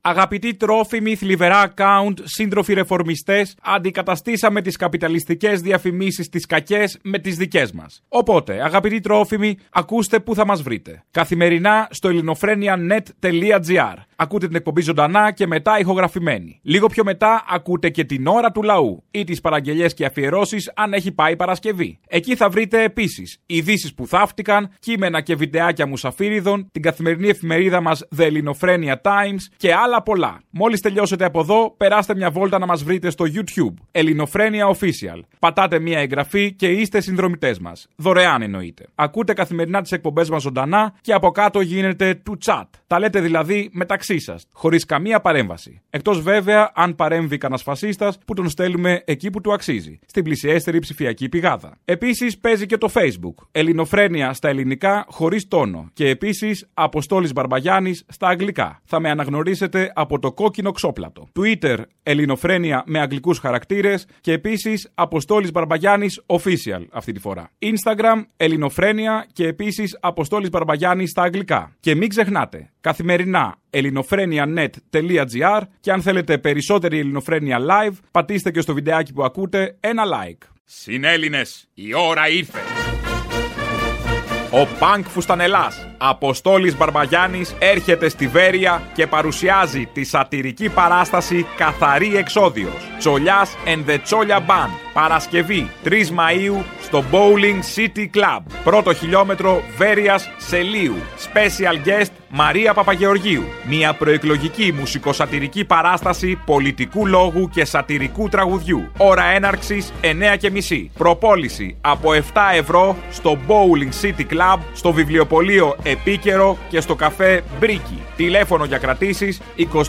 S2: Αγαπητοί τρόφιμοι, θλιβερά account, σύντροφοι ρεφορμιστές, αντικαταστήσαμε τις καπιταλιστικές διαφημίσεις τις κακές με τις δικές μας. Οπότε, αγαπητοί τρόφιμοι, ακούστε πού θα μας βρείτε. Καθημερινά στο ελληνοφρένια.net.gr. Ακούτε την εκπομπή ζωντανά και μετά ηχογραφημένη. Λίγο πιο μετά ακούτε και την ώρα του λαού ή τις παραγγελίες και αφιερώσεις αν έχει πάει Παρασκευή. Εκεί θα βρείτε επίσης ειδήσεις που θαύτηκαν, κείμενα και βιντεάκια μουσαφίριδων, την καθημερινή εφημερίδα μας The Ελληνοφrenia Times και άλλα πολλά. Μόλις τελειώσετε από εδώ, περάστε μια βόλτα να μας βρείτε στο YouTube. Ελληνοφρένια Official. Πατάτε μια εγγραφή και είστε συνδρομητές μας. Δωρεάν εννοείται. Ακούτε καθημερινά τις εκπομπές μας ζωντανά και από κάτω γίνεται to chat. Τα λέτε δηλαδή μεταξύ σας, χωρίς καμία παρέμβαση. Εκτός βέβαια αν παρέμβει κανένας φασίστας που τον στέλνουμε εκεί που του αξίζει, στην πλησιέστερη ψηφιακή πηγάδα. Επίσης παίζει και το Facebook. Ελληνοφρένια στα ελληνικά χωρίς τόνο. Και επίσης Αποστόλης Μπαρμπαγιάννης στα αγγλικά. Θα με αναγνωρίσετε από το κόκκινο ξόπλατο. Twitter Ελληνοφρένια με αγγλικούς χαρακτήρες και επίσης Αποστόλης Μπαρμπαγιάννης Official αυτή τη φορά. Instagram Ελληνοφρένια και επίσης Αποστόλης Μπαρμπαγιάννης στα αγγλικά. Και μην ξεχνάτε, καθημερινά ελληνοφρένια.net.gr και αν θέλετε περισσότερη ελληνοφρένια live, πατήστε και στο βιντεάκι που ακούτε ένα like. Συνέλληνες, η ώρα ήρθε! Ο Πανκ Φουστανελάς, Αποστόλης Μπαρμπαγιάννης, έρχεται στη Βέρεια και παρουσιάζει τη σατυρική παράσταση «Καθαρή Εξόδιος». Τσολιάς and the Τσόλια Band. Παρασκευή 3 Μαΐου στο Bowling City Club. Πρώτο χιλιόμετρο Βέρειας Σελίου. Special guest Μαρία Παπαγεωργίου. Μια προεκλογική μουσικοσατυρική παράσταση πολιτικού λόγου και σατυρικού τραγουδιού. Ώρα έναρξης 9.30. Προπόληση από 7 ευρώ στο Bowling City Club, στο βιβλιοπωλείο Επίκαιρο και στο καφέ Μπρίκι. Τηλέφωνο για κρατήσεις 23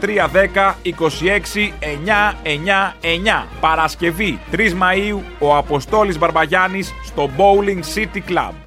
S2: 310 26 999. Παρασκευή 3 Μαΐου ο Αποστόλης Μπαρμπαγιάννης στο Bowling City Club.